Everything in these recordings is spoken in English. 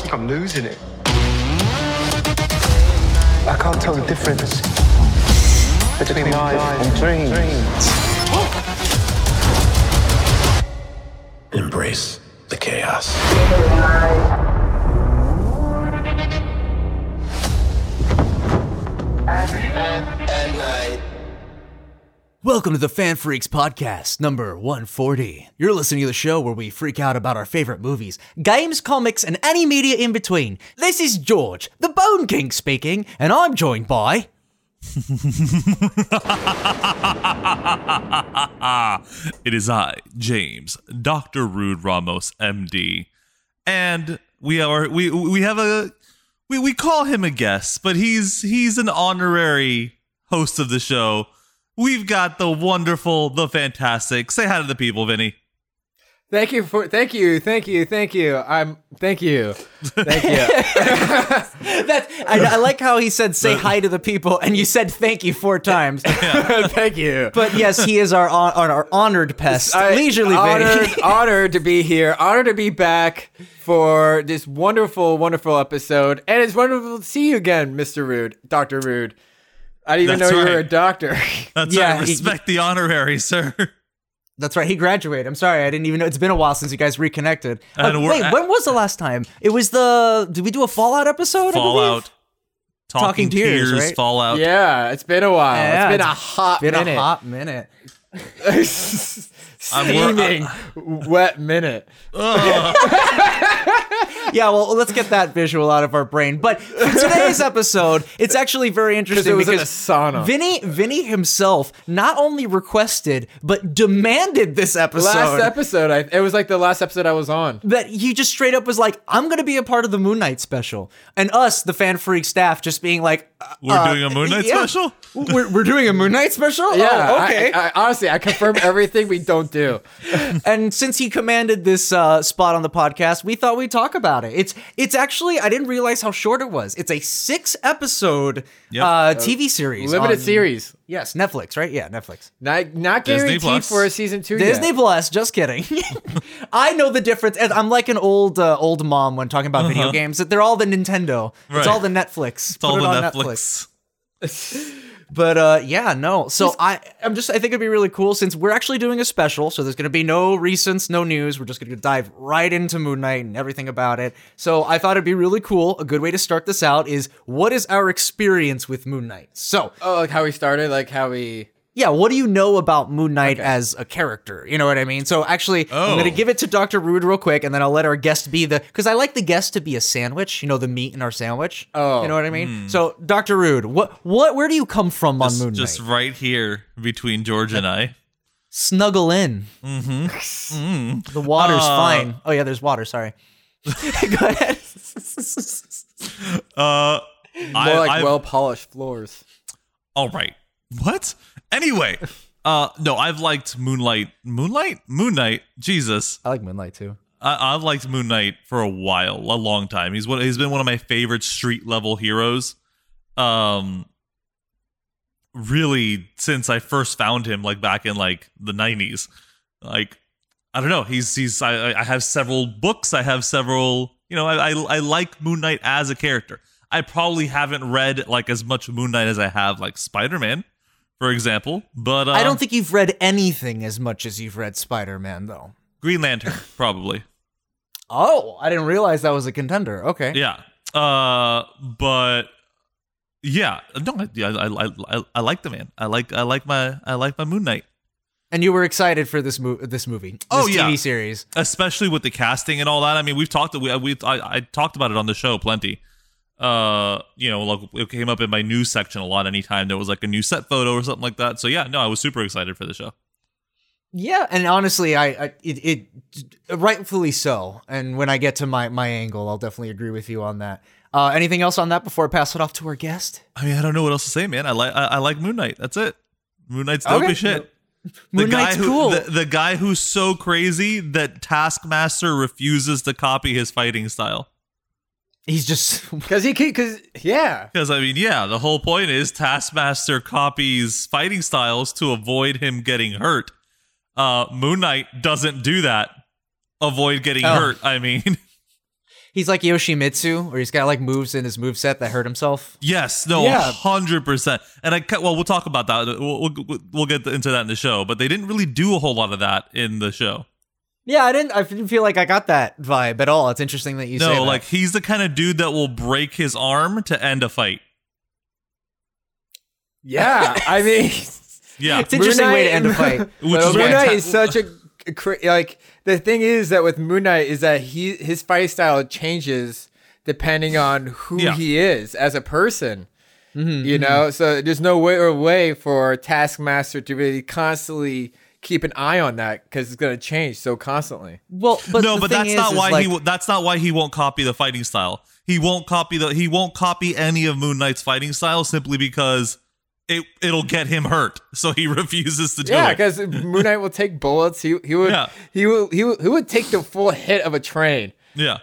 think I'm losing it. I can't tell the difference between life and dreams. Embrace the chaos. Welcome to the Fan Freaks Podcast, number 140. You're listening to the show where we freak out about our favorite movies, games, comics, and any media in between. This is George, the Bone King speaking, and I'm joined by. it is I, James, Doctor Rude Ramos, MD, and we are we we have a we we call him a guest, but he's he's an honorary host of the show. We've got the wonderful, the fantastic. Say hi to the people, Vinny. Thank you for thank you, thank you, thank you. I'm thank you. Thank you. That I, I like how he said "say hi to the people" and you said "thank you" four times. thank you. But yes, he is our hon- our honored pest, I- leisurely honored, Vinny. honored to be here. Honored to be back for this wonderful, wonderful episode. And it's wonderful to see you again, Mr. Rude, Dr. Rude. I didn't even That's know you right. were a doctor. That's Yeah, right. Respect the honorary, sir. That's right. He graduated. I'm sorry, I didn't even know. It's been a while since you guys reconnected. Uh, And we're wait, at- when was the last time? It was the. Did we do a Fallout episode? I believe? Fallout. Talking, Talking Tears, tears, right? Fallout. yeah, it's been a while. Yeah, it's been it's a hot Been minute. a hot minute. I'm- steaming wet minute. Yeah, well, let's get that visual out of our brain. But for today's episode, it's actually very Because interesting it was in a because sauna. Vinny Vinny himself not only requested but demanded this episode. last episode, I, it was like the last episode I was on. that he just straight up was like, "I'm gonna be a part of the Moon Knight special," and us, the fan freak staff, just being like, uh, We're uh, doing a Moon Knight yeah. special? We're, we're doing a Moon Knight special. Yeah. Oh, I- okay. I- I- honestly, I confirm everything we don't do. and since he commanded this uh, spot on the podcast, we thought we'd talk about it. It's it's actually I didn't realize how short it was. It's a six episode Yep. uh, TV series, Limited on- series. Yes, Netflix, right? Yeah, Netflix. Not not Disney guaranteed Plus. for a season two. Disney yet. Plus. Just kidding. I know the difference. and I'm like an old uh, old mom when talking about video games. That they're all the Nintendo. It's Uh-huh. Right. all the Netflix. It's all the Netflix. But uh, yeah, no. So I, I'm just, I think it'd be really cool since we're actually doing a special. So there's gonna be no recents, no news. We're just gonna dive right into Moon Knight and everything about it. So I thought it'd be really cool. A good way to start this out is what is our experience with Moon Knight? So Oh, like how we started, like how we. yeah, what do you know about Moon Knight as a character? You know what I mean? So actually, I'm Oh. gonna give it to Doctor Rude real quick, and then I'll let our guest be the because I like the guest to be a sandwich. You know, the meat in our sandwich. Oh. you know what I mean? So Doctor Rude, what, what, where do you come from on Moon Knight? hmm. Just right here between George and I. snuggle in. Mm-hmm. The water's Uh, fine. Oh yeah, there's water. Sorry. Go ahead. Uh, More I, like I've- well polished floors. All right. What? Anyway, uh, no, I've liked Moonlight. Moonlight? Moon Knight. Jesus, I like Moonlight too. I, I've liked Moon Knight for a while, a long time. He's one. He's been one of my favorite street level heroes. Um, really, since I first found him, like back in like the nineties, like I don't know. He's he's. I I- I have several books. I have several. You know, I I, I like Moon Knight as a character. I probably haven't read like as much Moon Knight as I have like Spider Man, for example. But uh, I don't think you've read anything as much as you've read Spider Man though. Green Lantern probably. Oh, I didn't realize that was a contender. Okay. Yeah. Uh, but yeah, no, I, yeah, I, I, I, I like the man. I like, I like my, I like my Moon Knight, And you were excited for this mo- this movie, this Oh, yeah. TV series. especially with the casting and all that. I mean, we've talked, we, we, I, I talked about it on the show plenty. Uh, you know, like it came up in my news section a lot. Anytime there was like a new set photo or something like that. So yeah, no, I was super excited for the show. Yeah, and honestly, I, I it, it rightfully so. And when I get to my my angle, I'll definitely agree with you on that. Uh, anything else on that before I pass it off to our guest? I mean, I don't know what else to say, man. I like, I, I like Moon Knight. That's it. Moon Knight's dope Okay. as shit. Moon Knight's who, cool. The, the guy who's so crazy that Taskmaster refuses to copy his fighting style. He's just Because he because yeah. Because I mean, yeah, the whole point is Taskmaster copies fighting styles to avoid him getting hurt. Uh, Moon Knight doesn't do that. Avoid getting Oh. hurt. I mean, he's like Yoshimitsu, or he's got like moves in his moveset that hurt himself. Yes, no, Yeah. hundred percent. And I ca- well, we'll talk about that. We'll, we'll we'll get into that in the show. But they didn't really do a whole lot of that in the show. Yeah, I didn't. I didn't feel like I got that vibe at all. It's interesting that you say no, that. like he's the kind of dude that will break his arm to end a fight. Yeah, I mean, Yeah, It's interesting way to end a fight. Which Which is Moon why- Knight is such a cra- like the thing is that with Moon Knight is that he his fight style changes depending on who Yeah. he is as a person. you know, so there's no way or way for Taskmaster to really constantly keep an eye on that because it's going to change so constantly. well, but no, the but thing that's is, not is, why like, he. w- That's not why he won't copy the fighting style. He won't copy the. He won't copy any of Moon Knight's fighting style simply because it it'll get him hurt. So he refuses to do Yeah, it. because Moon Knight will take bullets. He he would Yeah. he will he would, he would take the full hit of a train. Yeah,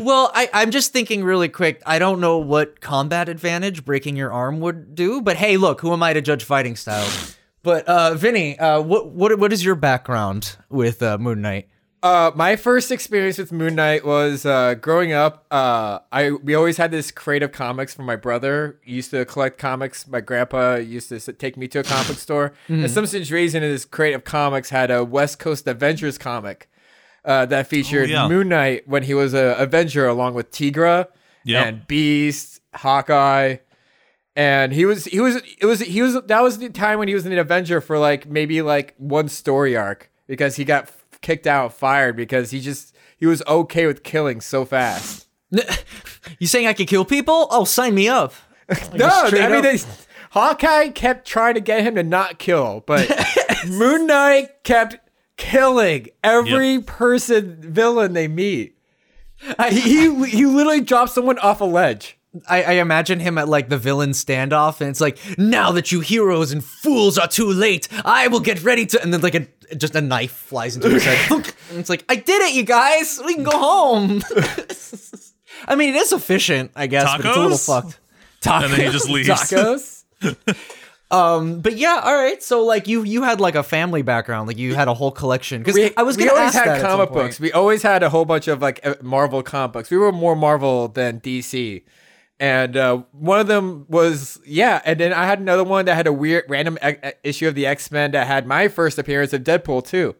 Well, I, I'm just thinking really quick. I don't know what combat advantage breaking your arm would do, but hey, look, who am I to judge fighting styles? But uh, Vinny, uh, what what what is your background with uh, Moon Knight? Uh, my first experience with Moon Knight was uh, growing up. Uh, I we always had this crate of comics from my brother. He used to collect comics. My grandpa used to s- take me to a comic store. Mm-hmm. And some strange reason, this crate of comics had a West Coast Avengers comic uh, that featured Oh, yeah. Moon Knight when he was a Avenger, along with Tigra Yep. and Beast, Hawkeye. And he was he was it was he was that was the time when he was an Avenger for like maybe like one story arc because he got kicked out fired because he just he was okay with killing so fast. You saying I could kill people? Oh, sign me up. no, straight I mean up- they, Hawkeye kept trying to get him to not kill, but Moon Knight kept killing every person villain they meet. he, he he literally dropped someone off a ledge. I, I imagine him at like the villain standoff, and it's like, now that you heroes and fools are too late, I will get ready to. And then like a just a knife flies into his head. Thunk. and it's like, I did it, you guys. We can go home. I mean, it is efficient, I guess, but it's a little Tacos? fucked. Tacos. and then he just leaves. Tacos. But yeah, all right. So like you you had like a family background, like you had a whole collection. Because we, I was we gonna always ask had that at some comic point. books. We always had a whole bunch of like uh, Marvel comic books. We were more Marvel than DC. And uh, one of them was yeah, and then I had another one that had a weird random e- e- issue of the X Men that had my first appearance of Deadpool too.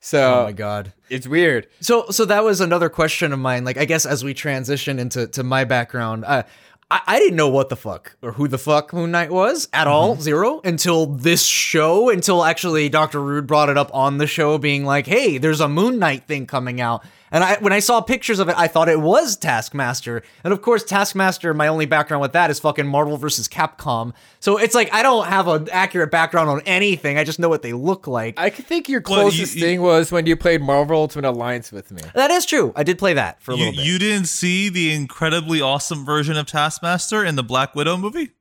So Oh my god. it's weird. So so that was another question of mine. Like I guess as we transition into to my background, uh, I I didn't know what the fuck or who the fuck Moon Knight was at all, Mm-hmm. zero until this show. Until actually Doctor Rude brought it up on the show, being like, "Hey, there's a Moon Knight thing coming out." And I when I saw pictures of it, I thought it was Taskmaster. And of course, Taskmaster. My only background with that is fucking Marvel versus Capcom. So it's like I don't have an accurate background on anything. I just know what they look like. I could think your Well, you- closest you- thing was when you played Marvel to an alliance with me. that is true. I did play that for a You, little bit. you didn't see the incredibly awesome version of Taskmaster in the Black Widow movie?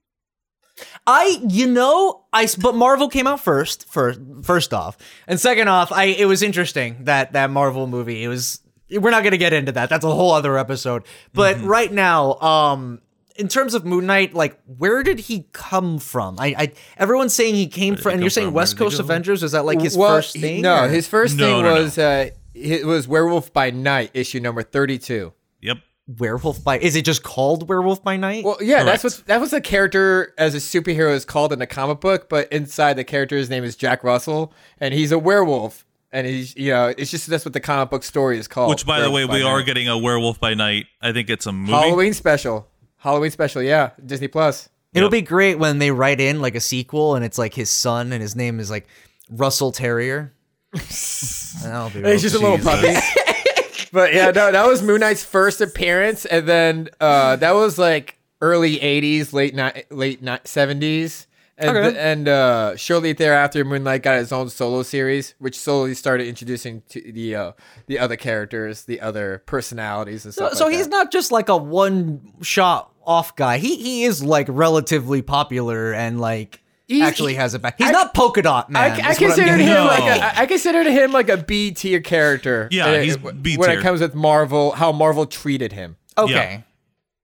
I, you know, I s- but Marvel came out first, first, first off, and second off, I it was interesting that that Marvel movie. It was we're not gonna get into that. That's a whole other episode. But Mm-hmm. right now, um, in terms of Moon Knight, like where did he come from? I, I everyone's saying he came from, and come you're saying from? West Where did Coast he come from? Avengers is that like his Well, first he- thing? No, or- his first No, thing no, no. was uh, it was Werewolf by Night issue number thirty-two. Yep. Werewolf by is it just called Werewolf by Night? Well, yeah, that's Correct. what that was a character as a superhero is called in the comic book, but inside the character's name is Jack Russell, and he's a werewolf, and he's you know it's just that's what the comic book story is Oh, called. Which, by the way, Werewolf we Night. are getting a Werewolf by Night. I think it's a movie. Halloween special, Halloween special, yeah, Disney Plus. It'll Yep. be great when they write in like a sequel and it's like his son and his name is like Russell Terrier. That'll be real It's just a little cheesy. puppy. but yeah, no, that was Moon Knight's first appearance, and then uh, that was like early '80s, late ni- late seventies, and Okay. th- and uh, shortly thereafter, Moon Knight got his own solo series, which slowly started introducing to the uh, the other characters, the other personalities, and So, stuff. so like he's that. not just like a one shot off guy. He he is like relatively popular and like He's- actually has a back. He's I- not polka dot man. I, I is what I'm consider getting him at. No. like a, I- I consider him like a B tier character. Yeah, uh, he's when B When tier. it comes with Marvel, how Marvel treated him. okay.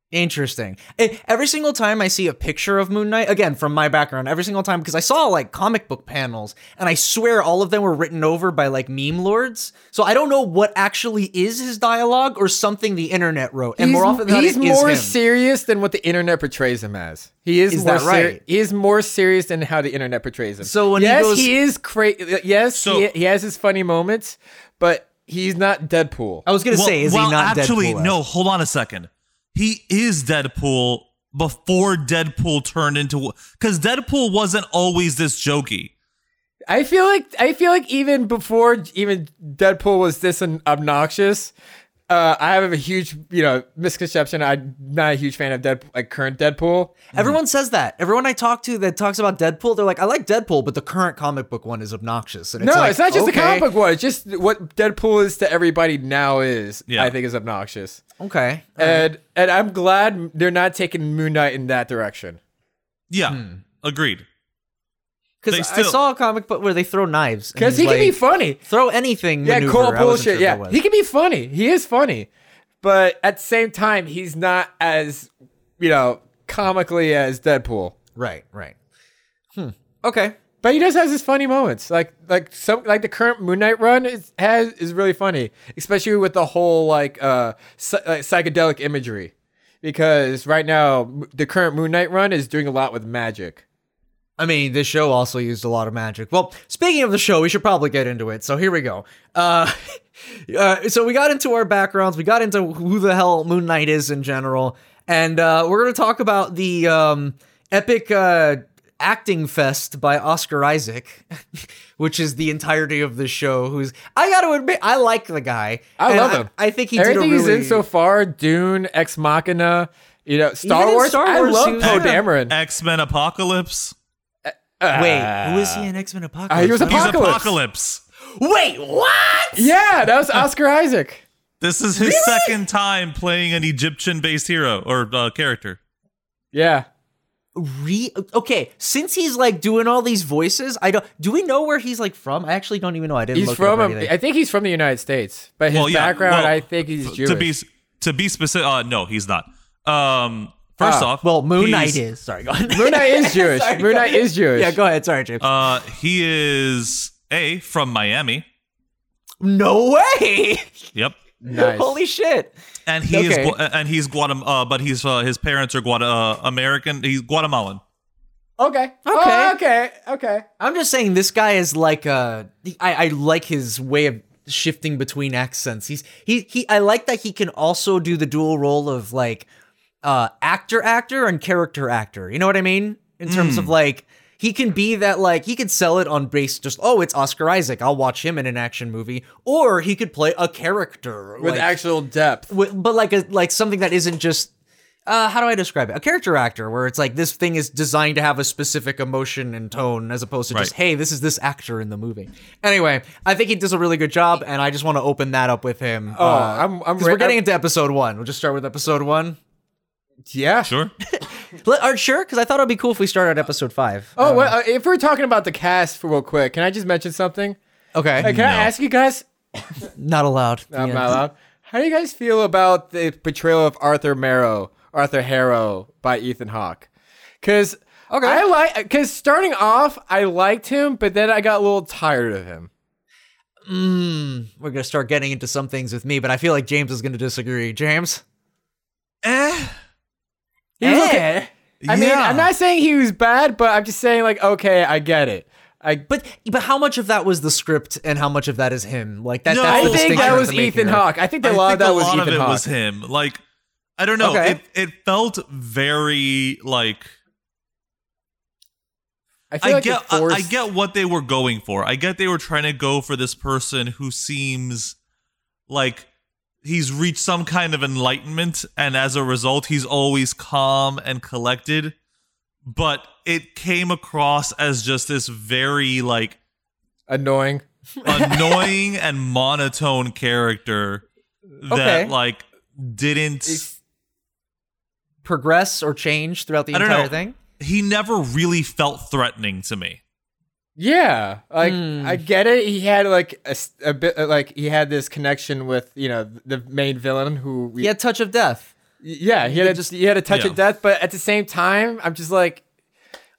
Interesting. Eh, every single time I see a picture of Moon Knight, again from my background, every single time because I saw like comic book panels, and I swear all of them were written over by like meme lords. So I don't know what actually is his dialogue or something the internet wrote. And more often than he's not, it is more him. serious than what the internet portrays him as. He is, Is more that right? He is more serious than how the internet portrays him. So when he yes, goes- he is crazy. Yes, So- he, he has his funny moments, but he's not Deadpool. I was gonna well, say, is well, he not actually, Deadpool-esque? no. Hold on a second. He is Deadpool before Deadpool turned into because Deadpool wasn't always this jokey. I feel like I feel like even before even Deadpool was this an- obnoxious. Uh, I have a huge, you know, misconception. I'm not a huge fan of Deadpool, like current Deadpool. Everyone says that. Everyone I talk to that talks about Deadpool, they're like, I like Deadpool, but the current comic book one is obnoxious. And it's No, like, it's not just okay, the comic book one. It's just what Deadpool is to everybody now is. Yeah. I think is obnoxious, Okay. Uh, and and I'm glad they're not taking Moon Knight in that direction. Yeah, Hmm. agreed. They Because I still- saw a comic book where they throw knives. and Because he's he can be like, funny. throw anything. Yeah, maneuver. cool I wasn't sure bullshit. if it Yeah, was. he can be funny. He is funny, but at the same time, he's not as you know comically as Deadpool. right, right. Hmm. Okay. But he does have his funny moments, like like some like the current Moon Knight run is has is really funny, especially with the whole like uh psy- like, psychedelic imagery, because right now m- the current Moon Knight run is doing a lot with magic. I mean, this show also used a lot of magic. Well, speaking of the show, we should probably get into it. So here we go. Uh, uh, so we got into our backgrounds. We got into who the hell Moon Knight is in general, and uh, we're going to talk about the um, epic uh, acting fest by Oscar Isaac, which is the entirety of the show. Who's I got to admit, I like the guy. I And love him. I, think he Everything did a he's really in so far, Dune, Ex Machina, you know, Star Even in Wars. Star I Wars, love he was- Poe Yeah. Dameron. X Men Apocalypse. Wait, who is he in X Men Apocalypse? Uh, he was He's Apocalypse. Apocalypse. Wait, what? Yeah, that was Oscar Isaac. This is his second time playing an Egyptian-based hero or uh, character. Yeah. re okay since he's like doing all these voices i don't do we know where he's like from i actually don't even know i didn't He's look from, it up or I anything. think he's from the United States, but his Well, yeah, background, well, I think he's Jewish. To be to be specific, uh, no, he's not. Um, first Ah, off, well moon he's- knight is sorry go on. Moon Knight is Jewish. Sorry, Moon go- Knight is Jewish. yeah go ahead sorry james Uh, he is a from Miami. no way Yep. Nice. holy shit And he is Okay. Gua- and he's Guatem uh, but he's uh, his parents are Guata- uh, American. He's Guatemalan. Okay. Okay. okay. Okay. i'm just saying this guy is like uh i i like his way of shifting between accents he's he he i like that he can also do the dual role of like uh actor actor and character actor you know what i mean in terms of like he can be that like he could sell it on base just oh it's oscar isaac i'll watch him in an action movie or he could play a character With like, actual depth. wi- but like a like something that isn't just uh, how do I describe it? A character actor, where it's like this thing is designed to have a specific emotion and tone, as opposed to just Right. hey, this is this actor in the movie. Anyway, I think he does a really good job, and I just want to open that up with him. Oh, I'm- I'm we're re- getting I'm- into episode one. We'll just start with episode one. Yeah. Sure. Let, are sure? Because I thought it'd be cool if we started at episode five. Oh, well, uh, if we're talking about the cast for real quick, can I just mention something? okay, Like, can I ask you guys? not allowed. I'm Yeah. not allowed. How do you guys feel about the portrayal of Arthur Marrow, Arthur Harrow by Ethan Hawke? Because okay. I like because starting off I liked him, but then I got a little tired of him. We're gonna start getting into some things with me, but I feel like James is gonna disagree. James, eh. He was Eh. okay. I mean, Yeah. I'm not saying he was bad, but I'm just saying like, okay, I get it. I But but how much of that was the script and how much of that is him? Like that. No, that's the I I think distinction that I have was to make Ethan here. Hawke. I think that a I lot think of that a was lot of Ethan it Hawke. was him. Like, I don't know. Okay. It, it felt very like I feel I like get. it I, forced- I get what they were going for. I get they were trying to go for this person who seems like he's reached some kind of enlightenment, and as a result, he's always calm and collected. But it came across as just this very like annoying. annoying and monotone character that Okay. like didn't Progress or change throughout the I don't entire know. thing. he never really felt threatening to me. Yeah, like Hmm. I get it. He had like a, uh, s- a bit, like he had this connection with you know the main villain who we Yeah, touch of death. Yeah, he had just he had a touch Yeah. of death, but at the same time, I'm just like,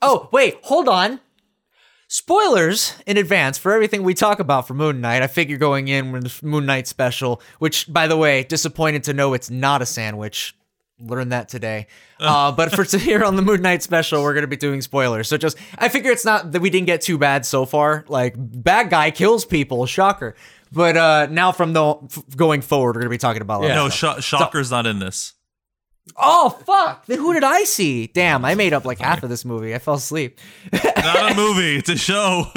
Oh, wait, hold on. Spoilers in advance for everything we talk about for Moon Knight. I figure going in with the Moon Knight special, which, by the way, disappointed to know it's not a sandwich. Learned that today. Uh, but for here on the Moon Knight special, we're going to be doing spoilers. So just, I figure it's not that we didn't get too bad so far. Like, bad guy kills people, shocker. But uh, now from the f- going forward, we're going to be talking about. Yeah. No, Sho- Shocker's not in this. Oh fuck! Then who did I see? Damn, I made up like half of this movie. I fell asleep. Not a movie. It's a show.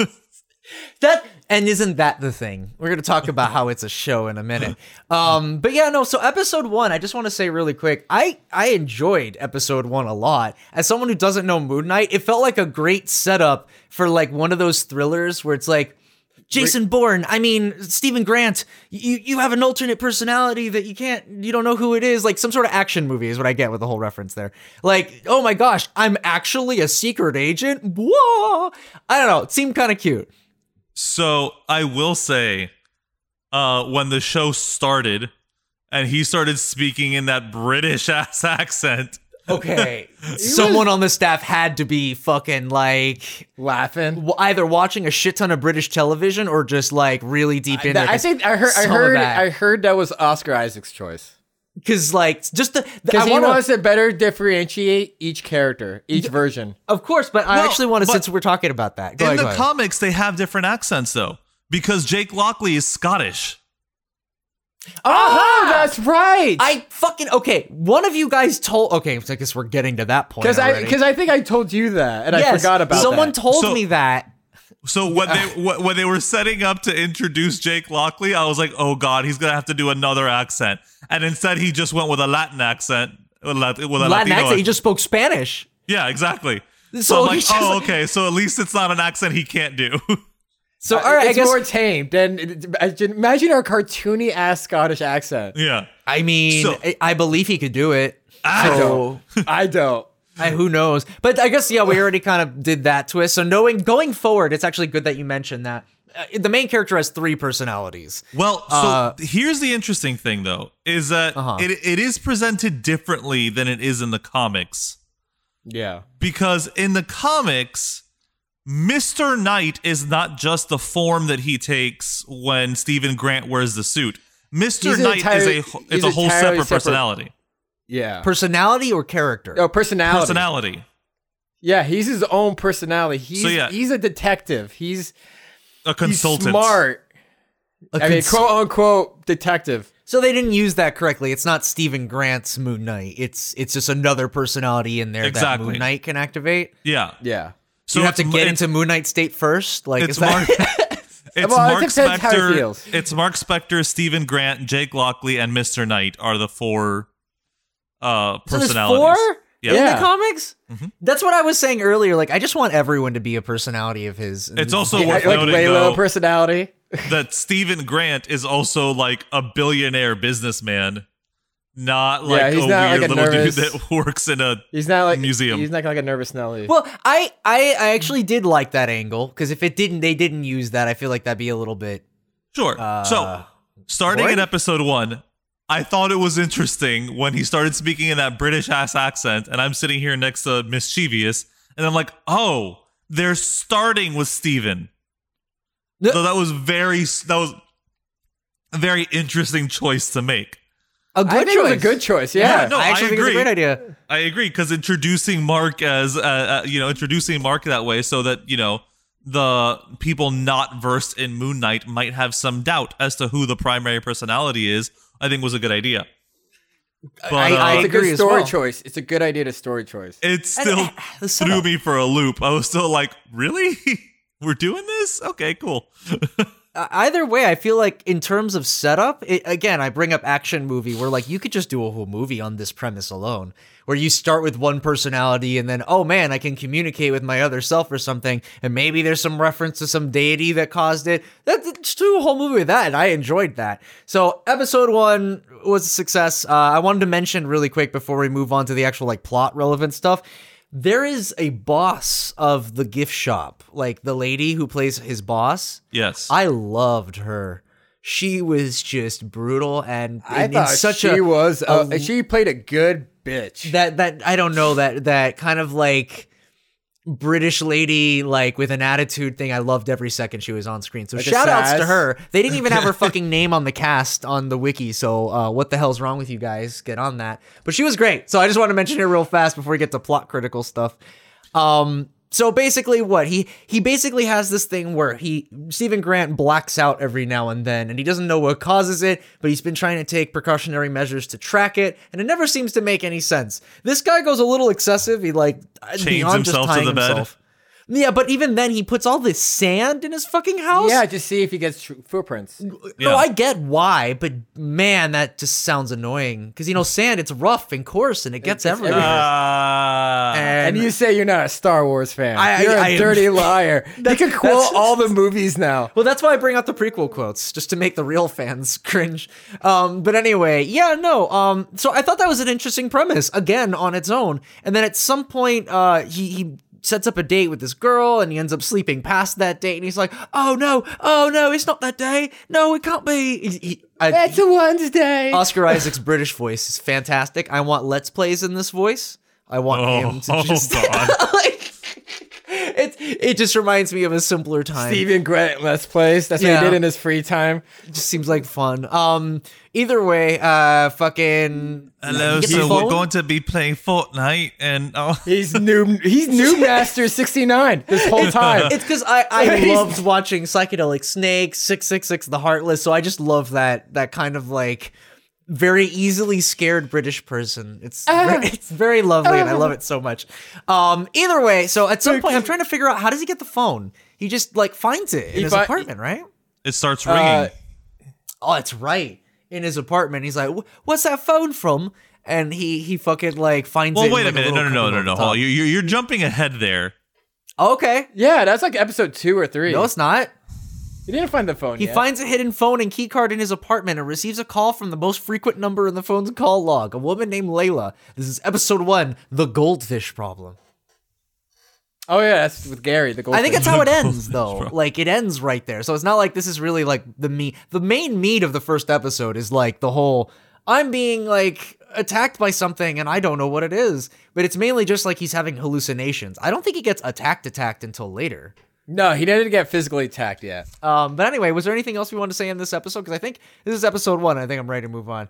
That and isn't that the thing? We're gonna talk about how it's a show in a minute. Um, but yeah, no. So episode one, I just want to say really quick, I I enjoyed episode one a lot. As someone who doesn't know Moon Knight, it felt like a great setup for like one of those thrillers where it's like. Jason Bourne, I mean Stephen Grant, you you have an alternate personality that you can't you don't know who it is, like some sort of action movie is what I get with the whole reference there. Like, oh my gosh, I'm actually a secret agent. Whoa. I don't know, it seemed kind of cute. So I will say, uh, when the show started and he started speaking in that British ass accent, Okay. Someone on the staff had to be fucking like laughing. w- either watching a shit ton of British television or just like really deep in That- there. I think I heard I some of heard that. I heard that was Oscar Isaac's choice because like just the, the because I he want wants to to better differentiate each character, each version. of course, but I No, actually want to but- since we're talking about that. Go in ahead, the go ahead. comics, they have different accents though, because Jake Lockley is Scottish. Oh, that's right. I fucking okay. One of you guys told okay. I guess we're getting to that point. because I already. because I think I told you that and I Yes, forgot about someone that. told So- me that. So when they wh- when they were setting up to introduce Jake Lockley, I was like, "Oh God, he's gonna have to do another accent." And instead, he just went with a Latin accent. a Lat- With a Latin Latino accent. He just spoke Spanish. yeah, exactly. So, So I'm like, he's just "Oh, like- okay. So at least it's not an accent he can't do." So all right, it's I guess more tamed. And it- I- imagine our cartoony ass Scottish accent. yeah. I mean So- Ah. I, I believe he could do it. I So- don't. I don't. I, who knows? But I guess yeah, we already kind of did that twist. So knowing going forward, it's actually good that you mentioned that. Uh, the main character has three personalities. Well, so Uh, here's the interesting thing, though, is that Uh-huh. it, it is presented differently than it is in the comics. Yeah. Because in the comics, Mr. Knight is not just the form that he takes when Stephen Grant wears the suit. Mr. He's an Knight is entire- a wh- he's is a whole entirely separate separate- personality. Yeah. Personality or character? oh, personality. Personality. Yeah, he's his own personality. He's So, yeah. he's a detective. He's, A he's consultant. smart. A I mean, cons- quote unquote detective. so they didn't use that correctly. It's not Stephen Grant's Moon Knight. It's it's just another personality in there Exactly. that Moon Knight can activate. Yeah. Yeah. So you have to it's- get it's- into Moon Knight state first. Like It's is that- Mark. It's Well, it Mark depends how it feels. Spector. It's Mark Spector, Stephen Grant, Jake Lockley, and Mr. Knight are the four uh, So there's personalities. four Yeah. Mm-hmm. in Yeah. the comics. That's what I was saying earlier. Like I just want everyone to be a personality of his. It's also worth Like, like noting way low though personality. that Stephen Grant is also like a billionaire businessman, not like he's not, a like, weird a little nervous- dude that works in a. He's not like Museum. He's not like a nervous Nelly. Well, I, I I actually did like that angle because if it didn't, they didn't use that. I feel like that'd be a little bit. Sure. Uh, so, starting in boring? episode one, I thought it was interesting when he started speaking in that British ass accent, and I'm sitting here next to Mischievous, and I'm like, oh, they're starting with Stephen. Yeah. So that was very that was a very interesting choice to make. A good I think it was a good choice. Yeah. Yeah, no, I actually I think it's a agree. great idea. I agree because introducing Mark as uh, uh, you know introducing Mark that way so that you know the people not versed in Moon Knight might have some doubt as to who the primary personality is. I think was a good idea. But I- I uh, It's a agree good as story well. choice. It's a good idea to story choice. it And, still uh, the threw setup. me for a loop. I was still like, really, we're doing this? Okay, cool. Uh, Either way, I feel like in terms of setup, it, again, I bring up action movie where like you could just do a whole movie on this premise alone, where you start with one personality and then oh man, I can communicate with my other self or something, and maybe there's some reference to some deity that caused it. That that- just do a whole movie with that, and I enjoyed that. So episode one was a success. Uh, I wanted to mention really quick before we move on to the actual like plot relevant stuff. There is a boss of the gift shop, like the lady who plays his boss. Yes, I loved her. she was just brutal and I in, in thought such she a was. a- a- she played a good bitch. that that I don't know that that kind of like British lady like with an attitude thing. I loved every second she was on screen. So Like a shout outs to sass. her. They didn't even have her fucking name on the cast on the wiki. So uh, what the hell's wrong with you guys? Get on that. But she was great. So I just want to mention it real fast before we get to plot critical stuff. Um. So basically, what he he basically has this thing where he Stephen Grant blacks out every now and then, and he doesn't know what causes it, but he's been trying to take precautionary measures to track it, and it never seems to make any sense. This guy goes a little excessive. He like uh, beyond himself just to the tying bed. himself. Yeah, but even then, he puts all this sand in his fucking house. yeah, just see if he gets tr- footprints. No, Yeah. I get why, but man, that just sounds annoying. Because you know, sand it's rough and coarse, and it gets gets everywhere. everywhere. Ah. And you say you're not a Star Wars fan. I- you're a I- I- dirty liar. You can quote that's- all the movies now. Well, that's why I bring out the prequel quotes, just to make the real fans cringe. Um, but anyway, yeah, no. Um, so I thought that was an interesting premise, again, on its own. And then at some point, uh, he, he sets up a date with this girl and he ends up sleeping past that date. And he's like, oh no, oh no, it's not that day. No, it can't be. He- he- I- That's a Wednesday. Oscar Isaac's British voice is fantastic. I want Let's Plays in this voice. I want him Oh, to oh just. God. like, it, it just reminds me of a simpler time. Steven Grant Let's Plays. That's Yeah. what he did in his free time. just seems like fun. Um, either way, uh, fucking Hello, Get the so phone? we're going to be playing Fortnite and oh, He's new. He's new master sixty nine this whole time. It's because I I He's- loved watching psychedelic snakes, six six six, the heartless. So I just love that that kind of like very easily scared British person. It's Uh-huh. ve- it's very lovely, and I love it so much. Um, either way, so at some point, I'm trying to figure out how does he get the phone. He just like finds it in his fi- apartment, right? it starts ringing. Uh, oh, that's right. In his apartment, he's like, "Wh- "What's that phone from?" And he he fucking like finds well, it. in, wait like, a minute. No, little no, no, cupboard no, at no. the Hold top. on. You, you're, you're jumping ahead there. Okay, yeah, that's like episode two or three. no, it's not. he didn't find the phone. He yet. finds a hidden phone and keycard in his apartment and receives a call from the most frequent number in the phone's call log, a woman named Layla. This is episode one, the goldfish problem. Oh yeah, that's with Gary. The gold. I think that's how it ends, goldfish though. problem. Like it ends right there. So it's not like this is really like the meat. The main meat of the first episode is like the whole I'm being like attacked by something and I don't know what it is. But it's mainly just like he's having hallucinations. I don't think he gets attacked attacked until later. no, he didn't get physically attacked yet. Um, but anyway, was there anything else we wanted to say in this episode? Because I think this is episode one. I think I'm ready to move on.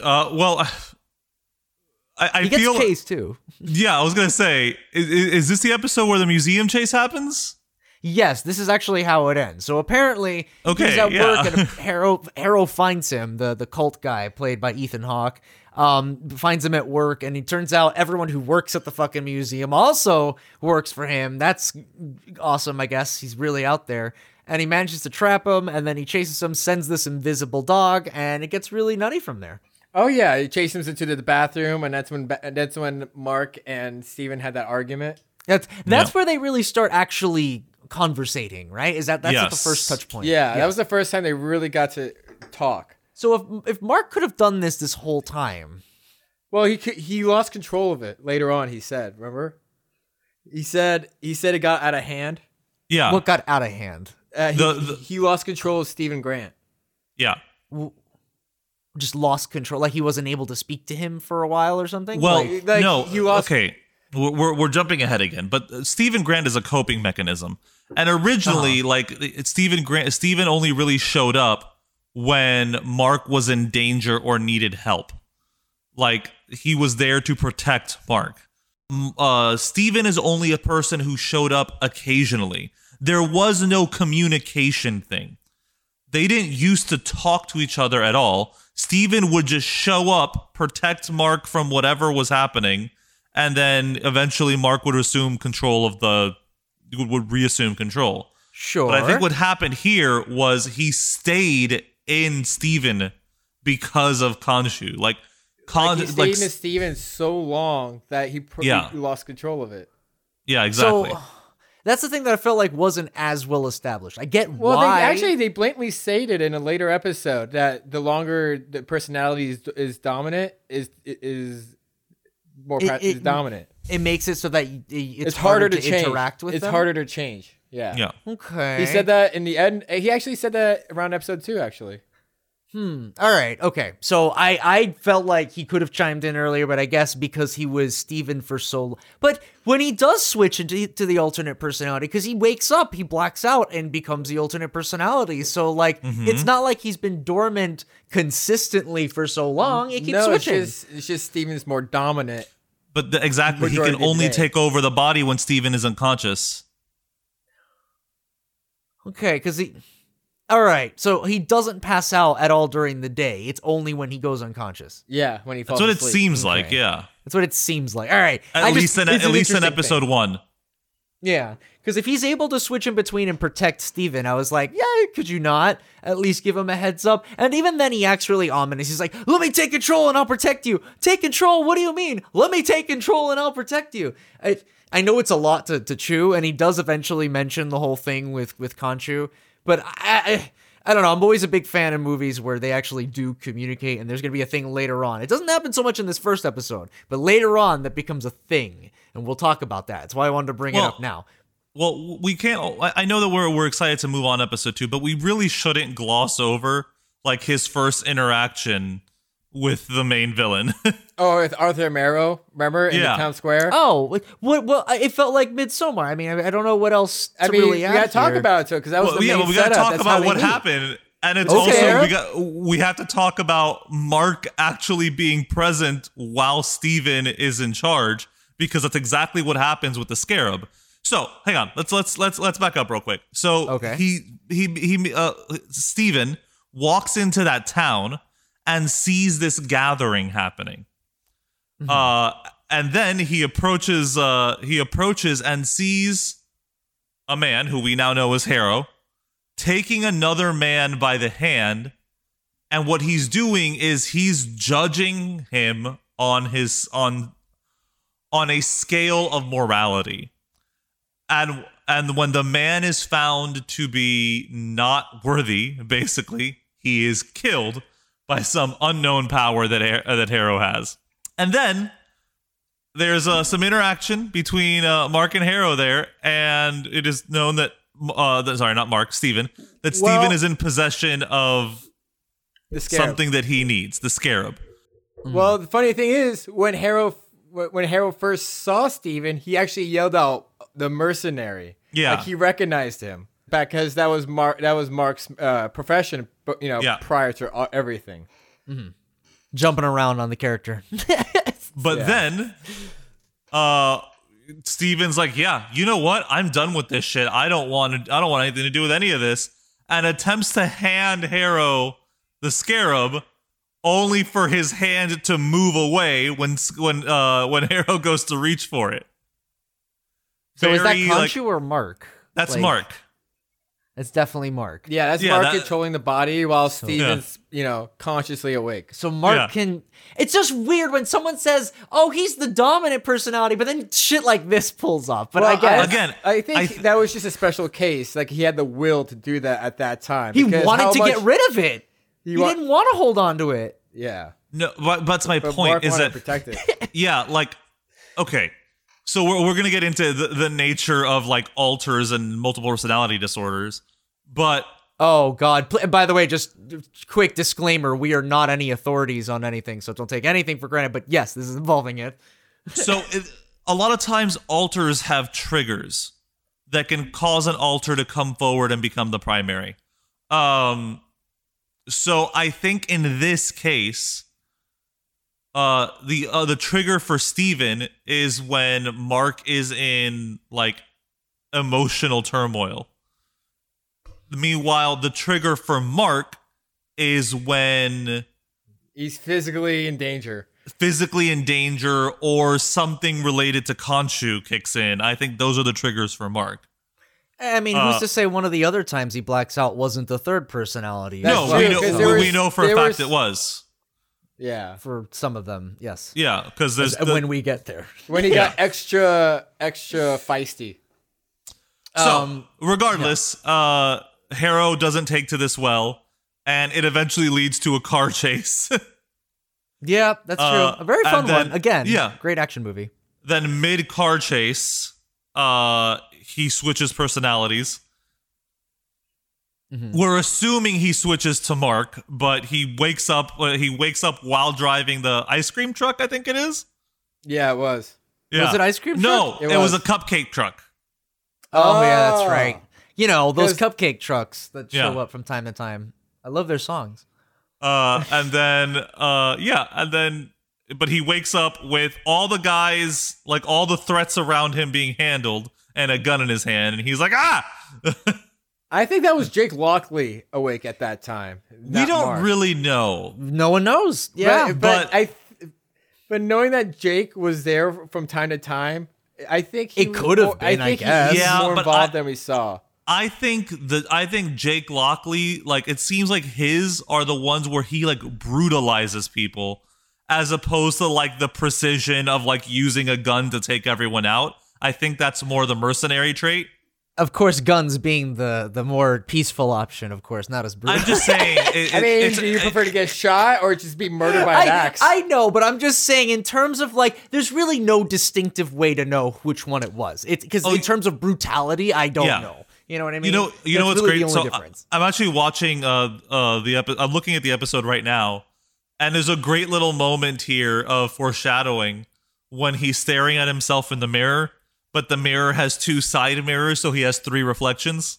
Uh, well, I, I He gets feel. chased too. Yeah, I was gonna say, is, is this the episode where the museum chase happens? Yes, this is actually how it ends. So apparently, he's Okay, at yeah. work and Harrow Harrow finds him, the the cult guy played by Ethan Hawke, um, finds him at work, and it turns out everyone who works at the fucking museum also works for him. That's awesome, I guess. He's really out there. And he manages to trap him, and then he chases him, sends this invisible dog, and it gets really nutty from there. Oh yeah, he chased him into the bathroom, and that's when ba- that's when Mark and Steven had that argument. That's that's where they really start actually conversating, right? Is that that's at the Yes. first touch point? Yeah, that was the first time they really got to talk. So if if Mark could have done this this whole time, Well, he c- he lost control of it later on. He said, "Remember?" He said he said it got out of hand. Yeah, what got out of hand? Uh, he, The- the- he lost control of Stephen Grant. yeah. Just lost control, like he wasn't able to speak to him for a while or something. Well, Like- like, no. he lost- okay, we're, we're we're jumping ahead again, but uh, Stephen Grant is a coping mechanism, and originally, like it- Stephen Grant, Stephen only really showed up when Mark was in danger or needed help. Like he was there to protect Mark. M- Uh, Stephen is only a person who showed up occasionally. There was no communication thing they didn't used to talk to each other at all. Steven would just show up, protect Mark from whatever was happening, and then eventually Mark would assume control of the would, would reassume control. sure. But I think what happened here was he stayed in Steven because of Khonshu. Like Khon, Like, he Oh, like, stayed in Steven so long that he, pr- Yeah. he lost control of it. yeah, exactly. so. uh, That's the thing that I felt like wasn't as well established. I get Well, why. they actually they blatantly stated in a later episode that the longer the personality is, is dominant is is more It- pra- is it- dominant. it makes it so that y- y- it's, It's, harder, to, change. interact with It's them. harder to change. Yeah. Yeah. Okay. He said that in the end. He actually said that around episode two, actually. All right. Okay. So I I felt like he could have chimed in earlier, but I guess because he was Steven for so long. But when he does switch into to the alternate personality, because he wakes up, he blacks out and becomes the alternate personality. So like, Mm-hmm. it's not like he's been dormant consistently for so long. It keeps no, switching. it's just it's just Steven's more dominant. But the, exactly, he Majority can of the only day. take over the body when Steven is unconscious. Okay, because he. All right, so he doesn't pass out at all during the day. It's only when he goes unconscious. Yeah, when he That's falls what it asleep. seems like. Yeah. That's what it seems like. All right, At I just- least in it's at an least in interesting episode thing. one. Yeah, because if he's able to switch in between and protect Steven, I was like, yeah, could you not at least give him a heads up? And even then, he acts really ominous. He's like, let me take control and I'll protect you. Take control? What do you mean? Let me take control and I'll protect you. I, I know it's a lot to, to chew, and he does eventually mention the whole thing with, with Conchu, but I. I I don't know. I'm always a big fan of movies where they actually do communicate, and there's going to be a thing later on. It doesn't happen so much in this first episode, but later on that becomes a thing, and we'll talk about that. That's why I wanted to bring it Well, up now. Well, we can't. I I know that we're we're excited to move on to episode two, but we really shouldn't gloss over like his first interaction with the main villain. Oh, with Arthur Merrow, remember in Yeah. the town square? Oh, like what? Well, it felt like Midsommar. I mean, I, I don't know what else to I mean, really we add gotta talk here. about it too, because that was well, the yeah, main but we got to setup. talk That's how about they what meet. happened, and it's Okay. also we got we have to talk about Mark actually being present while Steven is in charge because that's exactly what happens with the Scarab. So hang on, let's let's let's let's back up real quick. So Okay. he he he uh, Steven walks into that town and sees this gathering happening. Uh, and then he approaches uh he approaches and sees a man who we now know as Harrow taking another man by the hand and what he's doing is he's judging him on his on on a scale of morality and and when the man is found to be not worthy basically he is killed by some unknown power that Har- uh, that Harrow has and then there's uh, some interaction between uh, Mark and Harrow there, and it is known that uh, that- sorry, not Mark, Steven, that Steven Well- is in possession of The scarab. something that he needs, the scarab. Well, the funny thing is, when Harrow when Harrow first saw Steven, he actually yelled out the mercenary. Yeah. like he recognized him because that was Mark. That was Mark's uh, profession, but you know, Yeah. prior to all- everything. jumping around on the character. But Yeah. then uh Steven's like, "Yeah, you know what? I'm done with this shit. I don't want to I don't want anything to do with any of this." And attempts to hand Harrow the scarab only for his hand to move away when when uh when Harrow goes to reach for it. so is that Very, like- Conchu or Mark? That's Like, Mark. That's definitely Mark. Yeah, that's Yeah, Mark that- controlling the body while Steven's you know consciously awake. So Mark Yeah. can. It's just weird when someone says, "Oh, he's the dominant personality," but then shit like this pulls off. But I Well, guess Again, I think I th- that was just a special case. Like he had the will to do that at that time. he because how wanted to get much- rid of it. He wa- didn't want to hold on to it. Yeah, No, but that's my but point Mark is wanted to that protect it. yeah, like okay. So we're we're gonna get into the, the nature of like alters and multiple personality disorders, but Oh God! Pl- and By the way, just quick disclaimer: we are not any authorities on anything, so don't take anything for granted. But yes, this is involving it. so it, a lot of times alters have triggers that can cause an alter to come forward and become the primary um so i think in this case uh the uh, the trigger for steven is when mark is in like emotional turmoil meanwhile the trigger for mark is when He's physically in danger. physically in danger or something related to Conchu kicks in. I think those are the triggers for Mark. I mean, Uh, who's to say one of the other times he blacks out wasn't the third personality? That's no, we true, know 'cause we, there we was- know for a there fact was- it was. Yeah. for some of them, yes. uh, Yeah, because there's the- when we get there. When he got extra extra feisty. so um, regardless, uh Harrow doesn't take to this well, and it eventually leads to a car chase. Yeah, that's Uh, true. A very fun and then- one. Again, yeah. great action movie. then mid car chase, uh, he switches personalities. We're assuming he switches to Mark, but he wakes up. Uh, he wakes up while driving the ice cream truck. I think it is. Yeah, it was. Yeah. Was it ice cream No, truck? it, It was. was. a cupcake truck. Oh, yeah, that's Oh. right. You know, those 'Cause- cupcake trucks that show Yeah. up from time to time. I love their songs. Uh, and then uh, yeah, and then but he wakes up with all the guys, like all the threats around him being handled, and a gun in his hand, and he's like, ah. I think that was Jake Lockley awake at that time. we not don't Mark. really know. No one knows. Yeah. but, but- but I, th- but knowing that Jake was there from time to time, I think he It was could have more- been, I I think guess. he was Yeah, more but involved I- than we saw. I think the I think Jake Lockley, like it seems like his are the ones where he like brutalizes people, as opposed to like the precision of like using a gun to take everyone out. I think that's more the mercenary trait. Of course, guns being the the more peaceful option, of course, not as brutal. I'm just saying. It, I it- mean, it's- do you prefer to get shot or just be murdered by an I, axe? I know, but I'm just saying in terms of like, there's really no distinctive way to know which one it was. It's because in terms of brutality, I don't Oh, Yeah. know. You know what I mean? you know, you know That's what's really great. The only So uh, I, difference. I'm actually watching uh uh the epi- I'm looking at the episode right now, and there's a great little moment here of foreshadowing when he's staring at himself in the mirror, but the mirror has two side mirrors, so he has three reflections.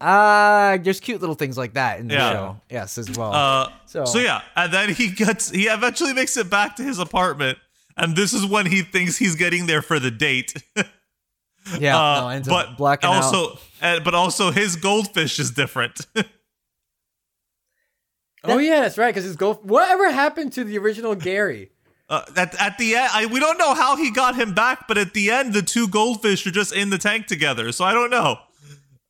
Uh, there's cute little things like that in the Yeah. show. Yes, as well. Uh, So- so, yeah, and then he gets he eventually makes it back to his apartment, and this is when he thinks he's getting there for the date. yeah, Uh, no, ends but up blacking out. also, and- but also his goldfish is different. oh yeah, that's right. Because his goal. Whatever happened to the original Gary? Uh, at, at the end, I, we don't know how he got him back, but at the end, the two goldfish are just in the tank together. So I don't know.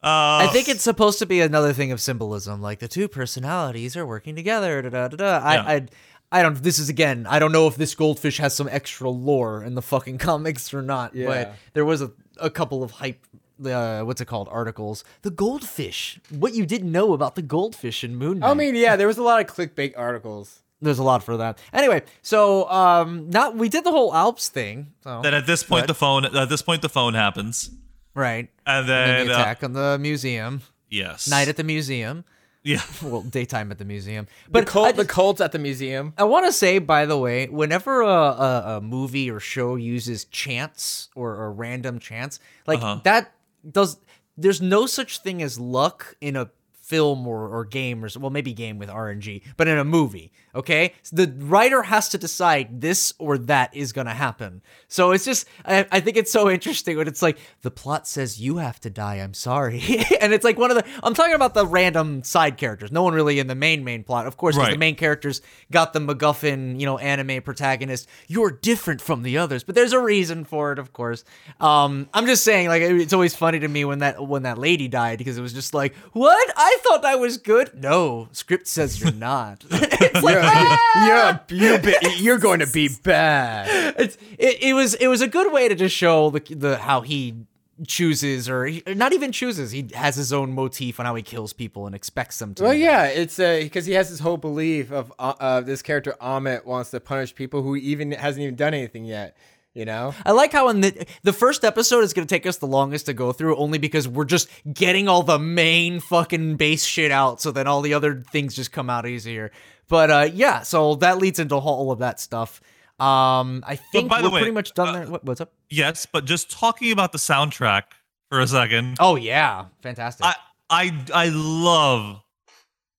Uh, I think it's supposed to be another thing of symbolism, like the two personalities are working together. Da, da, da, da. I, Yeah. I, I don't. This is again. I don't know if this goldfish has some extra lore in the fucking comics or not. Yeah. But there was a, a couple of hype. Uh, what's it called? Articles. The goldfish. What you didn't know about the goldfish in Moon Knight. I mean, yeah, there was a lot of clickbait articles. there's a lot for that. Anyway, so um, not we did the whole Alps thing. So that at this point the phone at this point the phone happens, right. and And then, then the uh, attack on the museum. yes, Night at the museum. yeah, Well, daytime at the museum. The But I cult, the just- cults at the museum. I want to say, by the way, whenever a, a, a movie or show uses chance or a random chance, like that does, there's no such thing as luck in a film or, or game or s- well maybe game with RNG, but in a movie, okay, So the writer has to decide this or that is gonna happen. So it's just, I, I think it's so interesting when it's like the plot says you have to die. I'm sorry, and it's like one of the I'm talking about the random side characters. No one really in the main main plot, of course, 'cause the Right. main main characters got the MacGuffin, you know, anime protagonist. You're different from the others, but there's a reason for it, of course. Um, I'm just saying, like, it's always funny to me when that when that lady died because it was just like, what? I thought I was good. No, script says you're not. it's like, ah! Yeah, you be- you're going to be bad. it's it, it was it was a good way to just show the the how he chooses or he, not even chooses. He has his own motif on how he kills people and expects them to. Well, do yeah, it's because he has this whole belief of uh, uh, this character Amit wants to punish people who even hasn't even done anything yet. You know, I like how in the the first episode is going to take us the longest to go through, only because we're just getting all the main fucking base shit out, so then all the other things just come out easier. But uh, yeah, so that leads into all of that stuff. Um, I think by the we're way, pretty much done uh, there. What, what's up? yes. But just talking about the soundtrack for a second, Oh yeah, fantastic. I I I love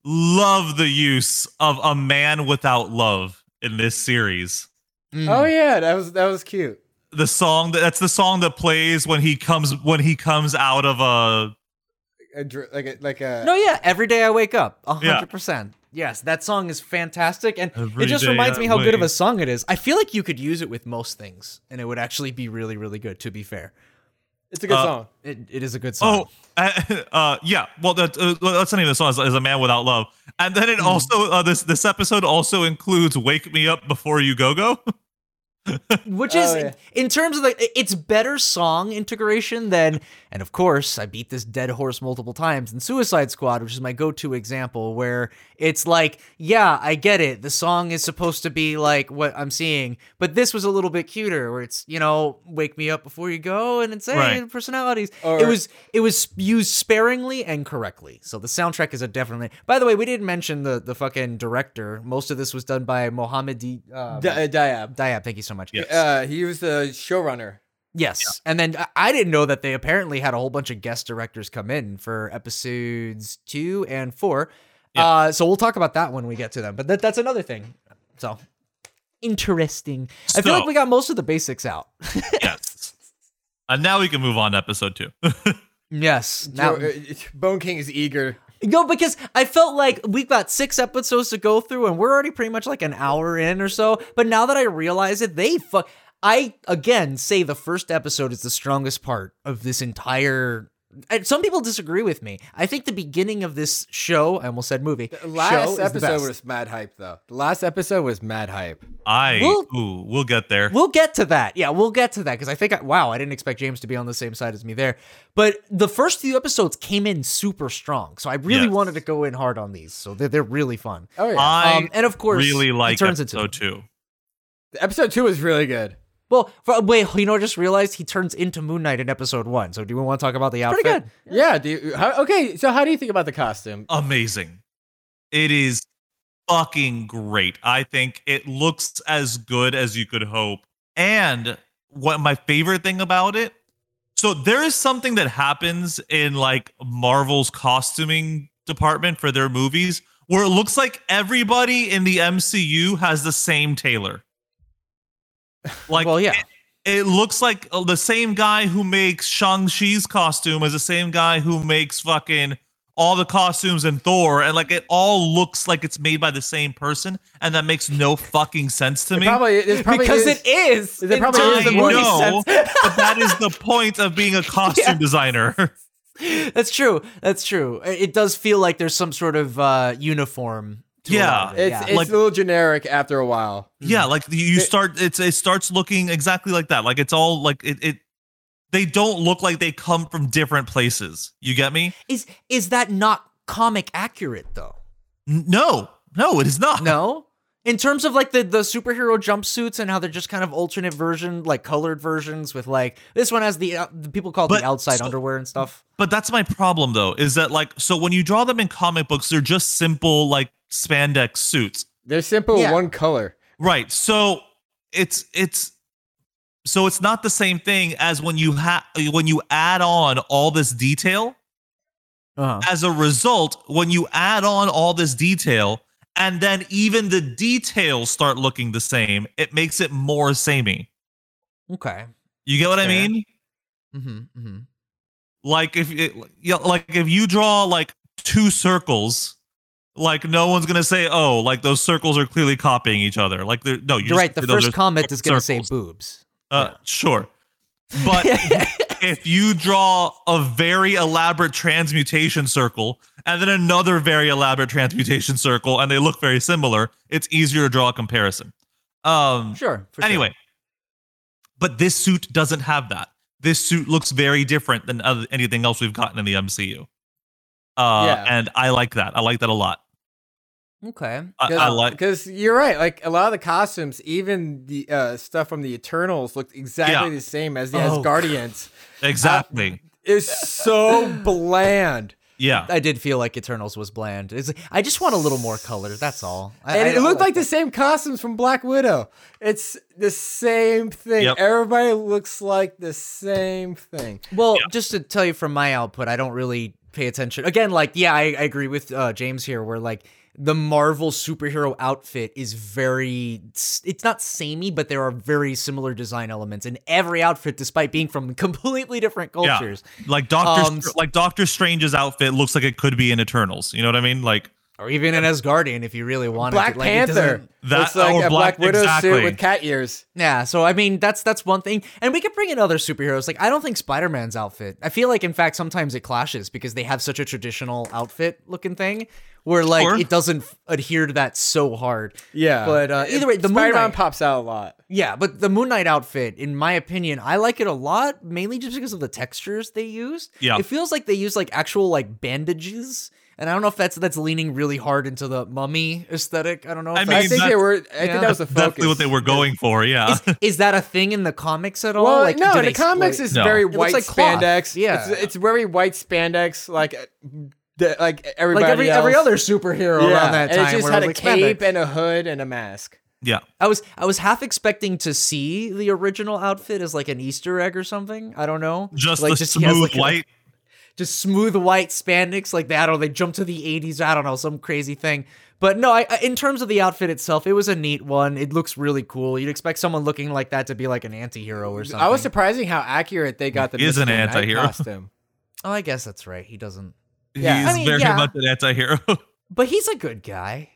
love the use of a man without love in this series. Mm. Oh yeah, that was that was cute. The song that that's the song that plays when he comes when he comes out of a A dr- like a like a No, yeah, every day I wake up, a Yeah. hundred percent. Yes, that song is fantastic, and Every it just day reminds I me how good of a wake- song it is. I feel like you could use it with most things, and it would actually be really, really good. To be fair, It's a good Uh, song. it, it is a good song. Oh, uh, uh, yeah. Well, that, uh, well, that's the name of the song is, is "A Man Without Love," and Hmm. then it also uh, this this episode also includes "Wake Me Up Before You Go Go." which is Oh, yeah. in terms of the it's better song integration than and of course i beat this dead horse multiple times in suicide squad which is my go-to example where it's like yeah i get it the song is supposed to be like what i'm seeing but this was a little bit cuter where it's you know wake me up before you go and it's hey Right. personalities it Or- was it was used sparingly and correctly so the soundtrack is a definitely by the way we didn't mention the the fucking director most of this was done by mohammed D, uh, Di- uh, Diab. Diab, thank you so much. Yes. Uh, he was the showrunner. Yes. And then uh, I- I didn't know that they apparently had a whole bunch of guest directors come in for episodes two and four. Yeah. Uh, so we'll talk about that when we get to them. But that, that's another thing. So interesting. I feel So- like we got most of the basics out. yes. And now we can move on to episode two. yes. Now, Joe- uh, Bone King is eager. no, because I felt like we've got six episodes to go through and we're already pretty much like an hour in or so. But now that I realize it, they fuck. I again say the first episode is the strongest part of this entire. And some people disagree with me. I think the beginning of this show, I almost said movie. The show last is the episode best. was mad hype, though. The last episode was mad hype. I We'll- ooh, we'll get there. We'll get to that. Yeah, we'll get to that because I think, I, wow, I didn't expect James to be on the same side as me there. But the first few episodes came in super strong. So I really Yes. wanted to go in hard on these. So they're, they're really fun. Oh yeah, I Um, and of course, really it like turns into- episode two. episode two was really good. Well, for, wait, you know, I just realized he turns into Moon Knight in episode one. So, do we want to talk about the outfit? Pretty good. Yeah. Do you, how, okay. So how do you think about the costume? Amazing. It is fucking great. I think it looks as good as you could hope. And what my favorite thing about it, so there is something that happens in like Marvel's costuming department for their movies where it looks like everybody in the MCU has the same tailor. Like well, yeah. it looks like uh, the same guy who makes Shang-Chi's costume is the same guy who makes fucking all the costumes in Thor. And like it all looks like it's made by the same person. And that makes no fucking sense to me. Probably, it's probably because is- it is. There in probably terms I is a of movie movies. know, but that is the point of being a costume designer. That's true. That's true. It it does feel like there's some sort of uh, uniform. to a lot of Yeah. it, It's yeah. it's Like- a little generic after a while. Yeah, like you- you start it's it starts looking exactly like that. Like it's all like it, it they don't look like they come from different places. You get me? Is is that not comic accurate though? N- No. No, it is not. No. In terms of like the the superhero jumpsuits and how they're just kind of alternate version, like colored versions with like this one has the, uh, the people call it But- the outside so- underwear and stuff. But that's my problem though, is that like so when you draw them in comic books, they're just simple like spandex suits. They're simple, Yeah. one color. Right. So it's it's so it's not the same thing as when you ha- when you add on all this detail. Uh-huh. As a result, when you add on all this detail and then even the details start looking the same, it makes it more samey. Okay. You get what I Fair. mean? Mm-hmm, mm-hmm. like if it, yeah, like if you draw like two circles like no one's gonna say oh like those circles are clearly copying each other like they're no you You're right. The just say those first are- comment is going to say circles. boobs. uh, sure but if you draw a very elaborate transmutation circle and then another very elaborate transmutation circle and they look very similar it's easier to draw a comparison um Sure. for sure. anyway, but this suit doesn't have that. This suit looks very different than other, anything else we've gotten in the MCU. Uh, Yeah. And I like that. I like that a lot. Okay. I, I like. because you're right. Like a lot of the costumes, even the uh, stuff from the Eternals, looked exactly Yeah. the same as the Oh, Asgardians. Exactly. It's so bland, yeah. I did feel like Eternals was bland. It's, I just want a little more color. That's all. I, and I it don't looked like the same costumes from Black Widow. It's the same thing. Yep. Everybody looks like the same thing. Well, just to tell you from my output, I don't really pay attention. Again, like, yeah, I, I agree with uh, James here, where like the Marvel superhero outfit is very, it's not samey, but there are very similar design elements in every outfit, despite being from completely different Yeah. cultures. Like Doctor, Um, like Doctor Strange's outfit looks like it could be in Eternals. You know what I mean? Like or even an Asgardian if you really wanted. Black to. Like, it doesn't- Panther. That- Looks like or a Black, Black- Widow exactly. suit with cat ears. Yeah, so I mean that's that's one thing, and we could bring in other superheroes. Like I don't think Spider Man's outfit. I feel like in fact sometimes it clashes because they have such a traditional outfit looking thing, where like Sure. it doesn't f- adhere to that so hard. Yeah. but uh, either way, the Moon Spider-Man Knight, pops out a lot. yeah, but the Moon Knight outfit, in my opinion, I like it a lot, mainly just because of the textures they use. Yeah. it feels like they use like actual like bandages, and I don't know if that's that's leaning really hard into the mummy aesthetic. I don't know. If I I that's- mean, think that- they were. I yeah. think that was the focus. Definitely what they were going for. Yeah. is that a thing in the comics at all? Well, like, no, do in they the comics split- it's No. very It looks white like cloth. spandex. Yeah. it's, it's very white spandex, like uh, the, like everybody like every else. every other superhero Yeah, around that and time. it just where had it a was like cape spandex. and a hood and a mask. yeah. I was I was half expecting to see the original outfit as like an Easter egg or something. I don't know. Just like the just he has, smooth like, a- white. just smooth white spandex like that, or they jump to the '80s. I don't know, some crazy thing. But no, I, I- in terms of the outfit itself, it was a neat one. It looks really cool. You'd expect someone looking like that to be like an anti-hero or something. I was surprising how accurate they got the He is an Mr. Knight anti-hero. costume. oh, I guess that's right. He doesn't, Yeah. He's I mean, very yeah. much an anti-hero. but he's a good guy.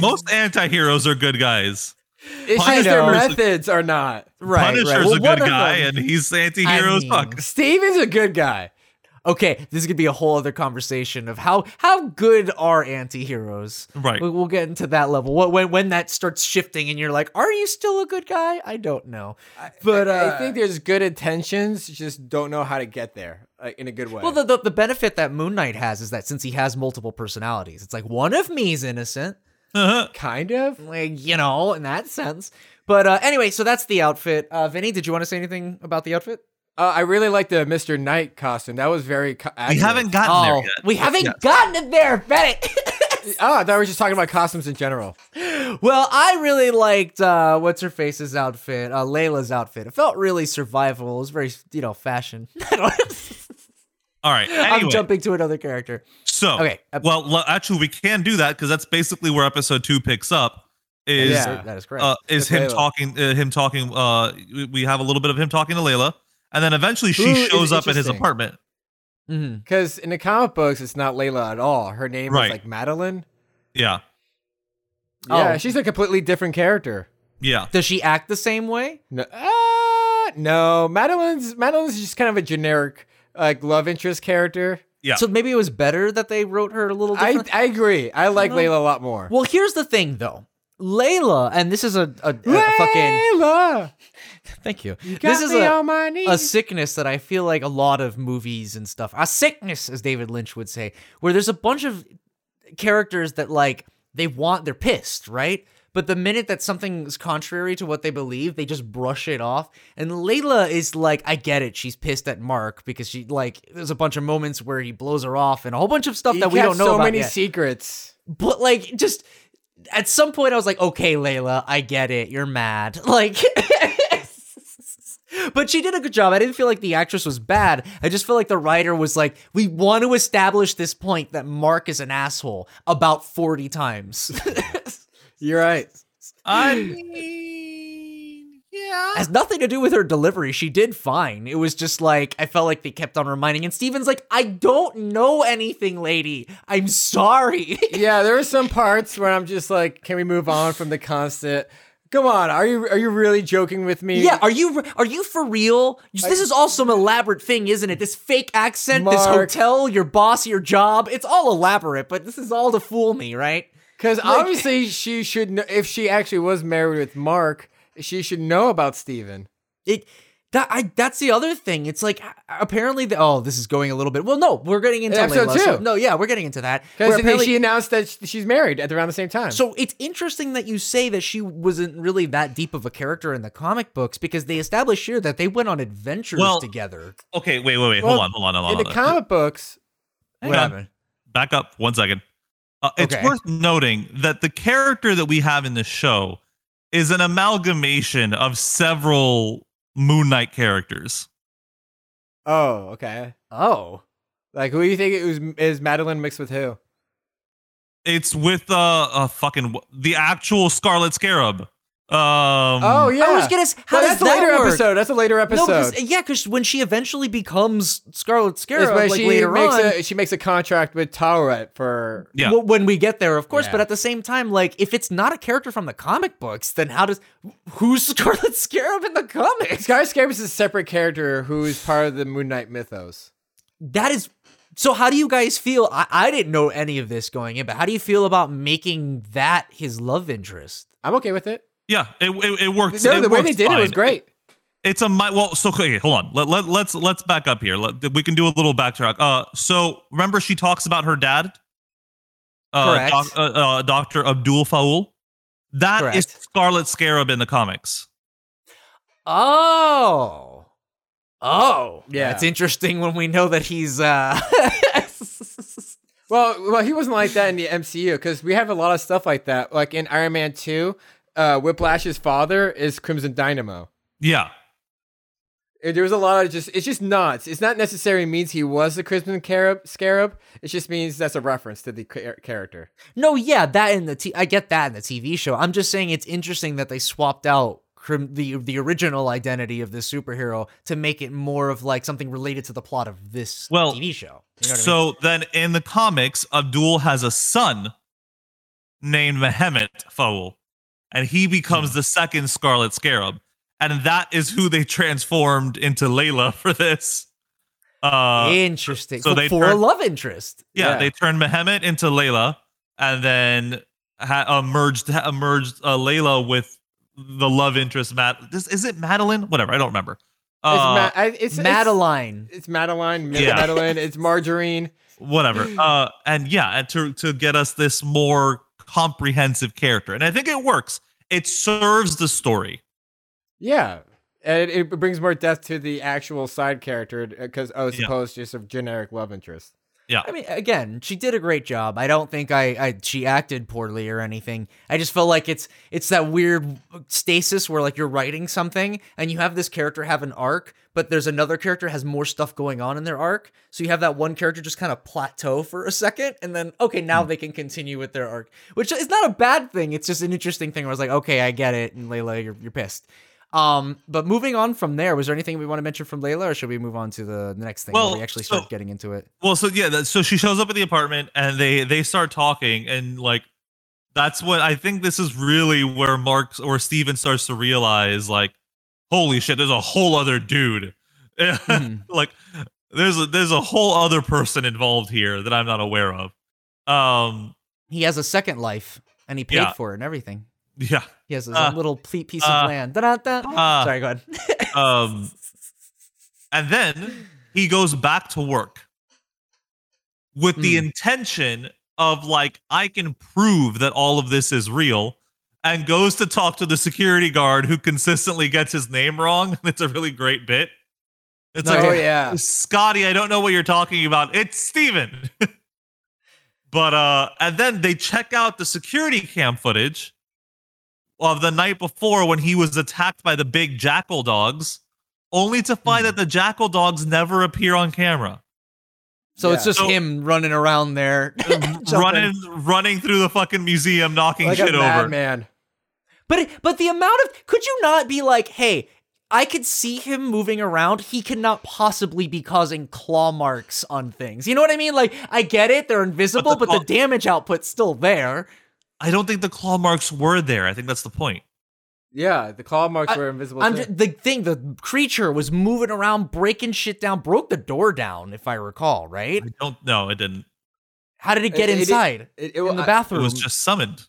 Most anti-heroes are good guys. It's just Punisher's their a- methods are not. Right, Punisher's right. a Well, one good of guy, them- and he's anti-hero I as fuck. mean- Steven's a good guy. Okay, this is gonna be a whole other conversation of how how good are anti-heroes. Right. We, we'll get into that level. What when when that starts shifting and you're like, are you still a good guy? I don't know. But uh, I think there's good intentions, just don't know how to get there like, in a good way. well, the, the the benefit that Moon Knight has is that since he has multiple personalities, it's like one of me is innocent, Uh-huh. kind of. like you know, in that sense. But uh, anyway, so that's the outfit. Uh, Vinny, did you want to say anything about the outfit? Uh, I really like the Mr. Knight costume. That was very. Co- We accurate. haven't gotten there Oh, yet. we haven't Yes. gotten it there, Bennett. Oh, I thought we were just talking about costumes in general. Well, I really liked uh, what's her face's outfit, uh, Layla's outfit. It felt really survival. It was very, you know, fashion. I don't- All right. I'm Anyway, jumping to another character. so Okay, okay. uh, well, le- actually, we can do that because that's basically where episode two picks up. Is Yeah. that is correct. uh, is him Layla. talking? Uh, him talking? Uh, we- we have a little bit of him talking to Layla, and then eventually she Who is shows up at his interesting. apartment. Mhm. Because in the comic books, it's not Layla at all. Her name Right. is like Madeline. Yeah, Yeah, Oh. she's a completely different character. yeah. Does she act the same way? No, uh, no, Madeline's Madeline's just kind of a generic like love interest character. Yeah. So maybe it was better that they wrote her a little I different. I agree. I like don't know. Layla a lot more. well, here's the thing, though. Layla, and this is a, a, Uh, a fucking. Layla, Thank you. you got this is me a, on my knees. a sickness that I feel like a lot of movies and stuff, a sickness, as David Lynch would say, where there's a bunch of characters that like they want, they're pissed, right? But the minute that something's contrary to what they believe, they just brush it off. And Layla is like, I get it. She's pissed at Mark because she like there's a bunch of moments where he blows her off and a whole bunch of stuff He that we kept don't know so about many yet. secrets. but like, just at some point, I was like, okay, Layla, I get it. You're mad. Like, but she did a good job. I didn't feel like the actress was bad. I just feel like the writer was like, we want to establish this point that Mark is an asshole about 40 times. You're right. I mean, yeah. Has nothing to do with her delivery. She did fine. It was just like, I felt like they kept on reminding. And Steven's like, I don't know anything, lady. I'm sorry. Yeah, there are some parts where I'm just like, can we move on from the constant? Come on, are you are you really joking with me? Yeah, are you are you for real? This is all some elaborate thing, isn't it? This fake accent, this Mark. hotel, your boss, your job—it's all elaborate, but this is all to fool me, right? Because obviously she should. Know, if she actually was married with Mark, she should know about Steven. It that I that's the other thing. It's like a- apparently the oh, this is going a little bit. Well, no, we're getting into Episode Layla, so- two. no, yeah, we're getting into that. Where Because apparently- she announced that sh- she's married at around the same time. So it's interesting that you say that she wasn't really that deep of a character in the comic books because they established here that they went on adventures Well, together. Okay, wait, wait, wait. Well, hold on, hold on, hold on. in the hold on. comic books, Hang What on. happened? back up one second. Uh, it's Okay. worth noting that the character that we have in this show is an amalgamation of several Moon Knight characters. oh okay. Oh, Like who do you think it was? Is Madeline mixed with Mm. who? uh, It's with uh, a fucking the actual Scarlet Scarab. Um, Oh yeah. I always get his- how Well, does that's a that later work? episode. That's a later No, episode. because yeah, because when she eventually becomes Scarlet It's Scarab, when like she later makes on, a she makes a contract with Tauret for yeah. Well, when we get there, of course. Yeah. But at the same time, like if it's not a character from the comic books, then how does who's Scarlet Scarab in the comics? Sky Scarab is a separate character who is part of the Moon Knight mythos. That is so. How do you guys feel? I, I didn't know any of this going in, but how do you feel about making that his love interest? I'm okay with it. yeah, it, it, it works. No, it the way works they did it was fine. great. It's a my well. So okay, hold on. Let, let let's let's back up here. Let, we can do a little backtrack. Uh, so remember she talks about her dad. Uh, Correct. doc- uh, uh, Doctor Abdul Faul. That is Correct. Scarlet Scarab in the comics. Oh, oh, Yeah. That's interesting when we know that he's. uh Well, well, he wasn't like that in the MCU because we have a lot of stuff like that. Like in Iron Man Two, uh, Whiplash's father is Crimson Dynamo. Yeah. Uh, There was a lot of just it's just nods. It's not necessarily means he was the Crimson Carab- Scarab. It just means that's a reference to the char- character. No, yeah, that in the t- I get that in the TV show. I'm just saying it's interesting that they swapped out crim- the the original identity of this superhero to make it more of like something related to the plot of this Well, TV show. You know what so then in the comics, Abdul has a son named Mehmet Fowl, and he becomes Hmm. the second Scarlet Scarab. And that is who they transformed into Layla for this. I Uh, mean? yeah, interesting. so So they for a turned- love interest. yeah. they turned Mehmet into Layla and then ha- uh, merged, ha- merged uh, Layla with the love interest. Matt, this, is it Madeline? Whatever, I don't remember. It's, Uh, Ma- I- it's, it's Madeline. it's Madeline, Yeah. Madeline, it's Margarine. whatever. Uh, and yeah, and to to get us this more comprehensive character, and I think it works. It serves the story. Yeah. And it, it brings more depth to the actual side character uh, oh, because I was Yeah. supposed just a generic love interest. I mean, again, she did a great job. I don't think I, I she acted poorly or anything. I just felt like it's it's that weird stasis where like you're writing something and you have this character have an arc, but there's another character has more stuff going on in their arc. So you have that one character just kind of plateau for a second, and then okay, now Hmm. they can continue with their arc, which is not a bad thing. It's just an interesting thing where I was like, okay, I get it, and Layla, you're you're pissed. Um, but moving on from there, was there anything we want to mention from Layla, or should we move on to the the next thing Well, where we actually so- start getting into it? Well, so yeah, that, so she shows up at the apartment, and they they start talking, and like that's what I think. This is really where Mark or Steven starts to realize, like, holy shit, there's a whole other dude. Mhm. like, there's a, there's a whole other person involved here that I'm not aware of. Um, he has a second life and he paid Yeah. for it and everything. yeah. He has his Uh, own little ple- piece uh, of land. Da-da-da. uh, Sorry, go ahead. Um, and then he goes back to work with the intention of like, I can prove that all of this is real, and goes to talk to the security guard who consistently gets his name wrong. It's a really great bit. It's No, Oh, Oh, like, yeah. Scotty, I don't know what you're talking about. It's Steven. but uh and then they check out the security cam footage of the night before when he was attacked by the big jackal dogs, only to Hmm. find that the jackal dogs never appear on camera. so it's yeah. just So- him running around there. Jumping. running running through the fucking museum knocking Like a shit over. madman. But it- but the amount of could you not be like, hey, I could see him moving around. He cannot possibly be causing claw marks on things. You know what I mean? Like, I get it, they're invisible, but the, claw- damage output's still there. I don't think the claw marks were there. I think that's the point. Yeah, the claw marks I- were invisible. I'm too. ju- the thing, the creature was moving around, breaking shit down, broke the door down, if I recall, right? I don't know, it didn't. How did it get It- it- inside? it- it- well, in the I- It bathroom. was just summoned.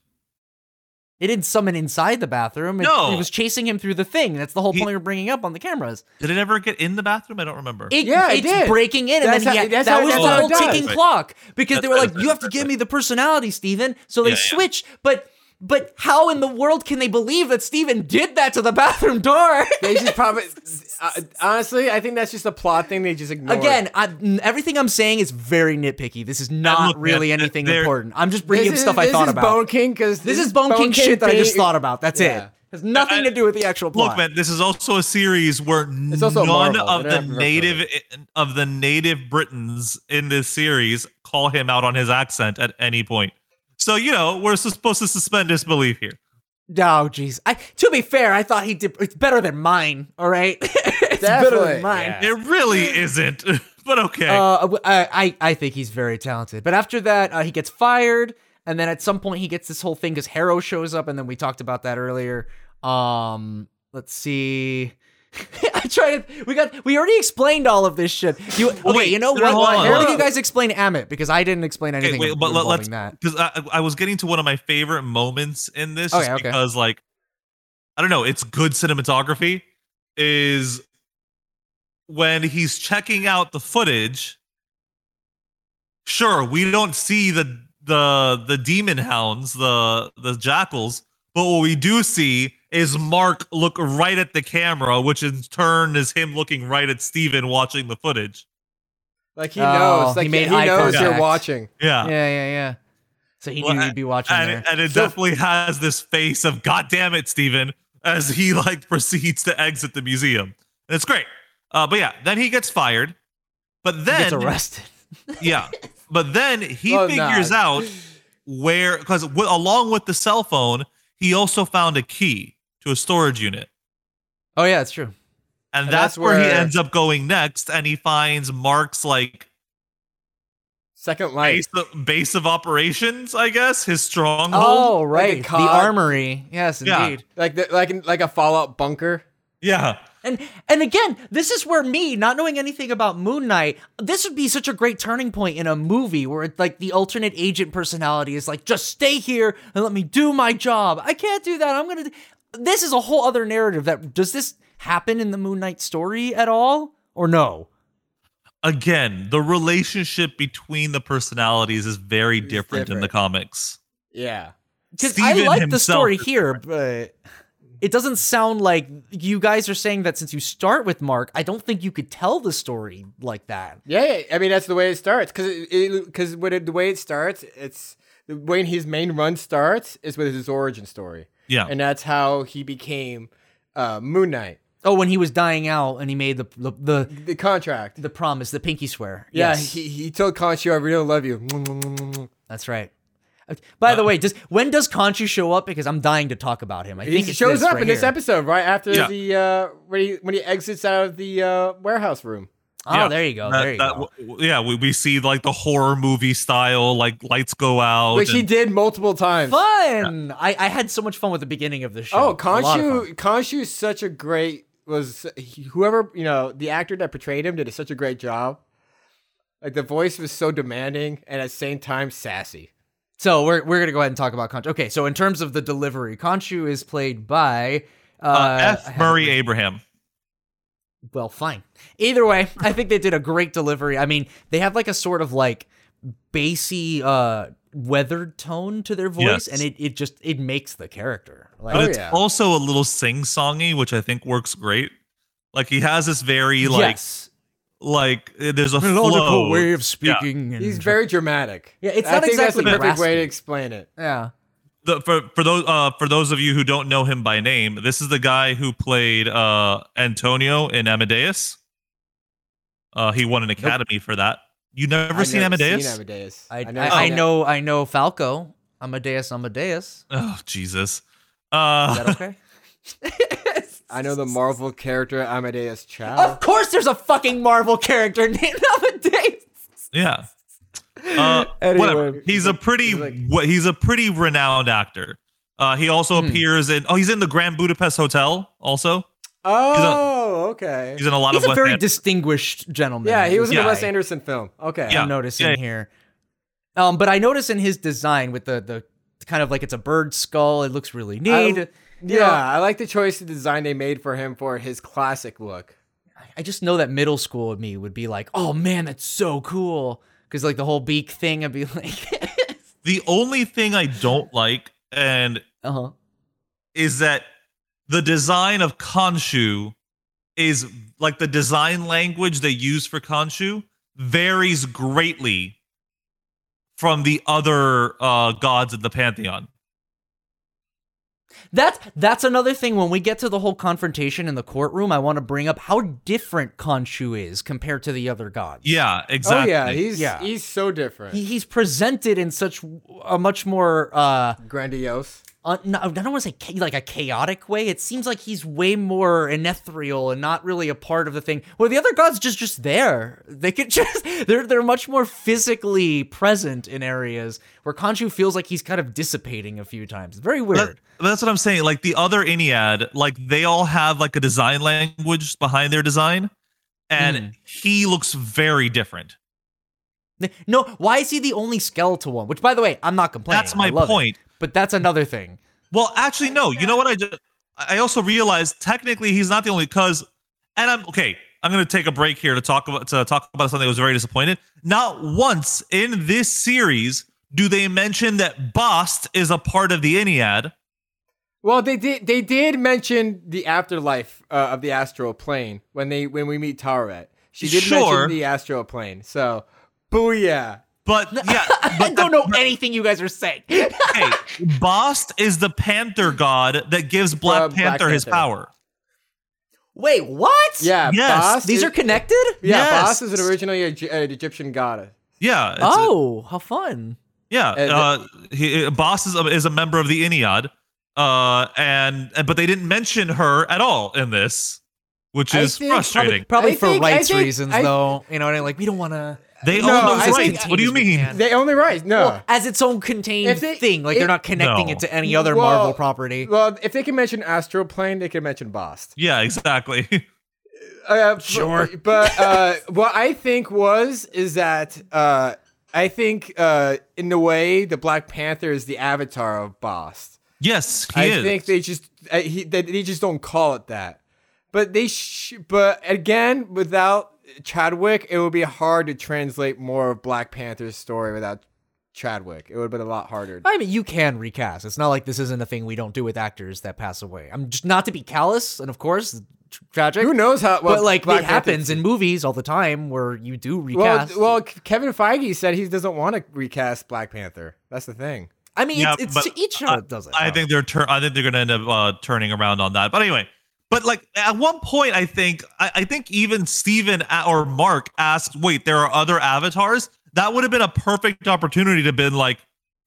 it didn't summon inside the bathroom. It, No. it was chasing him through the thing. That's the whole He- point we're bringing up on the cameras. Did it ever get in the bathroom? I don't remember. It, Yeah, it it's did. breaking in, That's and then he how- had- that's that how- was that's the how it whole does. ticking clock because they That's were how like, it "You have to does. give me the personality, Steven. So they Yeah, yeah. switch, but but how in the world can they believe that Steven did that to the bathroom door? they just probably. uh, honestly, I think that's just a plot thing they just ignored. Again, I, n- everything I'm saying is very nitpicky. This is And not look, man, really th- anything there- important. I'm just this bringing up is, stuff I this thought is about. Bone King because this is Bone King shit that I just thought about. That's Yeah. it. Has nothing I- to do with the actual plot. Look, man, this is also a series where none also a Marvel. of They the don't have to native of the native Britons in this series call him out on his accent at any point. So you know we're supposed to suspend disbelief here. Oh, jeez. I to be fair, I thought he did. It's better than mine. All right, it's better Definitely, than mine. yeah. It really isn't, but okay. Uh, I, I I think he's very talented. But after that, uh, he gets fired, and then at some point he gets this whole thing because Harrow shows up, and then we talked about that earlier. Um, let's see. I try to. We got. We already explained all of this shit. You okay? wait, you know no, what? hold on, Why hold did on. you guys explain Amit? Because I didn't explain anything. okay, wait, but let, involving let's that. because I, I was getting to one of my favorite moments in this, Okay, just okay. because like I don't know, it's good cinematography. Is when he's checking out the footage. Sure, we don't see the the the demon hounds, the the jackals, but what we do see is Mark look right at the camera, which in turn is him looking right at Steven watching the footage. Like he Oh, knows, he like he, made he eye knows contact. you're watching. Yeah. Yeah, yeah, yeah. So he Uh, Well, knew I- he'd be watching and there. it, and it definitely has this face of god damn it steven as he like proceeds to exit the museum and it's great uh, but yeah then he gets fired but he then gets arrested. yeah but then he Oh, nah. figures out where because w- along with the cell phone he also found a key to a storage unit Oh yeah, it's true. And and, that's, that's where, he where- ends up going next and he finds mark's like Second life. base of, base of operations i guess his stronghold Oh like a right, the cod. armory. Yes, Yeah. indeed. Like the, like in- like a Fallout bunker. yeah And and again, this is where me, not knowing anything about Moon Knight, this would be such a great turning point in a movie where it's like the alternate agent personality is like, just stay here and let me do my job. I can't do that. I'm gonna. Do-. This is a whole other narrative. That does this happen in the Moon Knight story at all, or no? again, the relationship between the personalities is very different, in the different. comics. Yeah. Because I Steven like the story himself- here, but it doesn't sound like you guys are saying that since you start with Mark, I don't think you could tell the story like that. Yeah, I mean that's the way it starts because because when it, the way it starts, it's the way his main run starts is with his origin story, Yeah. and that's how he became uh, Moon Knight. Oh, when he was dying out and he made the the the, The contract. the promise, the pinky swear. yeah, yes, he, he told Conchu, "I really love you." that's right. Uh, By the way, does when does Conchu show up? Because I'm dying to talk about him. I He think it's shows this up right in this here. episode right after Yeah. the uh, when he when he exits out of the uh, warehouse room. Oh, Yeah. there you go. That- there you Uh, that- go. w- w- yeah, we, we see like the horror movie style, like lights go out. Which he and- did multiple times. Fun! I, I had so much fun with the beginning of the Oh, show. A lot of fun. Khonshu, Khonshu is such a great was he- whoever you know the actor that portrayed him did such a great job. Like the voice was so demanding and at the same time sassy. So we're we're gonna go ahead and talk about Conchu. Okay, so in terms of the delivery, Conchu is played by uh, uh, I F. have- Murray Abraham. Well, fine. Either way, I think they did a great delivery. I mean, they have like a sort of like bassy uh weathered tone to their voice Yes. and it, it just it makes the character. Like But Oh, it's yeah. also a little sing songy, which I think works great. Like he has this very like Oh, yes. like uh, there's a melodical flow. way of speaking and He's very dramatic. Yeah, it's I not think exactly that's the perfect way raspy. to explain it. Yeah. The, for for those uh, for those of you who don't know him by name, this is the guy who played uh, Antonio in Amadeus. Uh, he won an Academy for that. You never I've seen never Amadeus? Seen Amadeus. I I, I've never I seen it. know I know Falco. Amadeus Amadeus. Oh Jesus! Is that Uh, okay? I know the Marvel character Amadeus of Chow. course there's a fucking Marvel character named Amadeus. yeah. Uh, whatever. Anyway. He's a pretty He's like- what- he's a pretty renowned actor. Uh, he also appears in oh he's in the Grand Budapest Hotel. Also, Oh, okay. he's in a lot He's of a Wes very An- distinguished gentleman. Yeah, he was in Yeah. the Wes Anderson film. Okay. Yeah. I'm noticing yeah. here. Um, but I notice in his design with the the kind of like it's a bird skull. It looks really neat. I- You yeah, know, I like the choice of design they made for him for his classic look. I just know that middle school of me would be like, oh man, that's so cool. Because like the whole beak thing, I'd be like, the only thing I don't like and uh huh. is that the design of Khonshu is like the design language they use for Khonshu varies greatly from the other uh, gods of the pantheon. That's that's another thing. When we get to the whole confrontation in the courtroom, I want to bring up how different Khonshu is compared to the other gods. Yeah, exactly. Oh yeah, he's Yeah. he's so different. He, he's presented in such a much more uh Grandiose. uh, no, I don't want to say cha- like a chaotic way. It seems like he's way more an ethereal and not really a part of the thing. Where the other gods just just there. They could just they're they're much more physically present in areas where Kanchu feels like he's kind of dissipating a few times. It's very weird. That's what I'm saying. Like the other Ennead, like they all have like a design language behind their design, and Hmm. he looks very different. No, why is he the only skeletal one? Which, by the way, I'm not complaining. That's my I love it. point. But that's another thing. Well, actually, no. You know what? I just I also realized technically he's not the only because, and I'm okay. I'm gonna take a break here to talk about to talk about something that was very disappointed. Not once in this series do they mention that Bost is a part of the Ennead. Well, they did. They did mention the afterlife uh, of the astral plane when they when we meet Taret. She did Sure. mention the astral plane. So, booyah! But yeah, but I don't know anything you guys are saying. hey, Bost is the Panther god that gives Black, From Uh, Black Panther, his Panther. power. Wait, what? Yeah, Yes, Boss These is- are connected? Yeah, Yes. Boss is an originally Egy- an Egyptian goddess. Yeah. it's- Oh, how fun. yeah. and- Uh, he, Bost is a, is a member of the Ennead, uh, and but they didn't mention her at all in this, which I is think probably- frustrating. Probably I for think- I rights think- reasons, I- though. You know, and like we don't want to. They No, own I those think- rights. What do you mean? They only right. No. Well, as its own contained If they- thing, like if- they're not connecting No. it to any other Well, Marvel property. well, if they can mention astral plane, they can mention Boss. yeah, exactly. Uh, b- Sure. But uh, what I think was is that uh, I think uh, in a way the Black Panther is the avatar of Boss. yes, he I is. think they just I, he, they, they just don't call it that. But they sh- but again without Chadwick, it would be hard to translate more of Black Panther's story without Chadwick. It would have been a lot harder. I mean, you can recast. It's not like this isn't a thing we don't do with actors that pass away. I'm just not to be callous, and of course, tr- tragic. Who knows how? Well, but like Black it Panther- happens in movies all the time where you do Well, recast. well, Kevin Feige said he doesn't want to recast Black Panther. That's the thing. I mean, Yeah, it's, it's but to each of it does it. I think they're tur- I think they're gonna end up uh, turning around on that. But anyway, but like at one point, I think I, I think even Steven a- or Mark asked, "Wait, there are other avatars." That would have been a perfect opportunity to been like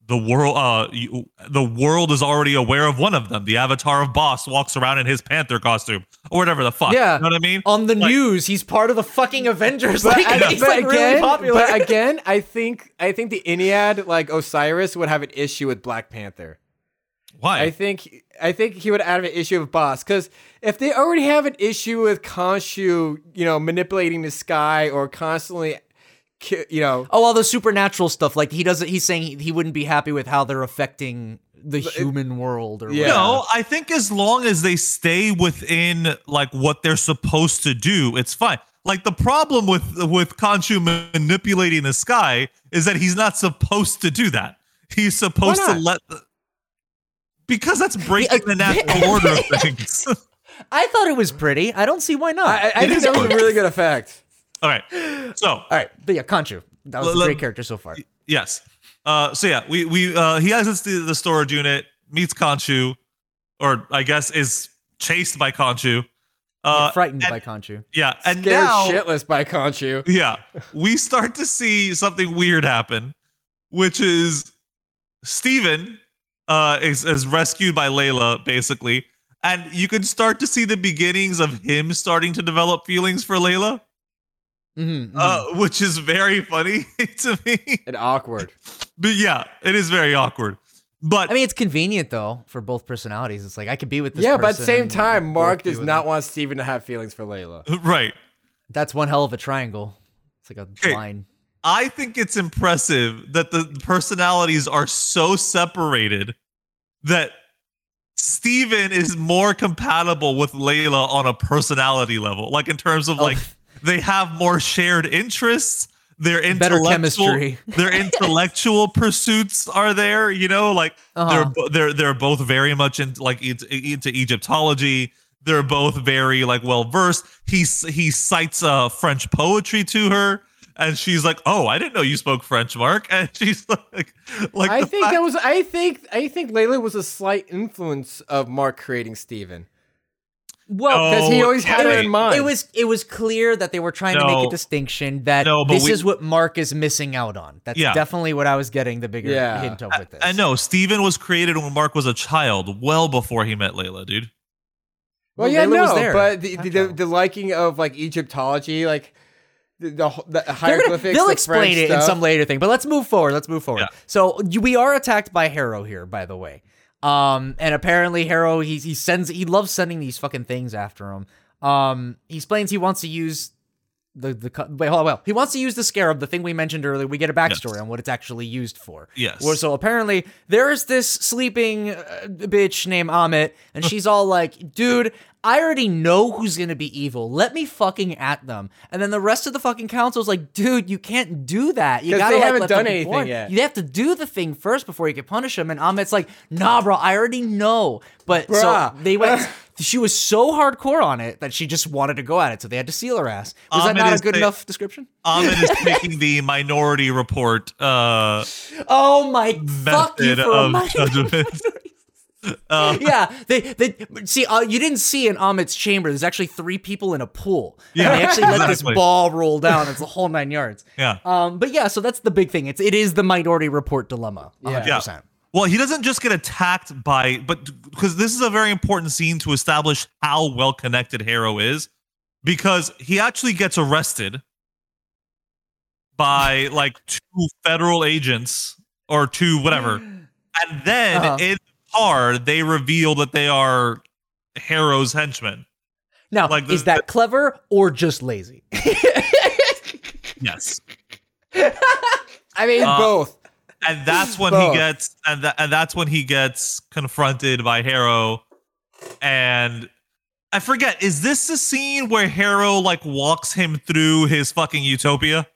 the world. Uh, you, the world is already aware of one of them. The avatar of Boss walks around in his panther costume or whatever the fuck. Yeah. you know what I mean. on the Like- news, he's part of the fucking Avengers. But, like, I- he's but like really again, popular. but again, I think I think the Ennead like Osiris would have an issue with Black Panther. Why? I think I think he would have an issue with Boss because if they already have an issue with Khonshu, you know, manipulating the sky or constantly, ki- you know, oh, all the supernatural stuff. Like he doesn't. He's saying he, he wouldn't be happy with how they're affecting the human world. Or Yeah. whatever. No, I think as long as they stay within like what they're supposed to do, it's fine. Like the problem with with Kanchu manipulating the sky is that he's not supposed to do that. He's supposed to not? let the, because that's breaking the natural order of things. I thought it was pretty. I don't see why not. I, I It think is that was a good. really good effect. All right. So all right, but yeah, Kanchu. That was Well, a let- great character so far. Yes. Uh, so yeah, we we uh, he exits the, the storage unit, meets Kanchu, or I guess is chased by Kanchu. Uh, I'm frightened and- by Kanchu. yeah, and Scared now shitless by Khonshu. yeah, we start to see something weird happen, which is Steven uh, is, is rescued by Layla, basically. And you can start to see the beginnings of him starting to develop feelings for Layla, Mm-hmm, uh, which is very funny to me. And awkward. But yeah, it is very awkward. But mm-hmm. I mean, it's convenient though for both personalities. It's like I could be with this. yeah, but at the person same and time, both Mark be does with not them. want Steven to have feelings for Layla. right, That's one hell of a triangle. It's like a Okay. line. I think it's impressive that the personalities are so separated that Steven is more compatible with Layla on a personality level. Like in terms Oh. of like they have more shared interests, their Better intellectual, chemistry. their intellectual pursuits are there, you know, like they're Uh-huh. bo- they're they're both very much into like into, into Egyptology. They're both very like well versed. He s- he cites uh French poetry to her, and she's like, "Oh, I didn't know you spoke French, Mark." And she's like, "Like I the think fact- that was. I think. I think Layla was a slight influence of Mark creating Steven. Well, because he No, always had her wait. in mind. Oh, it was it was clear that they were trying to make No. a distinction that No, but this we- is what Mark is missing out on. That's Yeah. definitely what I was getting the bigger Yeah. hint of with this. I know Steven was created when Mark was a child, well before he met Layla, dude. Well, Well, yeah, Layla no, was there. but the, the, the Gotcha. the liking of like Egyptology, like the the, wh- the They're gonna, hieroglyphics. they'll the explain French it in stuff. some later thing, but let's move forward. Let's move forward. Yeah. So you- we are attacked by Harrow here, by the way. Um, and apparently Harrow he he sends he loves sending these fucking things after him. Um, he explains he wants to use the the cu- wait, hold on, well he wants to use the scarab, the thing we mentioned earlier. We get a backstory Yes. on what it's actually used for. Yes. Where- so apparently there is this sleeping uh, bitch named Amit, and she's all like, "Dude, I already know who's gonna be evil. Let me fucking at them." And then the rest of the fucking council's like, "Dude, you can't do that. You 'Cause gotta they like, haven't let done them be anything born. yet." You have to do the thing first before you can punish them." And Amit's like, "Nah, bro, I already know." But so Bruh. they went. She was so hardcore on it that she just wanted to go at it, so they had to seal her ass. Was that Amit not a is good the- enough description? Ahmed is taking the minority report uh, Oh my fuck you method for of reminding judgment. Uh. um, yeah, they they see. Uh, you didn't see in Amit's chamber. There's actually three people in a pool. Yeah, and they actually let this exactly. ball roll down. It's the whole nine yards. Yeah. Um, but yeah, so that's the big thing. It's it is the minority report dilemma. Yeah. 100 Yeah. percent. Well, he doesn't just get attacked by, but because this is a very important scene to establish how well connected Harrow is, because he actually gets arrested by like two federal agents or two whatever, and then Uh-huh. in the car they reveal that they are Harrow's henchmen. Now, Like the- is that clever or just lazy? Yes, I mean, Uh, both. and that's when Both. he gets, and tha- and that's when he gets confronted by Harrow, and I forget. Is this the scene where Harrow like walks him through his fucking utopia?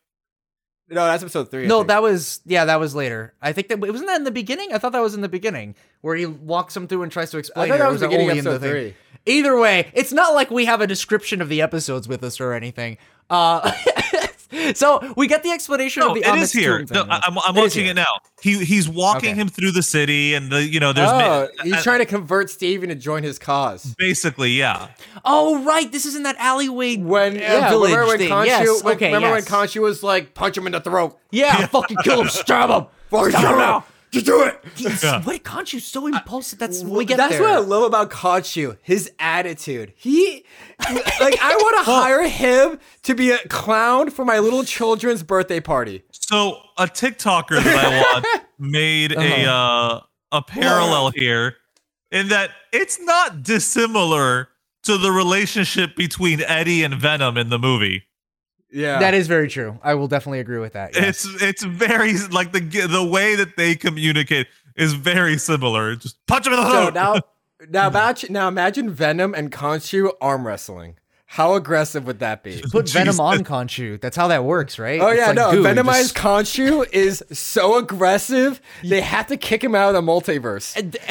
No, that's episode three. I no, think. that was yeah, that was later. I think that wasn't that in the beginning. I thought that was in the beginning where he walks him through and tries to I explain. thought it, or that was that beginning only of in the episode thing? three. Either way, it's not like we have a description of the episodes with us or anything. Uh, so we get the explanation No, of the it Amit's is here. tomb No, thing. I, am I'm It is watching here. it now. He he's walking Okay. him through the city, and the you know there's Oh, ma- he's uh, trying to convert Steven to join his cause. basically yeah. Oh right, this is in that alleyway When uh, yeah, village remember when thing. Conchu, yes, when, okay, remember yes. when Conchu was like, punch him in the throat. yeah, fucking kill him, stab him. Fucking Stop do it. now. Just do it. Jeez, Yeah. What Conchu's so impulsive? That's when we Well, get That's there. what I love about Kachu, his attitude. He, like, I want to hire him to be a clown for my little children's birthday party. So a TikToker that I watched made a uh, a parallel here, in that it's not dissimilar to the relationship between Eddie and Venom in the movie. Yeah, That is very true. I will definitely agree with that. yes. It's it's very like the g- the way that they communicate is very similar. Just punch him in the So throat. now, now imagine, now imagine Venom and Kachu arm wrestling. How aggressive would that be? Put Venom Jesus. on Conchu. That's how that works, right? Oh It's yeah, like, no. dude, Venomized just- Conchu is so aggressive. They have to kick him out of the multiverse.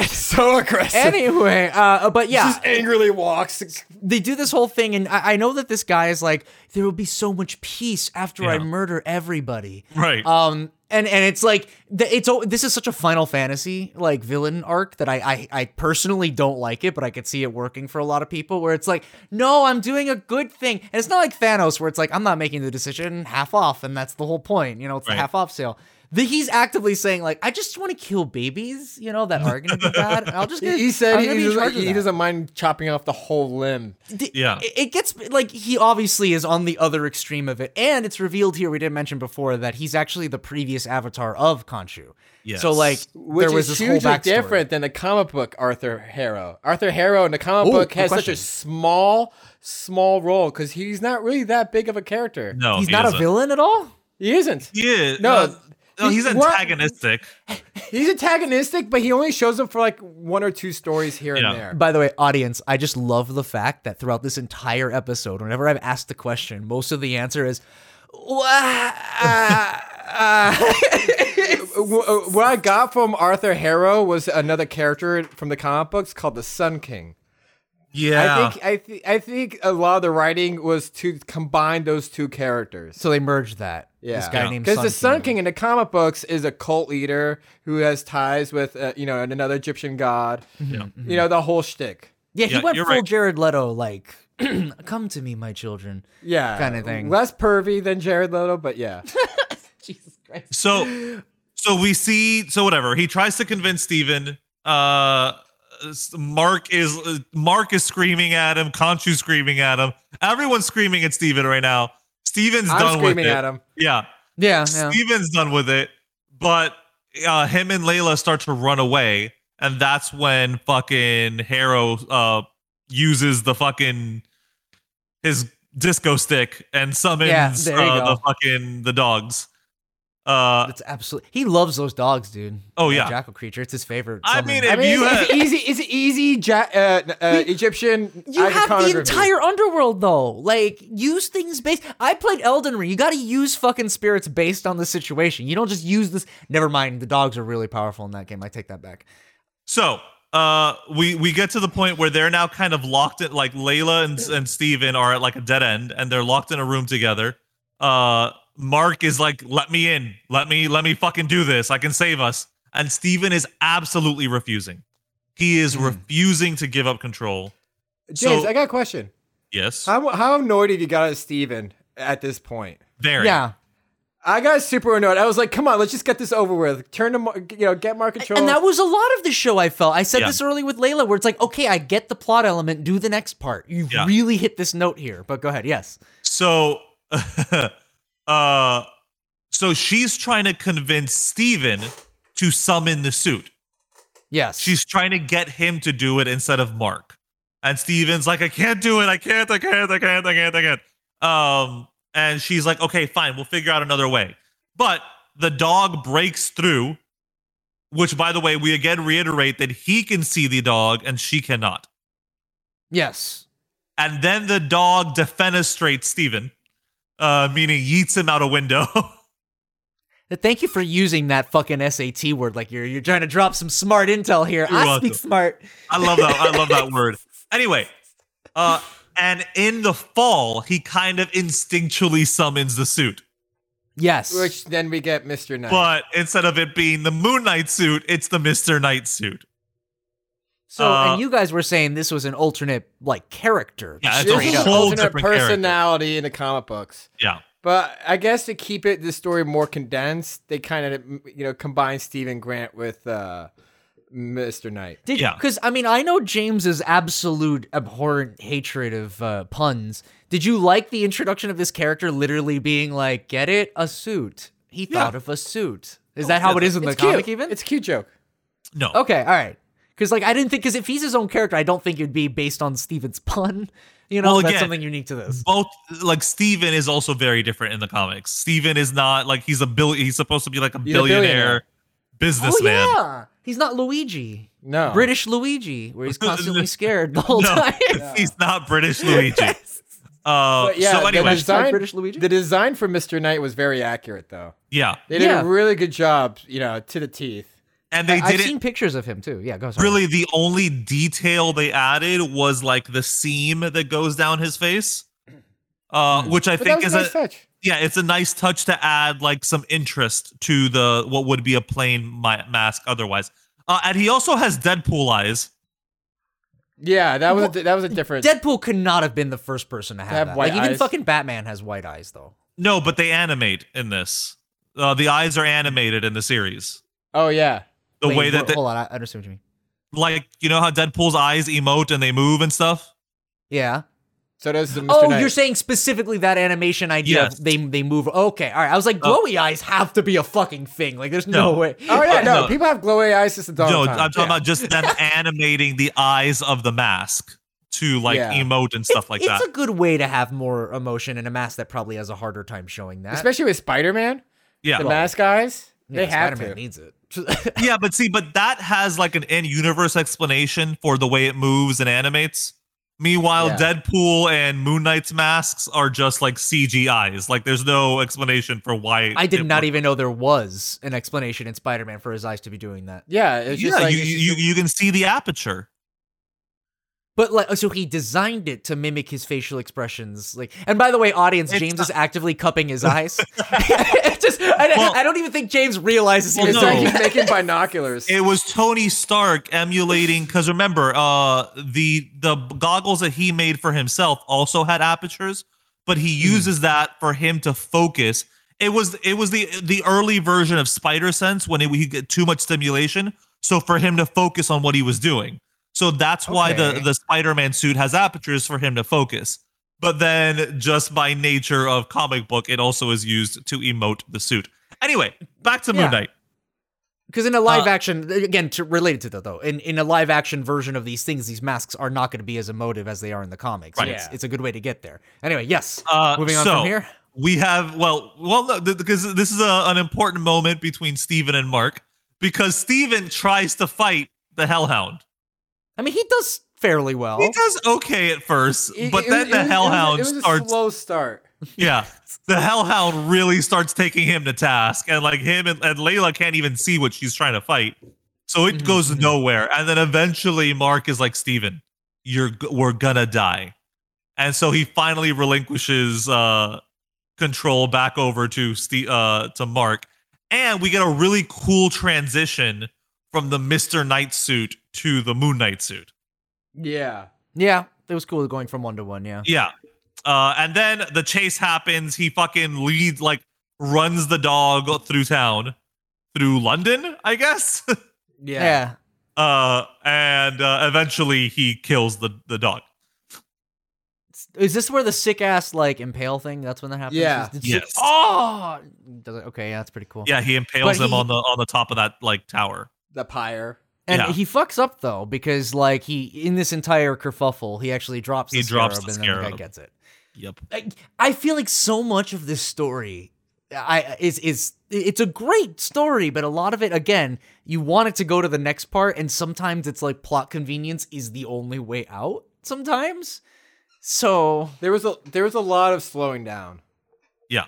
so aggressive. Anyway, uh, but yeah, just angrily walks. they do this whole thing, and I, I know that this guy is like, there will be so much peace after I Yeah. murder everybody. Right. Um, and and it's like th- it's al- this is such a Final Fantasy like villain arc that I, I I personally don't like it, but I could see it working for a lot of people. Where it's like, no, I'm doing a good thing, and it's not like Thanos, where it's like I'm not making the decision half off, and that's the whole point. You know, it's the Right. half off sale. The, he's actively saying like, I just want to kill babies, you know, that are gonna be bad. And I'll just get, He said I'm he, gonna be in charge doesn't, of he that." doesn't mind chopping off the whole limb. D- Yeah. it- It gets like he obviously is on the other extreme of it. And it's revealed here, we didn't mention before, that he's actually the previous avatar of Khonshu. Yes. So, like, Which there was is this whole hugely backstory. different than the comic book Arthur Harrow. Arthur Harrow in the comic Ooh, book good has question. such a small, small role because he's not really that big of a character. no, He's Oh, he not a isn't. villain at all? He isn't. He is. No, uh, no, he's he- what- antagonistic. He's antagonistic, but he only shows up for like one or two stories here Yeah. and there. By the way, audience, I just love the fact that throughout this entire episode, whenever I've asked the question, most of the answer is, "Wah, ah, ah." Wh- uh, what I got from Arthur Harrow was another character from the comic books called the Sun King. Yeah. I think I, th- I think a lot of the writing was to combine those two characters. So they merged that. yeah, This guy named because the Sun King. King in the comic books is a cult leader who has ties with uh, you know another Egyptian god. You know the whole shtick. Yeah, he Yeah, went you're full right. Jared Leto, like, come to me, my children. Yeah, Kinda thing. Less pervy than Jared Leto, but yeah, Jesus Christ. So, so we see. So whatever he tries to convince Steven, uh, s- Mark is uh, Mark is screaming at him. Conchu's screaming at him. Everyone's screaming at Steven right now. Steven's I'm done screaming with it. at him. Yeah, Yeah, Uh, yeah. Steven's done with it. But uh, him and Layla start to run away, and that's when fucking Harrow uh uses the fucking his disco stick and summons Yeah, there you uh, the go. fucking the dogs. Uh, That's absolutely. He loves those dogs, dude. Oh, That yeah. jackal creature. It's his favorite. I summon. mean, I if mean, you it's, had, it's easy. It's easy. Ja- uh, uh, Egyptian. You have the iconography. entire underworld though. Like use things based. I played Elden Ring. You got to use fucking spirits based on the situation. You don't just use this. Never mind. The dogs are really powerful in that game. I take that back. so uh, we we get to the point where they're now kind of locked at like Layla and and Steven are at like a dead end, and they're locked in a room together. Uh, Mark is like, "Let me in. Let me let me fucking do this. I can save us." And Steven is absolutely refusing. He is refusing to give up control. James, so- I got a question. Yes, How how annoyed have you got at Steven at this point? very. Yeah. I got super annoyed. I was like, "Come on, let's just get this over with. Turn to Mar- you know, get Mark control." And that was a lot of the show. I felt. I said Yeah. this early with Layla, where it's like, okay, I get the plot element. Do the next part. You Yeah. have really hit this note here. But go ahead. Yes. So, uh, so she's trying to convince Steven to summon the suit. Yes. She's trying to get him to do it instead of Mark. And Steven's like, I can't do it. I can't, I can't, I can't, I can't, I can't. Um, and she's like, okay, fine, we'll figure out another way. But the dog breaks through, which by the way, we again reiterate that he can see the dog and she cannot. yes. And then the dog defenestrates Steven, uh, meaning yeets him out a window. Thank you for using that fucking SAT word. Like you're you're trying to drop some smart intel here. You're I welcome. speak smart. I love that. I love that word. Anyway, uh, and in the fall, he kind of instinctually summons the suit, Yes. which then we get Mr. Knight. but instead of it being the Moon Knight suit, it's the Mister Knight suit. So, Uh, and you guys were saying this was an alternate like character. Yeah, it's a this straight is up. an whole alternate different character. personality in the comic books. Yeah, But I guess to keep it the story more condensed, they kind of you know combine Steven Grant with uh, Mr. Knight. Did Yeah. Because I mean, I know James's absolute abhorrent hatred of uh, puns. Did you like the introduction of this character literally being like, "Get it, a suit"? He thought of a suit. Oh, Is that how it is in the It's comic? cute. Even It's a cute joke. no. okay. All right. Because like I didn't think because if he's his own character, I don't think it'd be based on Steven's pun. You know, Well, that's again- something unique to this. Both like Steven is also very different in the comics. Steven is not like he's a bill. He's supposed to be like a He's a billionaire. billionaire, businessman. Oh yeah, he's not Luigi. No. British Luigi, where he's constantly scared the whole No, time. he's not British Luigi. Uh, But yeah, so the anyway, design, British Luigi? the design for Mr. Knight was very accurate though. yeah, They did Yeah. a really good job, you know, to the teeth. and they I've did it seen pictures of him too. Yeah, go. Sorry. really the only detail they added was like the seam that goes down his face uh, which i But that think was is a nice a touch. yeah it's a nice touch to add like some interest to the what would be a plain ma- mask otherwise uh, and he also has deadpool eyes Yeah, that was a, that was a difference. Deadpool could not have been the first person to have, have that. white like even eyes. fucking Batman has white eyes though. no but they animate in this uh, the eyes are animated in the series oh yeah, the Wait, way that wh- they, hold on, I I understand what you mean. like you know how deadpool's eyes emote and they move and stuff Yeah. so does the Mr. Oh, Knight. you're saying specifically that animation idea? Yes. Oh. Of they they move. Okay, all right. I was like, glowy eyes have to be a fucking thing. Like, there's no, No. way. Oh yeah, no, No. people have glowy eyes since the dawn no of i'm time. talking about just them animating the eyes of the mask to like Yeah. emote and stuff like it's that a good way to have more emotion in a mask that probably has a harder time showing that. especially with Spider-Man, Yeah. the mask eyes. Yeah, They have Spider-Man to. needs it. yeah, but see, but that has like an in-universe explanation for the way it moves and animates. Meanwhile, Yeah. Deadpool and Moon Knight's masks are just like CGIs. Like there's no explanation for why I did it not works. even know there was an explanation in Spider-Man for his eyes to be doing that. yeah, it's just Yeah, like you, you you can see the aperture. But like, so he designed it to mimic his facial expressions. Like, and by the way, audience, James is actively cupping his eyes. It just, I, Well- I don't even think James realizes he Well, was no. So doing he's it. making binoculars. It was Tony Stark emulating because remember, uh, the the goggles that he made for himself also had apertures, but he uses that for him to focus. It was it was the the early version of Spider Sense when it, he get too much stimulation, so for him to focus on what he was doing. So that's why the Okay. the Spider Man suit has apertures for him to focus. But then, just by nature of comic book, it also is used to emote the suit. Anyway, back to Yeah. Moon Knight. Because in a Uh, live action, again, to, related to that though, in, in a live action version of these things, these masks are not going to be as emotive as they are in the comics. Right. It's, Yeah. it's a good way to get there. Anyway, yes. Uh, Moving on so from here. We have well, well, no, th- because this is a, an important moment between Steven and Mark because Steven tries to fight the Hellhound. I mean, he does fairly well. He does okay at first, Oh. It- but it was- then it was- it the was a- Hellhound it was a starts. slow start. Yeah, the Hellhound really starts taking him to task, and like him and, and Layla can't even see what she's trying to fight, so it Mhm, goes mhm. nowhere. And then eventually, Mark is like, "Steven, you're g- we're gonna die," and so he finally relinquishes uh, control back over to Ste- uh, to Mark, and we get a really cool transition from the Mister Knight suit to the Moon Knight suit. Yeah. Yeah, it was cool going from one to one. Yeah. Yeah. Uh, and then the chase happens. He fucking leads, like, runs the dog through town, through London, I guess. Yeah. uh, and uh, eventually he kills the, the dog. Is this where the sick ass like impale thing? That's when that happens. Yeah. Is- Did Yes. oh. Does it, okay. Yeah, that's pretty cool. Yeah, he impales But him he- on the on the top of that like tower. The pyre. And Yeah. he fucks up though because like he in this entire kerfuffle he actually drops. The He drops scarab and the then the guy scarab. gets it. Yep. I, I feel like so much of this story I is is it's a great story, but a lot of it again, you want it to go to the next part, and sometimes it's like plot convenience is the only way out. Sometimes, so There was a there was a lot of slowing down. Yeah.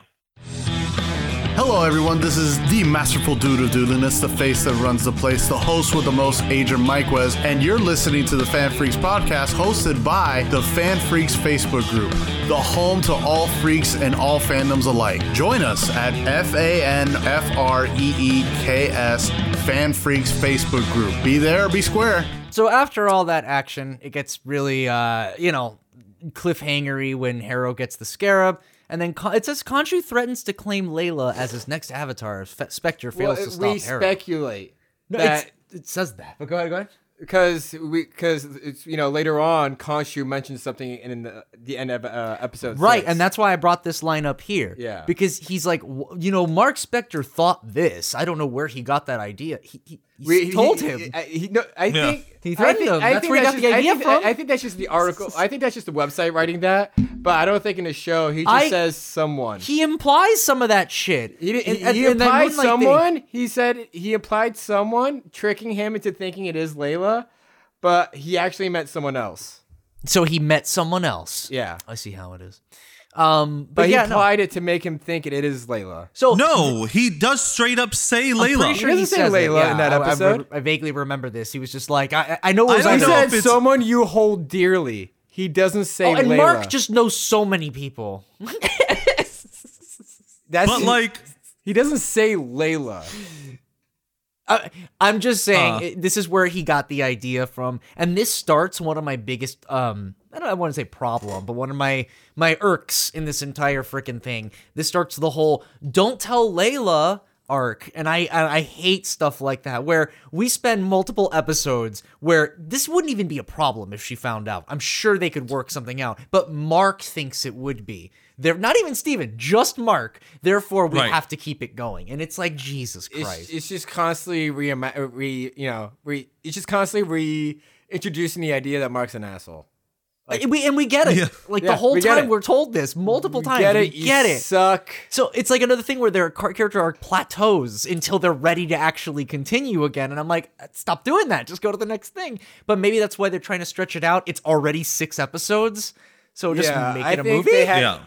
Hello, everyone. This is the masterful dude of doodliness, the face that runs the place, the host with the most, Adrian Miquez, and you're listening to the Fan Freaks podcast, hosted by the Fan Freaks Facebook group, the home to all freaks and all fandoms alike. Join us at F A N F R E E K S Fan Freaks Facebook group. Be there, or be square. So after all that action, it gets really, uh, you know, cliffhangery when Harrow gets the scarab. And then Ka- it says Khonshu threatens to claim Layla as his next avatar if Fe- Spectre fails Well, to stop we Harrow. speculate No, that it's- it says that. But go ahead, go ahead. because we because it's you know later on Khonshu mentions something in the the end of uh, episode Right, six. and that's why I brought this line up here. Yeah. Because he's like, w- you know, Mark Spector thought this. I don't know where he got that idea. He, he, he We- told he- him. He, I- he- no, I Yeah. think He I threatened think, him. I That's think where he that's got just, the I idea think- from. I think that's just the article. I think that's just the website writing that. But I don't think in the show he just I- says someone. he implies some of that shit. He, didn't- And- he, and- he and that implied Moonlight thing- someone. He said he implied someone, tricking him into thinking it is Layla, but he actually met someone else. So he met someone else. Yeah, but, I see how it is. Um, but, he yeah, no. implied it to make him think it, it is Layla. So No, he does straight up say Layla. pretty He doesn't say says it. Layla in that I- I- I, episode. I vaguely remember this. He was just like, I, I I know it was I He on don't the- know said if it's- someone you hold dearly. He doesn't say Oh, and Layla. Mark just knows so many people. That's, But like he doesn't say Layla. I, Uh, I'm just saying Uh. it- this is where he got the idea from, and this starts one of my biggest um I don't want to say problem, but one of my my irks in this entire freaking thing. This starts the whole don't tell Layla arc, and I and I hate stuff like that where we spend multiple episodes where this wouldn't even be a problem if she found out. I'm sure they could work something out, but Mark thinks it would be. They're not even Steven, just Mark. Therefore, we Right. have to keep it going, and it's like Jesus Christ. It's, it's just constantly re, re you know re it's just constantly reintroducing the idea that Mark's an asshole. and we and we get it. Yeah. Like the Yeah, whole we get time it. we're told this multiple times. Get we it? You get it. Suck. so it's like another thing where their car- character arc plateaus until they're ready to actually continue again, and I'm like, stop doing that. Just go to the next thing. But maybe that's why they're trying to stretch it out. It's already six episodes, so just Yeah, make I it a think movie. they had- Yeah.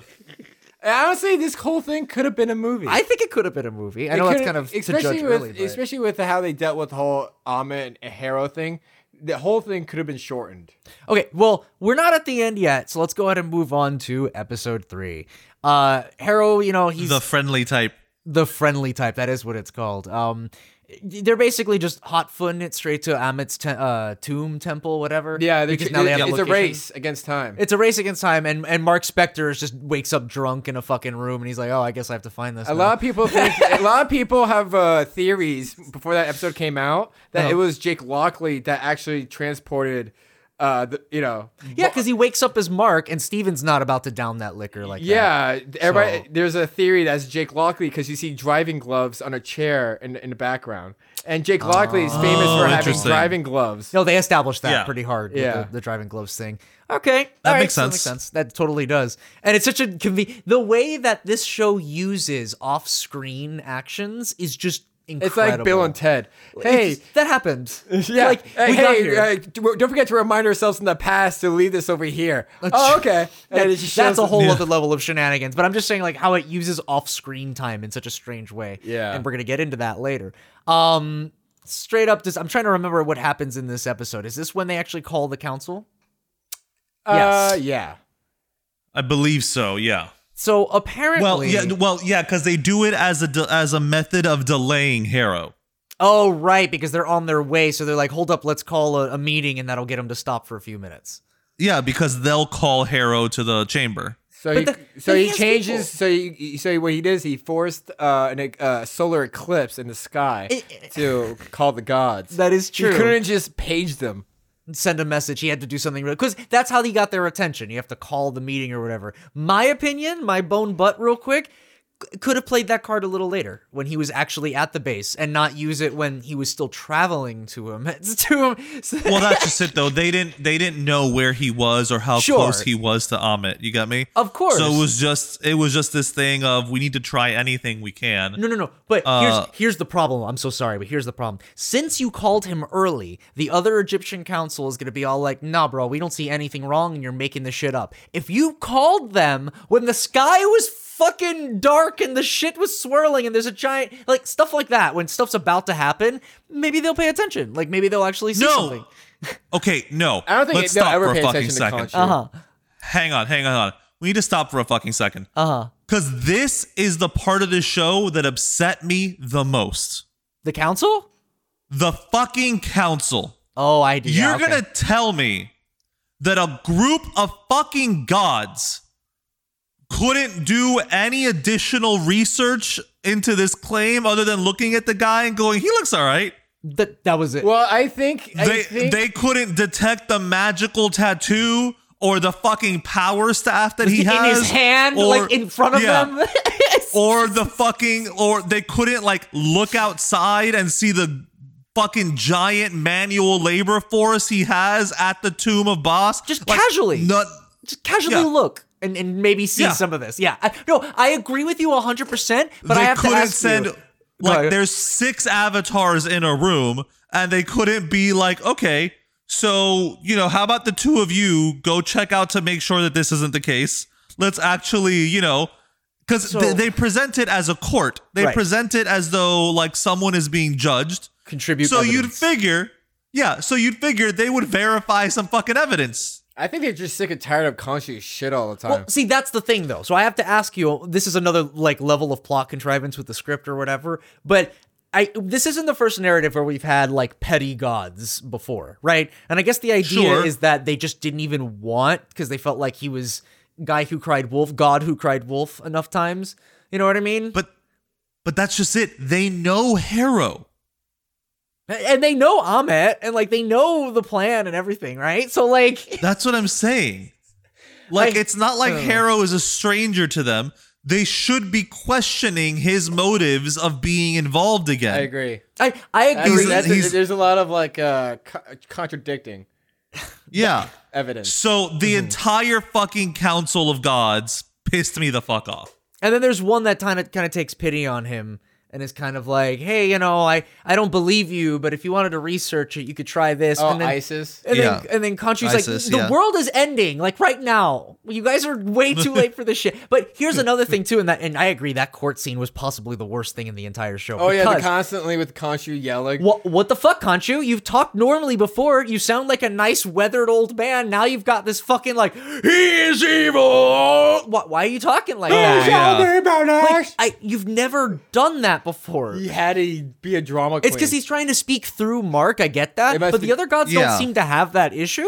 Honestly, this whole thing could have been a movie. I think it could have been a movie. I It know that's could've- kind of to especially judge with early, but- especially with how they dealt with the whole Ahmet and Harrow thing. the whole thing could have been shortened. Okay, well, we're not at the end yet, so let's go ahead and move on to episode three. Uh, Harrow, you know, he's the friendly type. the friendly type. That is what it's called. Um, they're basically just hot footing it straight to Amit's te- uh, tomb temple, whatever. Yeah, they, because now they have it's a location. race against time. It's a race against time, and and Mark Spector is just wakes up drunk in a fucking room, and he's like, "Oh, I guess I have to find this." A now." lot of people think a lot of people have uh, theories before that episode came out that it was Jake Lockley that actually transported, uh, the, you know, yeah, because he wakes up as Mark, and Steven's not about to down that liquor like that. yeah. Everybody, So- there's a theory that's Jake Lockley because you see driving gloves on a chair in in the background, and Jake Lockley is famous Oh, for having interesting. driving gloves. No, they established that Yeah. pretty hard. Yeah. With the, the driving gloves thing. Okay, That All makes right, sense. That totally does. And it's such a conven- the way that this show uses off-screen actions is just It's incredible. like Bill and Ted. Hey, It's- that happened. Yeah. like hey, we got hey, here. uh, d- don't forget to remind ourselves in the past to leave this over here. oh, okay. And it just that's shows- a whole Yeah. other level of shenanigans. But I'm just saying, like, how it uses off-screen time in such a strange way. Yeah. and we're gonna get into that later. Um, straight up, this I'm trying to remember what happens in this episode. Is this when they actually call the council? Uh, yeah. I believe so. Yeah. So apparently, Well, yeah. Well, yeah, because they do it as a de- as a method of delaying Harrow. oh right, because they're on their way, so they're like, hold up, let's call a, a meeting, and that'll get them to stop for a few minutes. Yeah, because they'll call Harrow to the chamber. So But he, the- so but he he has changes. So he, so what he did is he forced uh, an uh, solar eclipse in the sky to call the gods. That is He couldn't just page them. send a message. He had to do something because that's how he got their attention. You have to call the meeting or whatever. My opinion, my bone butt, real quick, c- could have played that card a little later when he was actually at the base and not use it when he was still traveling to him. to him. So- Well, that's just it though. They didn't they didn't know where he was or how Sure. close he was to Amit. You got me? Of course. So it was just it was just this thing of we need to try anything we can. no, no, no. But Uh, here's here's the problem. I'm so sorry, but here's the problem. Since you called him early, the other Egyptian council is gonna be all like, "Nah, bro, we don't see anything wrong, and you're making this shit up." If you called them when the sky was fucking dark and the shit was swirling and there's a giant like stuff like that, when stuff's about to happen, maybe they'll pay attention. Like maybe they'll actually see No. something. Okay, no. I don't think Let's they'll stop ever for a pay fucking attention to second. Conchu. Uh huh. Hang on, hang on, hang on. We need to stop for a fucking second. Uh Uh-huh. huh. Because this is the part of the show that upset me the most. The council? The fucking council. Oh, I do. You're gonna tell me that a group of fucking gods couldn't do any additional research into this claim other than looking at the guy and going, he looks all right. that that was it. Well, I think I They think they couldn't detect the magical tattoo or the fucking power staff that he in has his hand, like in front of yeah. them. or the fucking or they couldn't like look outside and see the fucking giant manual labor force he has at the tomb of boss Just Like, casually. not just casually Yeah. look and, and maybe see Yeah. some of this. Yeah. I, no, I agree with you 100%, but I they have to couldn't ask send you. like ahead. there's six avatars in a room and they couldn't be like okay so you know how about the two of you go check out to make sure that this isn't the case let's actually you know because So- they, they present it as a court they Right. present it as though like someone is being judged contribute. so you'd evidence. figure yeah so you'd figure they would verify some fucking evidence I think they're just sick and tired of conscious shit all the time. Well, see, that's the thing though. So I have to ask you, this is another like level of plot contrivance with the script or whatever, but I this isn't the first narrative where we've had like petty gods before, right? And I guess the idea Sure. is that they just didn't even want because they felt like he was guy who cried wolf, god who cried wolf enough times. You know what I mean? but but that's just it they know harrow and they know Ahmet and like they know the plan and everything, right? So like That's what I'm saying. Like, I- it's not like Harrow is a stranger to them. They should be questioning his motives of being involved again. I agree. I I I agree. agree. That's- he's- there's a lot of like uh, co- contradicting Yeah. evidence. So the Mm-hmm. entire fucking Council of Gods pissed me the fuck off. and then there's one that kind of kind of takes pity on him. and and is kind of like, hey, you know, I, I don't believe you, but if you wanted to research it, you could try this. Oh, and then, ISIS. And then, Yeah. and then Conchu's ISIS, like, the yeah. world is ending, like right now. You guys are way too late for this shit. But here's another thing too, and that, and I agree, that court scene was possibly the worst thing in the entire show. Oh yeah, the because- constantly with Khonshu yelling. what, what the fuck, Conchu? You've talked normally before. You sound like a nice, weathered old man. Now you've got this fucking like, he is evil. Why, why are you talking like that? Yeah. Like, I, you've never done that before. He had to be a drama queen. It's because he's trying to speak through Mark. I get that, It must but be- the other gods Yeah. don't seem to have that issue.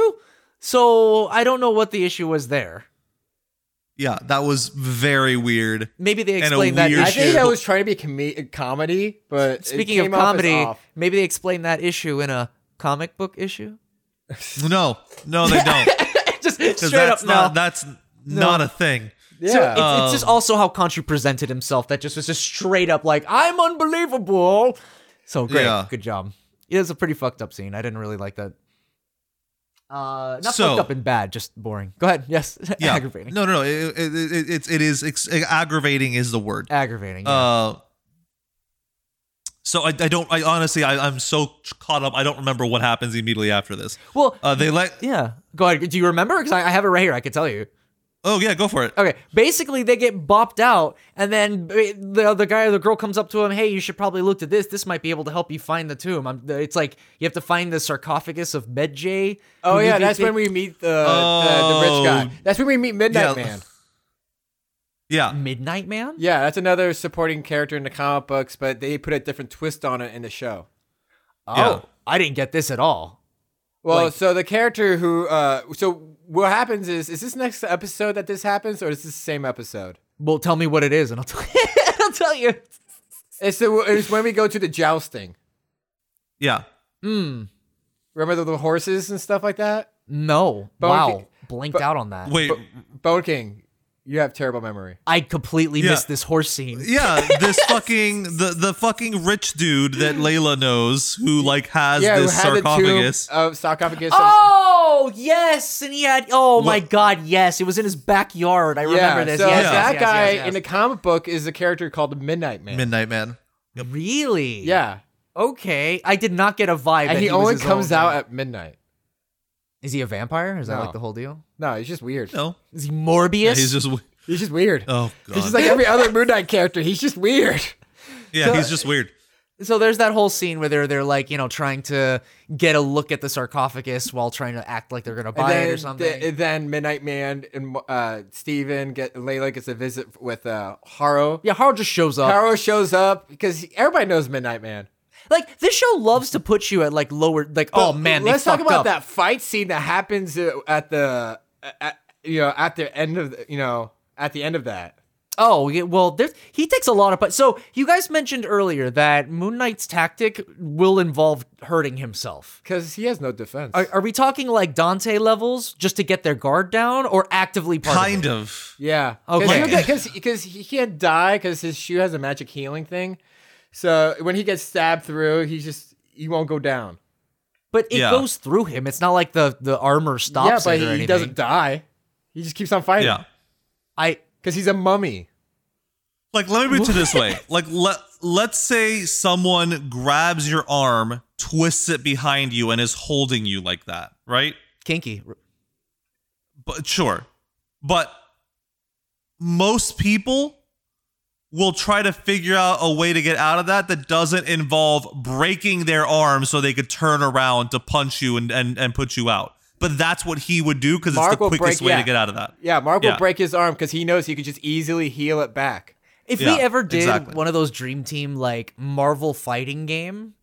So I don't know what the issue was there. Yeah, that was very weird. Maybe they a explained that weird I issue. think that was trying to be a com- comedy, but it Speaking of came off as comedy, off. maybe they explained that issue in a comic book issue. No, no, they don't. Just Because straight that's up no. not that's not a thing. yeah, So Uh, it's, it's Um, just also how Conchu presented himself. That just was just straight up like I'm unbelievable. So great, Yeah. good job. It was a pretty fucked up scene. I didn't really like that. Uh, not So- fucked up and bad, just boring. Go ahead. Yes, Yeah, aggravating. No, no, no. It, it, it, it's it is ex- eh, aggravating is the word. Aggravating. yeah. Uh, so I, I don't I honestly I, I'm so caught up I don't remember what happens immediately after this. well, Uh, they let yeah. Go ahead. Do you remember? Because I, I have it right here. I can tell you. oh yeah go for it. Okay. Basically, they get bopped out, and then ba- the the guy or the girl comes up to him. Hey, you should probably look to this. This might be able to help you find the tomb. I'm, it's like you have to find the sarcophagus of Medjay. oh who yeah, you that's think- when we meet the, the the rich guy. Oh. That's when we meet Midnight Yeah. Man. Yeah, Midnight Man. Yeah, that's another supporting character in the comic books, but they put a different twist on it in the show. Oh, Yeah. I didn't get this at all. Well, Like- so the character who, uh, so what happens is, is this next episode that this happens, or is this the same episode? Well, tell me what it is, and I'll tell you. I'll tell you. It's the it's when we go to the jousting. yeah. Remember the, the horses and stuff like that. No. Bone wow. Ki- Blanked Bo- out on that. Wait, Bone King, you have terrible memory. I completely Yeah. missed this horse scene. yeah. This fucking the the fucking rich dude that Layla knows who like has yeah, this who had sarcophagus. Uh, the tomb of sarcophagus. Oh yes, and he had. Oh my What- God, yes, it was in his backyard. I remember yeah, this. so yes, yes, that yes, guy yes, yes. in the comic book is a character called the Midnight Man. Midnight Man. really. yeah, Okay, I did not get a vibe. and that he, was only his comes own- out at midnight. Is he a vampire? Is that No. like the whole deal? No, he's just weird. No, Is he Morbius? he's just He's just weird. oh god. He's just like every other Moon Knight character. He's just weird. yeah, he's just weird. so there's that whole scene where they're they're like you know trying to get a look at the sarcophagus while trying to act like they're gonna buy it or something. th- then Midnight Man and uh, Steven get Layla gets a visit with uh, Haro. yeah, Harold just shows up. Haro shows up because he- everybody knows Midnight Man. Like this show loves to put you at like lower. Like oh But man, they let's talk fucked about up. that fight scene that happens uh, at the at, you know at the end of the, you know at the end of that. Oh, yeah, well, there's, he takes a lot of. But so you guys mentioned earlier that Moon Knight's tactic will involve hurting himself. Because he has no defense. Are, are we talking like Dante levels just to get their guard down, or actively part of? Kind it? of. yeah. Okay. Because because he can't die because his shoe has a magic healing thing. So when he gets stabbed through, he just he won't go down. But it Yeah. goes through him. It's not like the the armor stops. yeah, but it or he, anything. doesn't die. He just keeps on fighting. Yeah. I Because he's a mummy. Like, let me put it this way. Like, let let's say someone grabs your arm, twists it behind you, and is holding you like that, right? kinky. But sure, but most people will try to figure out a way to get out of that that doesn't involve breaking their arm so they could turn around to punch you and and, and put you out. But that's what he would do because it's Mark the will quickest break- way yeah. to get out of that. Yeah, Mark will Yeah. break his arm because he knows he could just easily heal it back. If Yeah, we ever did exactly. one of those Dream Team like Marvel fighting game,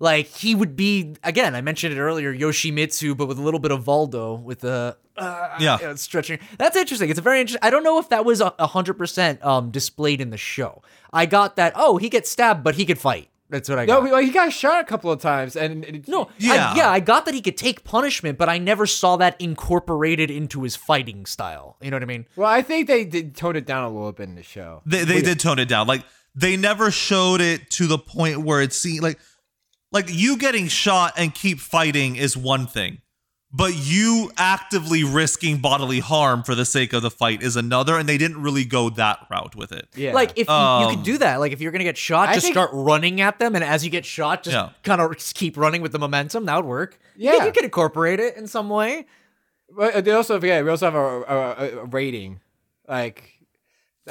like he would be again. I mentioned it earlier, Yoshimitsu, but with a little bit of Valdo with the Yeah. uh, stretching. That's interesting. It's a very interesting. I don't know if that was a hundred percent um displayed in the show. I got that. Oh, he gets stabbed, but he could fight. That's what I No, got. he- well, he got shot a couple of times, and and- no, Yeah. I, yeah, I got that he could take punishment, but I never saw that incorporated into his fighting style. You know what I mean? Well, I think they did tone it down a little bit in the show. They they did tone it down. Like they never showed it to the point where it seemed like like you getting shot and keep fighting is one thing. but you actively risking bodily harm for the sake of the fight is another and they didn't really go that route with it Yeah. Like if you- you, Um, could do that, like if you're gonna get shot, I just think- start running at them, and as you get shot, just Yeah. kind of keep running with the momentum. That would work. You Yeah. could- you could incorporate it in some way. But uh, they also yeah, we also have a, a, a- a rating. Like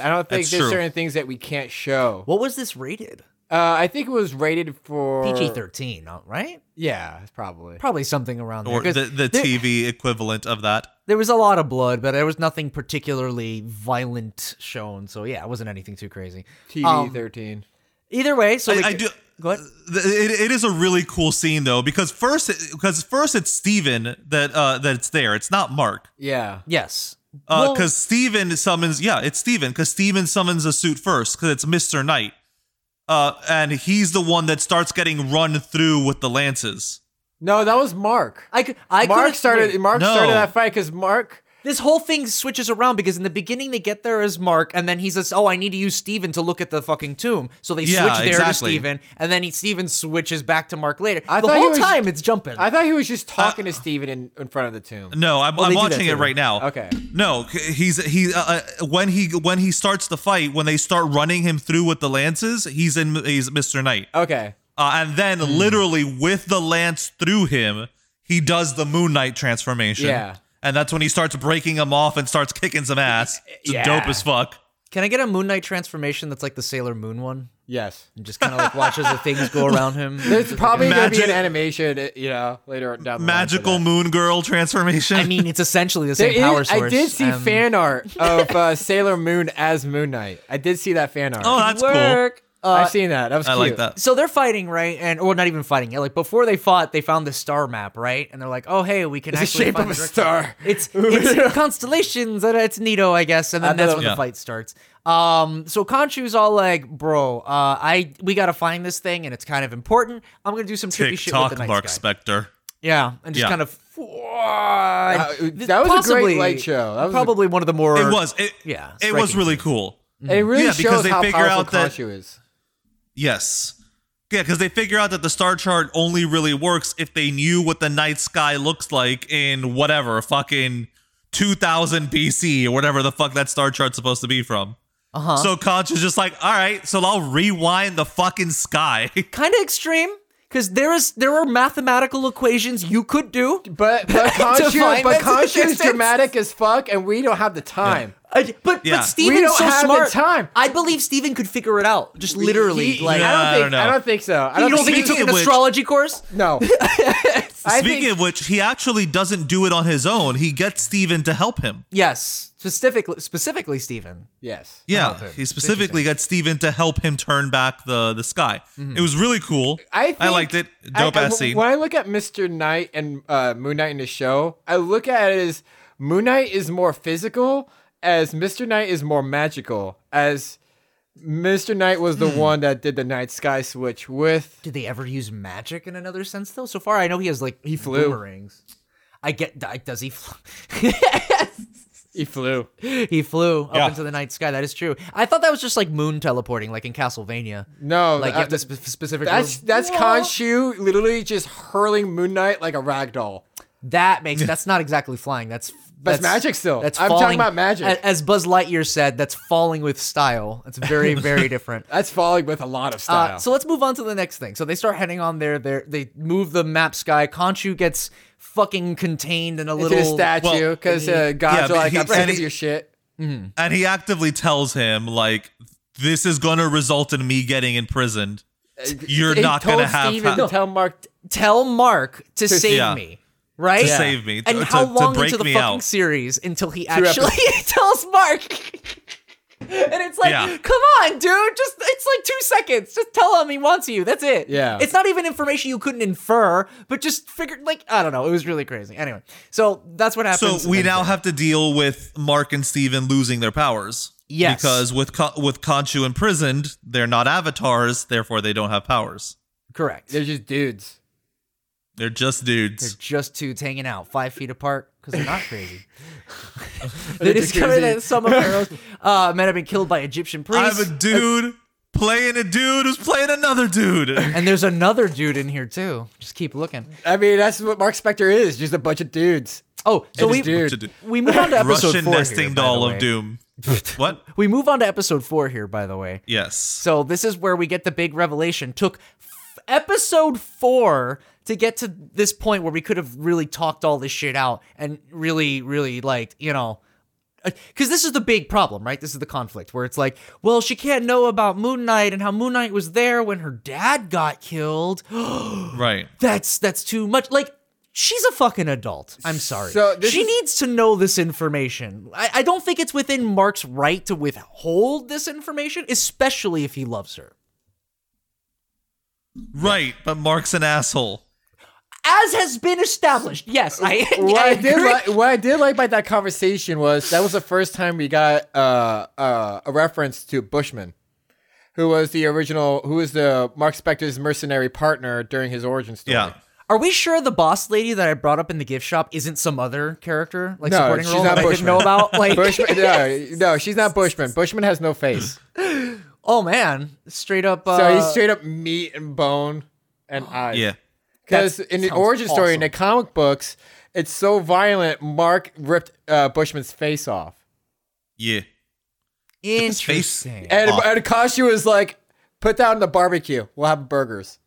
I don't think That's there's true. certain things that we can't show. What was this rated? Uh, I think it was rated for PG thirteen, uh, right? Yeah, probably. Probably something around there. or 'cause the, the there- tv equivalent of that There was a lot of blood, but there was nothing particularly violent shown. So yeah, it wasn't anything too crazy. TV Um, thirteen. Either way, so I- we I could- do- Go ahead. Th- it, it is a really cool scene though because first it- because first it's steven that uh that's there it's not mark Yeah. Yes. because Well- Uh, Steven summons, yeah, it's Steven, because Steven summons a suit first, because it's Mr. Knight. Uh, and he's the one that starts getting run through with the lances. No, that was Mark. I could. I Mark could've- started. wait. Mark No. started that fight because Mark. This whole thing switches around because in the beginning they get there as Mark, and then he says, "Oh, I need to use Steven to look at the fucking tomb." So they Yeah, switch there exactly. to Steven, and then he, Steven switches back to Mark later. I the thought he whole was- time it's jumping. I thought he was Uh, just talking to Steven in, in front of the tomb. No, I'm, they I'm do that watching it too. right now. Okay. No, c- he's he uh, uh, when he when he starts the fight when they start running him through with the lances, he's in he's Mr. Knight. Okay. Uh, and then Hmm. literally with the lance through him, he does the Moon Knight transformation. Yeah. And that's when he starts breaking him off and starts kicking some ass. It's Yeah. dope as fuck. Can I get a Moon Knight transformation that's like the Sailor Moon one, Yes. and just kind of like watches the things go around him? There's probably going to be an Magic- animation, uh, you know, later on down the line for magical that. moon girl transformation. I mean, it's essentially the There same power is- source. I did see um, fan art of uh, Sailor Moon as Moon Knight. I did see that fan art. Uh, oh, that's work. I've seen that. That was cool. I like cute. that. Uh, so they're fighting, right? And or not even fighting. yeah, Like before they fought, they found the star map, right? And they're like, "Oh, hey, we can It's the actually shape find of a direction." star. It's it's constellations. And it's neato, I guess. And I thought then that's that when was- the fight starts. Um, so Conchu's all like, "Bro, uh, I we gotta find this thing, and it's kind of important. I'm gonna do some trippy shit with the TikTok Night Mark Sky." Spector. yeah, and just Yeah. kind of." Uh, that was a great light show. That was a- probably one of the more. It was. It, Yeah, It was striking really cool. It really Yeah, because shows they how figure powerful out that- Khonshu is. Yes. Yeah, because they figure out that the star chart only really works if they knew what the night sky looks like in whatever fucking 2000 BC or whatever the fuck that star chart's supposed to be from. Uh-huh. So Conch is just like, all right, so I'll rewind the fucking sky. kind of extreme because there is there are mathematical equations you could do. But but Khonshu, find but that Khonshu is distance. dramatic as fuck, and we don't have the time. I, but Yeah. but Steven's We don't so have the smart. time. I believe Steven could figure it out. Just literally, He- I like Yeah, don't I think don't know. I don't think so. I don't, you don't think he think, took Speaking an of which- astrology course? no. I Speaking think of which, he actually doesn't do it on his own. He gets Steven to help him. Yes, specifically, specifically Steven. yes. Yeah, he specifically got Steven to help him turn back the the sky. It was really cool. I think, liked it. I- Dope I- ass scene. When I look at Mr. Knight and uh, Moon Knight in the show, I look at it as Moon Knight is more physical, as Mr. Knight is more magical. As Mr. Knight was Hmm. the one that did the night sky switch with. Did they ever use magic in another sense though? So far, I know he has like he flew. boomerangs. I get. I- Does he? Fl- He flew. he flew up Yeah. into the night sky. That is true. I thought that was just like moon teleporting, like in Castlevania. No, like uh, you have to spe- specific. That's room. that's Khonshu literally just hurling Moon Knight like a ragdoll. That makes that's not exactly flying. That's That's magic still. That's I'm talking falling- about magic. a- As Buzz Lightyear said, that's falling with style. It's very very different. That's falling with a lot of style. Uh, so let's move on to the next thing. So they start heading on there. They they move the map sky. Conchu gets fucking contained in a Into little a statue well, because uh, gods yeah, are but like, he- I'm sick and of he- your shit. and he actively tells him like, "This is going to result in me getting imprisoned. You're Uh, He not told going to have Steven ha- to tell Mark Tell Mark to save yeah. me. Right? To save me, to- And to- how to long break into the me fucking out. series until he actually tells Mark? and it's like, Yeah. come on, dude. Just it's like two seconds. Just tell him he wants you. That's it. Yeah. It's not even information you couldn't infer, but just figured like I don't know. It was really crazy. Anyway, so that's what So happens. we And- now have to deal with Mark and Steven losing their powers. Yes. because with Ka- with Kanchu imprisoned, they're not avatars, therefore they don't have powers. correct. They're just dudes. They're just dudes. They're just dudes hanging out five feet apart because they're not crazy. they They're discovered jacuzzi. that some of Pharaoh's uh, men have been killed by Egyptian priests. I'm a dude. playing a dude who's playing another dude. And there's another dude in here too. Just keep looking. I mean, that's what Mark Spector is. Just a bunch of dudes. Oh, so It we is dude. To do- we move on to episode Russian four. nesting here, by doll the of way. doom. what? We move on to episode four here, by the way. Yes. So this is where we get the big revelation. Took f- episode four to get to this point where we could have really talked all this shit out and really, really like you know, because this is the big problem, right? This is the conflict where it's like, well, she can't know about Moon Knight and how Moon Knight was there when her dad got killed. Right. that's that's too much. Like. She's a fucking adult. I'm sorry. So this she is- needs to know this information. I, I don't think it's within Mark's right to withhold this information, especially if he loves her. Right. But Mark's an asshole. as has been established. Yes, I, What I I did, agree. like, what I did like about that conversation was that was the first time we got uh, uh, a reference to Bushman, who was the original, who was the Mark Spector's mercenary partner during his origin story. Yeah. Are we sure the boss lady that I brought up in the gift shop isn't some other character, like No, supporting she's role not that I didn't Bushman. know about? Like, Bushman, no, no, she's not Bushman. Bushman has no face, oh man, straight up. Uh, so he's straight up meat and bone and eyes. Yeah. because That in the sounds origin story in the awesome. comic books, it's so violent. Mark ripped uh, Bushman's face off, Yeah. his face. interesting. and Off. and Kashi was like, "Put down the barbecue. We'll have burgers."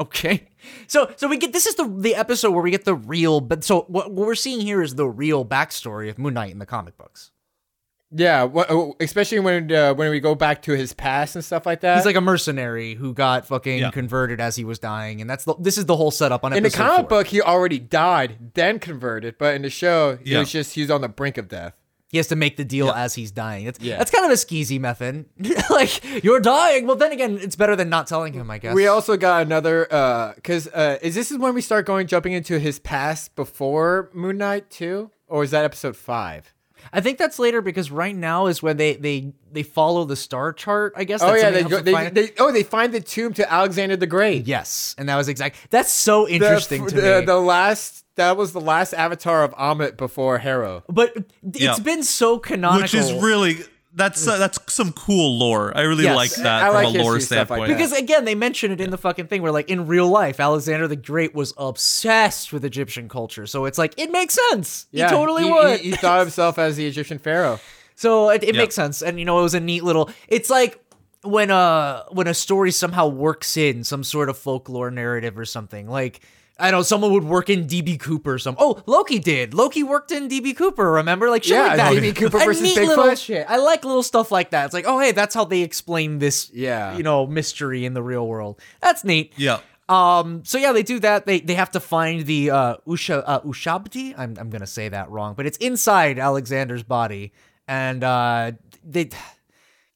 Okay, so so we get this is the the episode where we get the real. But so what, what we're seeing here is the real backstory of Moon Knight in the comic books. Yeah, wh- oh, especially when uh, when we go back to his past and stuff like that. He's like a mercenary who got fucking Yeah. converted as he was dying, and that's the this is the whole setup on in the episode comic four. book, he already died, then converted, but in the show, he Yeah. was just he's on the brink of death. He has to make the deal as he's dying. That's, Yeah. that's kind of a skeezy method. like, you're dying. Well, then again, it's better than not telling him, I guess. We also got another because uh, is this is when we start going jumping into his past before Moon Knight too, or is that episode five? I think that's later because right now is when they they they follow the star chart, I guess. Oh That's yeah, something they else go. to They, find- they oh they find the tomb to Alexander the Great. yes, and that was exact. That's so The- interesting to the, me. the last that was the last avatar of Amit before Harrow. but it's Yeah. been so canonical. Which is really that's uh, that's some cool lore. I really Yes. like that I from like a lore history stuff like standpoint. that. Because again, they mention it in the fucking thing where, like, in real life, Alexander the Great was obsessed with Egyptian culture. So it's like, it makes sense. Yeah, he totally he, would. He, he thought himself as the Egyptian pharaoh. So it, it Yeah. makes sense, and you know it was a neat little. It's like when a when a story somehow works in some sort of folklore narrative or something. Like I don't know, someone would work in DB Cooper. Or some oh Loki did. Loki worked in DB Cooper. Remember, like shit Yeah, like that. DB Cooper A versus neat Bigfoot. little shit. I like little stuff like that. It's like oh hey, that's how they explain this. Yeah. you know mystery in the real world. That's neat. yeah. Um, so yeah, they do that. They they have to find the uh, Usha uh, Ushabti. I'm I'm gonna say that wrong, but it's inside Alexander's body, and uh, they.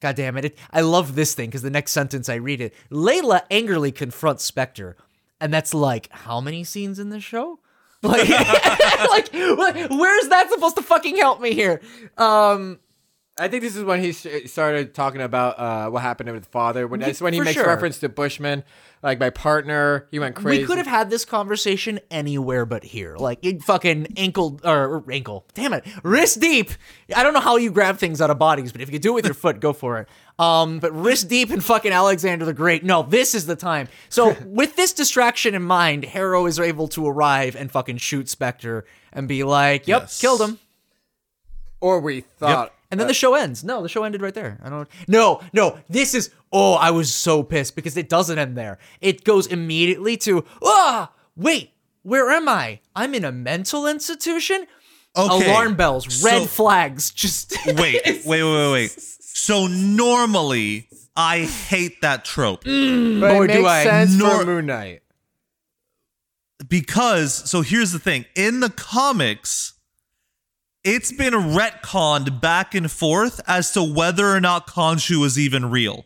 God damn it. it I love this thing because the next sentence I read it. Layla angrily confronts Spectre, and that's like how many scenes in this show? Like, like, like, where's that supposed to fucking help me here? Um, I think this is when he sh- started talking about uh, what happened to his father. When that's when he for makes sure. reference to Bushman, like my partner. He went crazy. we could have had this conversation anywhere but here. Like it fucking ankle or er, ankle. Damn it. Wrist deep. I don't know how you grab things out of bodies, but if you could do it with your foot, go for it. Um, but wrist deep and fucking Alexander the Great. No, this is the time. So with this distraction in mind, Harrow is able to arrive and fucking shoot Spectre and be like, Yep, Yes. killed him. or we thought. And then the show ends. No, the show ended right there. I don't. No, no. This is. Oh, I was so pissed because it doesn't end there. It goes immediately to. Ah, wait. Where am I? I'm in a mental institution. Okay, Alarm bells, red so- flags. Just Wait, wait, wait, wait, wait. So normally I hate that trope Mm. But Or it do makes I sense nor- for Moon Knight. because so here's the thing. In the comics, it's been retconned back and forth as to whether or not Khonshu is even real.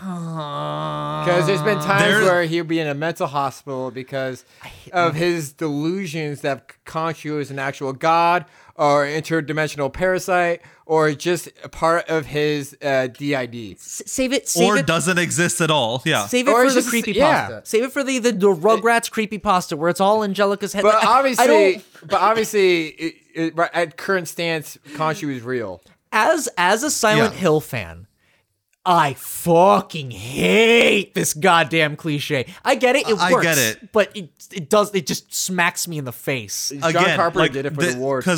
Ah. Because there's been times There- where he'll be in a mental hospital because of his delusions that Khonshu is an actual god or interdimensional parasite or just a part of his uh, DID. S- save it. Save Or it. doesn't exist at all. Yeah. Save it Or for it's the just- creepy yeah. pasta. Save it for the the, the Rugrats creepy pasta where it's all Angelica's head. But Like, I- obviously, I don't, but obviously, it, it, right at current stance, Khonshu is real. as as a Silent Yeah. Hill fan, I fucking hate this goddamn cliche. I get it. It I- I works. get it. But it, it does. It just smacks me in the face. John Carpenter did it for the, war.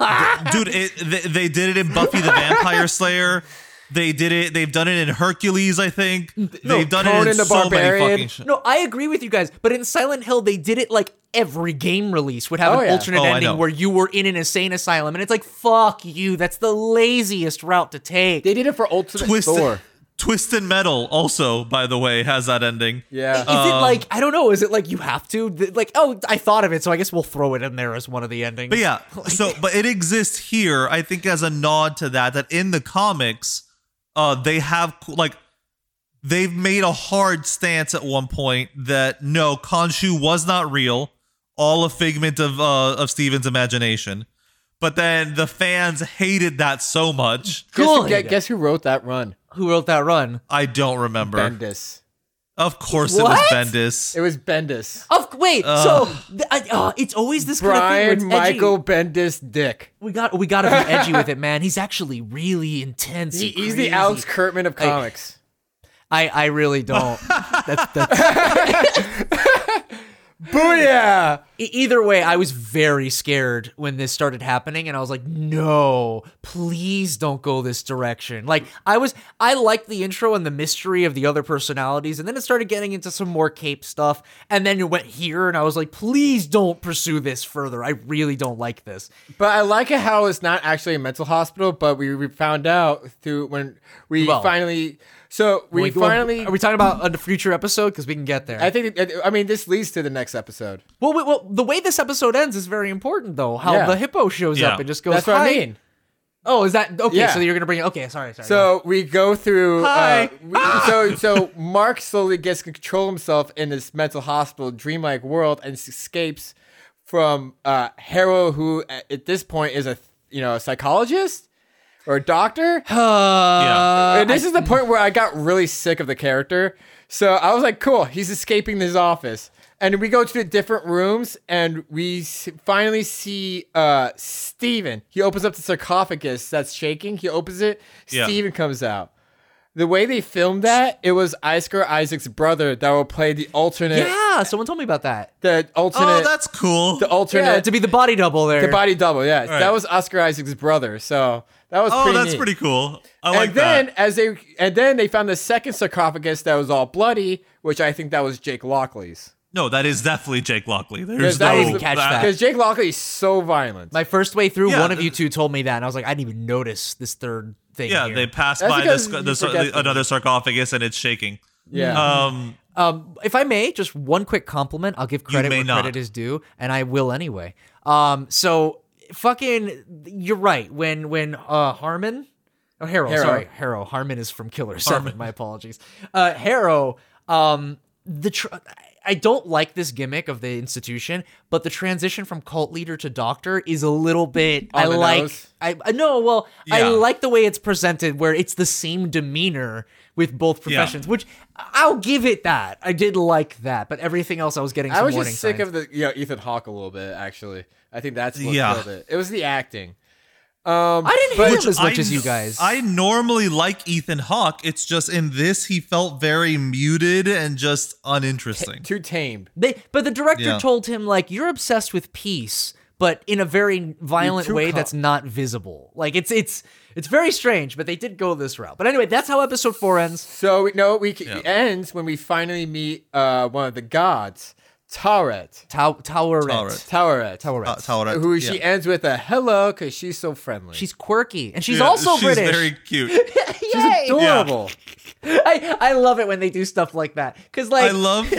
Because, dude, it, they, they did it in Buffy the Vampire Slayer. They did it. They've done it in Hercules, I think. They've done it Conan in the so many Barbarian. fucking shit. No, I agree with you guys. But in Silent Hill, they did it like every game release would have Oh, an yeah. alternate Oh, I know. ending where you were in an insane asylum, and it's like fuck you. That's the laziest route to take. They did it for Ultimate Twisted, Thor. Twisted Metal also, by the way, has that ending. Yeah. Is it Um, like I don't know? Is it like you have to? Th- Like oh, I thought of it, so I guess we'll throw it in there as one of the endings. But yeah, so but it exists here, I think, as a nod to that. That in the comics, uh, they have like they've made a hard stance at one point that no, Khonshu was not real, all a figment of uh, of Steven's imagination. But then the fans hated that so much. guess, who, Good. gu- guess who wrote that run? Who wrote that run? I don't remember. Bendis. Of course, What? it was Bendis. It was Bendis. Of wait, so th- I, uh, it's always this kind of Brian thing. where it's edgy. Michael Bendis Dick. we got we got to be edgy with it, man. He's actually really intense. He- and he's crazy. the Alex Kurtman of comics. I I really don't. that's, that's, Booyah! e- either way, I was very scared when this started happening, and I was like, no, please don't go this direction. Like I was, I liked the intro and the mystery of the other personalities, and then it started getting into some more cape stuff, and then it went here, and I was like, please don't pursue this further. I really don't like this. But I like it how it's not actually a mental hospital, but we, we found out through when we Well. finally. So we, Like, well, finally. Are we talking about a future episode? Because we can get there. I think. it- I mean, this leads to the next episode. well, wait, well, the way this episode ends is very important, though. How Yeah. the hippo shows Yeah. up and just goes. That's what "Hi." I mean. Oh, is that okay? Yeah. So you're gonna bring it? Okay, sorry, sorry. So we go through. Uh, Hi. we- so so Mark slowly gets to control himself in this mental hospital, dreamlike world, and s- escapes from uh, Harrow, who a- at this point is a you know a psychologist or a doctor. yeah. and this is the point where I got really sick of the character. So I was like, cool, he's escaping his offigo. And we go to the different rooms and we s- finally see uh, Steven. He opens up the sarcophagus that's shaking. He opens it. Yeah. Steven comes out. The way they filmed that, it was Oscar Isaac's brother that will play the alternate. yeah, someone told me about that. The alternate. Oh, that's cool. the alternate. Yeah, to be the body double there. the body double, yeah. That right. was Oscar Isaac's brother. So that was oh, pretty that's neat pretty cool. I and like then that. as they and then they found the second sarcophagus that was all bloody, which I think that was Jake Lockley's. No, that is definitely Jake Lockley. Because There's that no was the- catch that. Because Jake Lockley is so violent. My first way through, Yeah, one of th- you two told me that, and I was like, I didn't even notice this third thing. Yeah, here. they passed That's by because this, the, you sar- forget the- another sarcophagus and it's shaking. yeah. Um, Um, if I may, just one quick compliment. I'll give credit may where not. credit is due, and I will anyway. Um, so fucking, you're right. When when uh Harmon, oh Harrow, Harrow. sorry Harrow. Harmon is from Killer Seven. My apologies. Uh, Harrow. Um, the tr- I don't like this gimmick of the institution, but the transition from cult leader to doctor is a little bit. I the like. nose? I I no. Well, I Yeah. like the way it's presented, where it's the same demeanor with both professions, which I'll give it that. I did like that, but everything else I was getting. Some I was warning just sick signs. of the you know, Ethan Hawke a little bit actually. I think that's what Yeah. killed it. It was the acting. Um, I didn't hate him as much I- as you guys. I normally like Ethan Hawke. It's just in this he felt very muted and just uninteresting. too tamed. They, but the director Yeah. told him like you're obsessed with peace, but in a very violent too way calm. that's not visible. Like it's it's it's very strange, but they did go this route. But anyway, that's how episode four ends. So we no, we c it ends when we finally meet uh, one of the gods, Taret. Tow- Towerette. Towerette. Taret. Towerette. Uh, Towerette, Who yeah. she ends with a hello because she's so friendly. She's quirky and she's Yeah, also she's British. very cute. she's adorable. I, I love it when they do stuff like that because like I love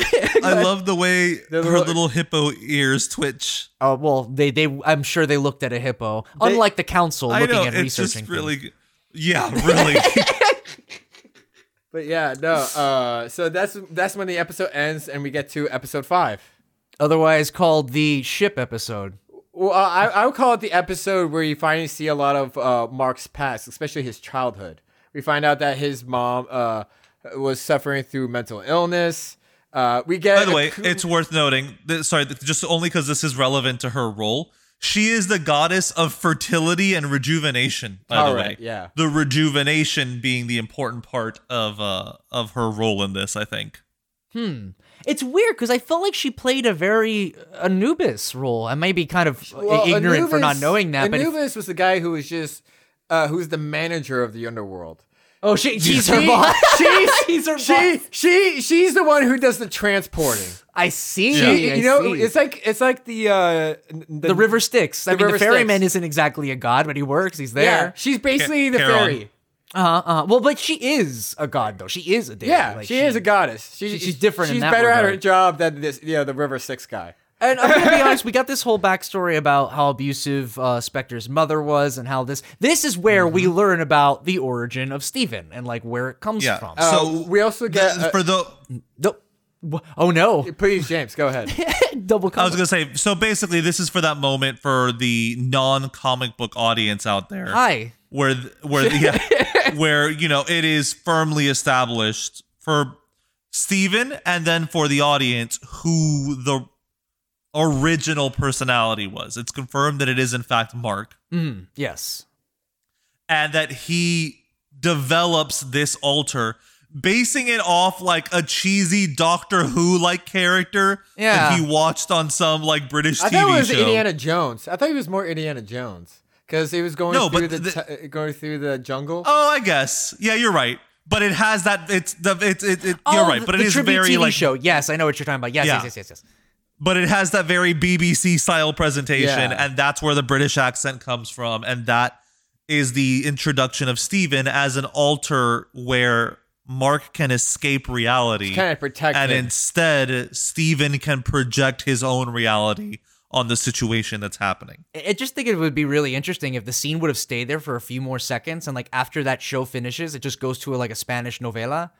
I love the way her little- little hippo ears twitch. Oh well, they they I'm sure they looked at a hippo, unlike the council I looking know at it's researching. just things. really Yeah, really. But yeah, no. Uh, so that's that's when the episode ends, and we get to episode five. Otherwise called the ship episode. Well, uh, I I would call it the episode where you finally see a lot of uh, Mark's past, especially his childhood. We find out that his mom uh, was suffering through mental illness. Uh, we get By the way, a- it's worth noting. That, sorry, th- just only because this is relevant to her role. She is the goddess of fertility and rejuvenation, by All the right, way. yeah. The rejuvenation being the important part of uh of her role in this, I think. It's weird because I felt like she played a very Anubis role. I may be kind of Well, ignorant for not Anubis- knowing that, but if- Anubis was the guy who was just uh, who's the manager of the underworld. oh, she, she's her boss. she's her She boss. she she's the one who does the transporting. I see. She, I you know, see. it's like it's like the uh, n- the river Styx. I the mean, River the ferryman Styx. isn't exactly a god, but he works. He's Yeah, there. she's basically the Charon. fairy. Uh, uh, well, but she is a god, though. She is a deity. Yeah, Like, she, is a goddess. She, she- she's different in She's that better at her regard. job than this. You know, the River Six guy. And I'm gonna be honest, we got this whole backstory about how abusive uh, Spectre's mother was, and how this this is where we Mm-hmm. learn about the origin of Steven and like where it comes Yeah. from. Uh, so we also get th- uh, for the No- wh- oh no, please, James, go ahead. double. I Cover. was gonna say, so basically this is for that moment for the non comic book audience out there. Hi. where th- where yeah, where you know it is firmly established for Steven and then for the audience who the original personality was. It's confirmed that it is in fact Mark Mm, yes. and that he develops this alter basing it off like a cheesy Doctor Who like character Yeah. that he watched on some like British I TV thought it was show. Indiana Jones. I thought he was more Indiana Jones because he was going No, through but the, the- t- uh, going through the jungle. Oh, I guess. Yeah, you're right. But it has that. It's the. It's it. it you're Oh, right. the- But it the is tribute very TV like. show. Yes, I know what you're talking about. Yes, Yeah. yes, yes, yes, yes. But it has that very BBC style presentation, Yeah. and that's where the British accent comes from, and that is the introduction of Stephen as an alter where Mark can escape reality, Kind of protected. and instead Stephen can project his own reality on the situation that's happening. I I just think it would be really interesting if the scene would have stayed there for a few more seconds, and like after that show finishes, it just goes to like a Spanish novela,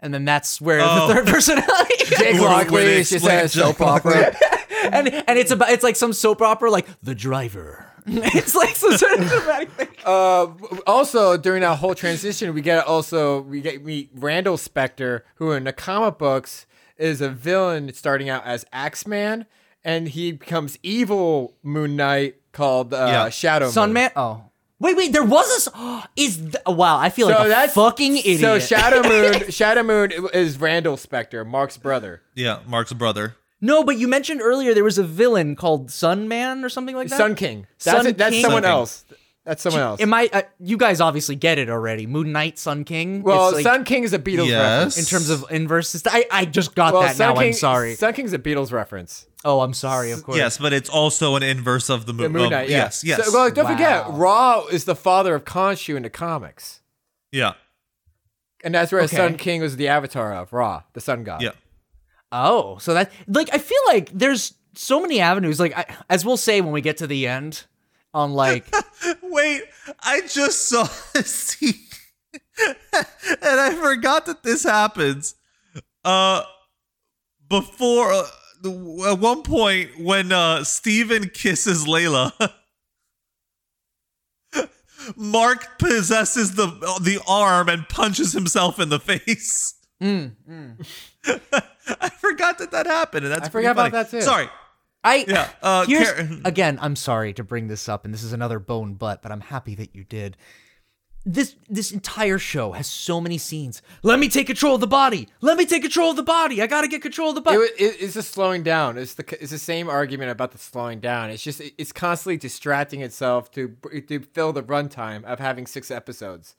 and then that's where Oh. the third personality. Jake Where- Lockley where they is just explain at a Jack soap opera. and and it's about it's like some soap opera, like The Driver. it's like some sort of dramatic thing. Uh, also, during that whole transition, we get also we get meet Randall Spector, who in the comic books is a villain starting out as Axeman, and he becomes evil Moon Knight called uh, Yeah. Shadow Sun Moon. Man. Oh, wait, wait. There was a s- is th- wow. I feel like a fucking idiot. So Shadow Moon, Shadow Moon is Randall Spector, Mark's brother. Yeah, Mark's brother. no, but you mentioned earlier there was a villain called Sun Man or something like that. Sun King. That's Sun it, that's King? someone Sun King. else. That's someone else. Am I? Uh, you guys obviously get it already. Moon Knight, Sun King. well, It's like- Sun King is a Beatles reference. Yes. in terms of inverses. I, I just got Well, that Sun now. King, I'm sorry. Sun King's a Beatles reference. oh, I'm sorry. Of course. Yes, but it's also an inverse of the, moon. The Moon Knight. yeah. Yes, yes, So, well, don't Wow. forget, Ra is the father of Khonshu in the comics, yeah, and that's where Okay. Sun King was the avatar of Ra, the sun god. yeah. Oh, so that like I feel like there's so many avenues. Like I, as we'll say when we get to the end, on like Wait, I just saw a scene, and I forgot that this happens. Uh, before uh, the- at one point when uh Steven kisses Layla, Mark possesses the the arm and punches himself in the face. Hmm, I forgot that that happened, and that's I forgot pretty about funny. that, too. Sorry, I Yeah, uh, here's Karen- again. I'm sorry to bring this up, and this is another bone butt, but I'm happy that you did. This this entire show has so many scenes. Let me take control of the body. Let me take control of the body. I gotta get control of the It, body. wa- it, it's just slowing down. It's the it's the same argument about the slowing down. It's just it's constantly distracting itself to to fill the runtime of having six episodes.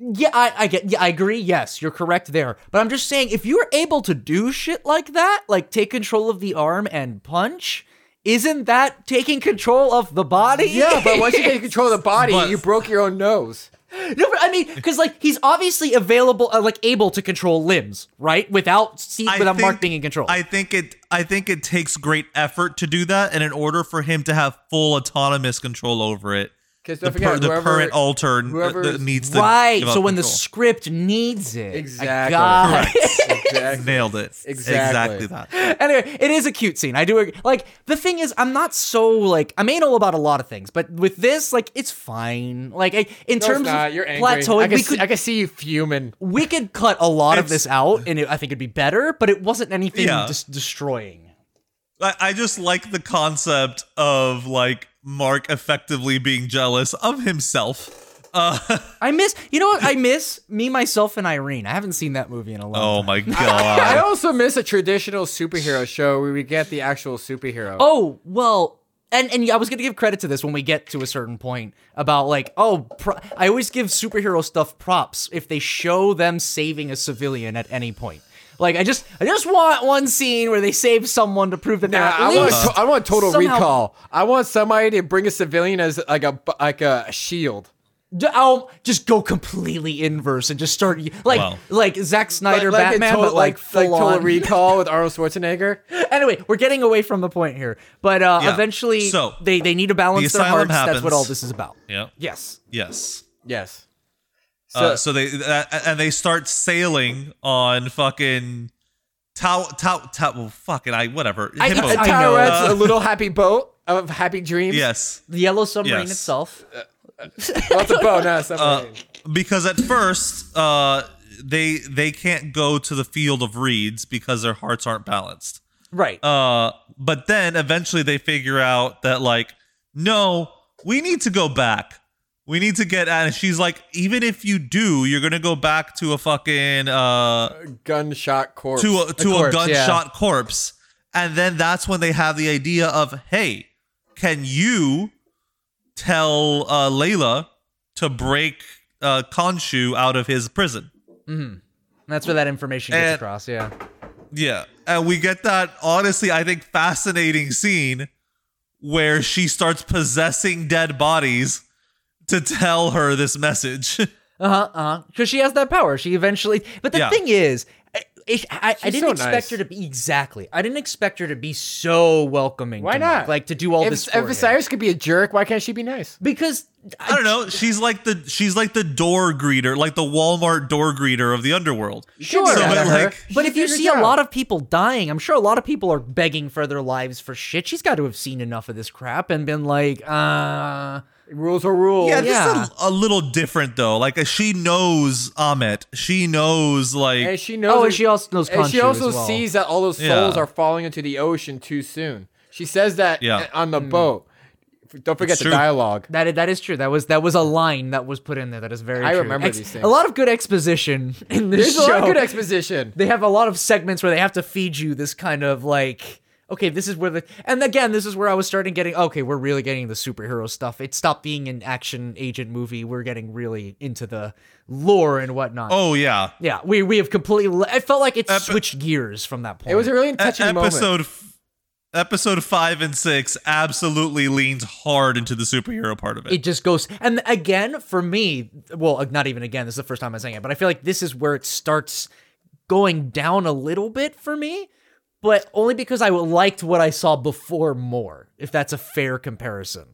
Yeah, I, I get. Yeah, I agree. Yes, you're correct there. But I'm just saying, if you're able to do shit like that, like take control of the arm and punch, isn't that taking control of the body? Yeah, but once you take control of the body, But- you broke your own nose. no, but I mean, because like he's obviously available, uh, like able to control limbs, right? Without see, I without Mark think- being in control. I think it I think it takes great effort to do that, and in order for him to have full autonomous control over it, Because the, don't forget, per- the whoever- current alter n- whoever th- is- needs to right. give up So when the control. script needs it, I Exactly. got it. exactly. nailed it Exactly. that. anyway, it is a cute scene. I do agree. Like the thing is, I'm not so like I'm anal about a lot of things, but with this, like it's fine. Like I, No, in it's terms not. of You're angry. I plateauing, can, we see, could I can see you fuming. we could cut a lot of It's- this out, and it, I think it'd be better. But it wasn't anything Yeah. just destroying. I, I just like the concept of like Mark effectively being jealous of himself. Uh, I miss, you know what? I miss me, myself, and Irene. I haven't seen that movie in a long oh time. my I god. also miss a traditional superhero show where we get the actual superhero. Oh well, and and I was gonna give credit to this when we get to a certain point about like oh pro- I always give superhero stuff props if they show them saving a civilian at any point. Like I just I just want one scene where they save someone to prove that Nah, they're at I want, least. to- I want total somehow- recall. I want somebody to bring a civilian as like a like a shield. D- I'll just go completely inverse and just start y- like Wow. like Zack Snyder like in Batman, Total- but like full like total on. recall with Arnold Schwarzenegger. anyway, we're getting away from the point here, but uh, Yeah. eventually So, they they need to balance the their asylum hearts. That's what happens. all this is about. Yeah. Yes. Yes. Yes. So, uh, so they uh, and they start sailing on fucking Tau Tau Tau. Well, fucking I whatever. I- Hippo. I- I- know. Tyrette's a little happy boat of happy dreams. yes. The Yellow Submarine Yes. itself. What's a boat? Uh, No, submarine. because at first uh, they they can't go to the field of reeds because their hearts aren't balanced. Right. Um, Uh, but then eventually they figure out that like, no, we need to go back. We need to get out. And she's like, even if you do, you're gonna go back to a fucking uh gunshot corpse. to a to a, corpse, yeah. gunshot corpse. And then that's when they have the idea of, hey, can you tell uh, Layla to break uh, Khonshu out of his prison? That's where that information gets And- across, yeah. Yeah. And we get that honestly, I think, fascinating scene where she starts possessing dead bodies to tell her this message. Uh huh. Uh huh. Because she has that power. She eventually. But the Yeah. thing is, I, I, I, I She's didn't so expect nice. her to be exactly. I didn't expect her to be so welcoming. Why to Mark, not? like to do all If, this. For him. if Cyrus could be a jerk, why can't she be nice? because I don't know. She's like the she's like the door greeter, like the Walmart door greeter of the underworld. Sure. So, but like- But if you see a lot of people dying, I'm sure a lot of people are begging for their lives for shit. She's got to have seen enough of this crap and been like, uh, rules are rules. Yeah, yeah. this is a, a little different though. Like uh, she knows Amit. She knows like And she knows. oh, and she also knows. and she Khonshu also as well. sees that all those souls Yeah. are falling into the ocean too soon. She says that Yeah. on the boat. Don't forget It's the true. dialogue. That that is true. That was that was a line that was put in there. That is very. I true. remember these things. A lot of good exposition in this There's a show. lot of good exposition. they have a lot of segments where they have to feed you this kind of like. Okay, this is where the and again, this is where I was starting getting. Okay, we're really getting the superhero stuff. It stopped being an action agent movie. We're getting really into the lore and whatnot. oh yeah. yeah, we we have completely. le- I felt like it Epi- switched gears from that point. It was a really E- touching moment. episode f- episode 5 and 6 absolutely leans hard into the superhero part of it. it just goes and again for me well uh, not even again this is the first time i'm saying it but i feel like this is where it starts going down a little bit for me but only because i liked what i saw before more if that's a fair comparison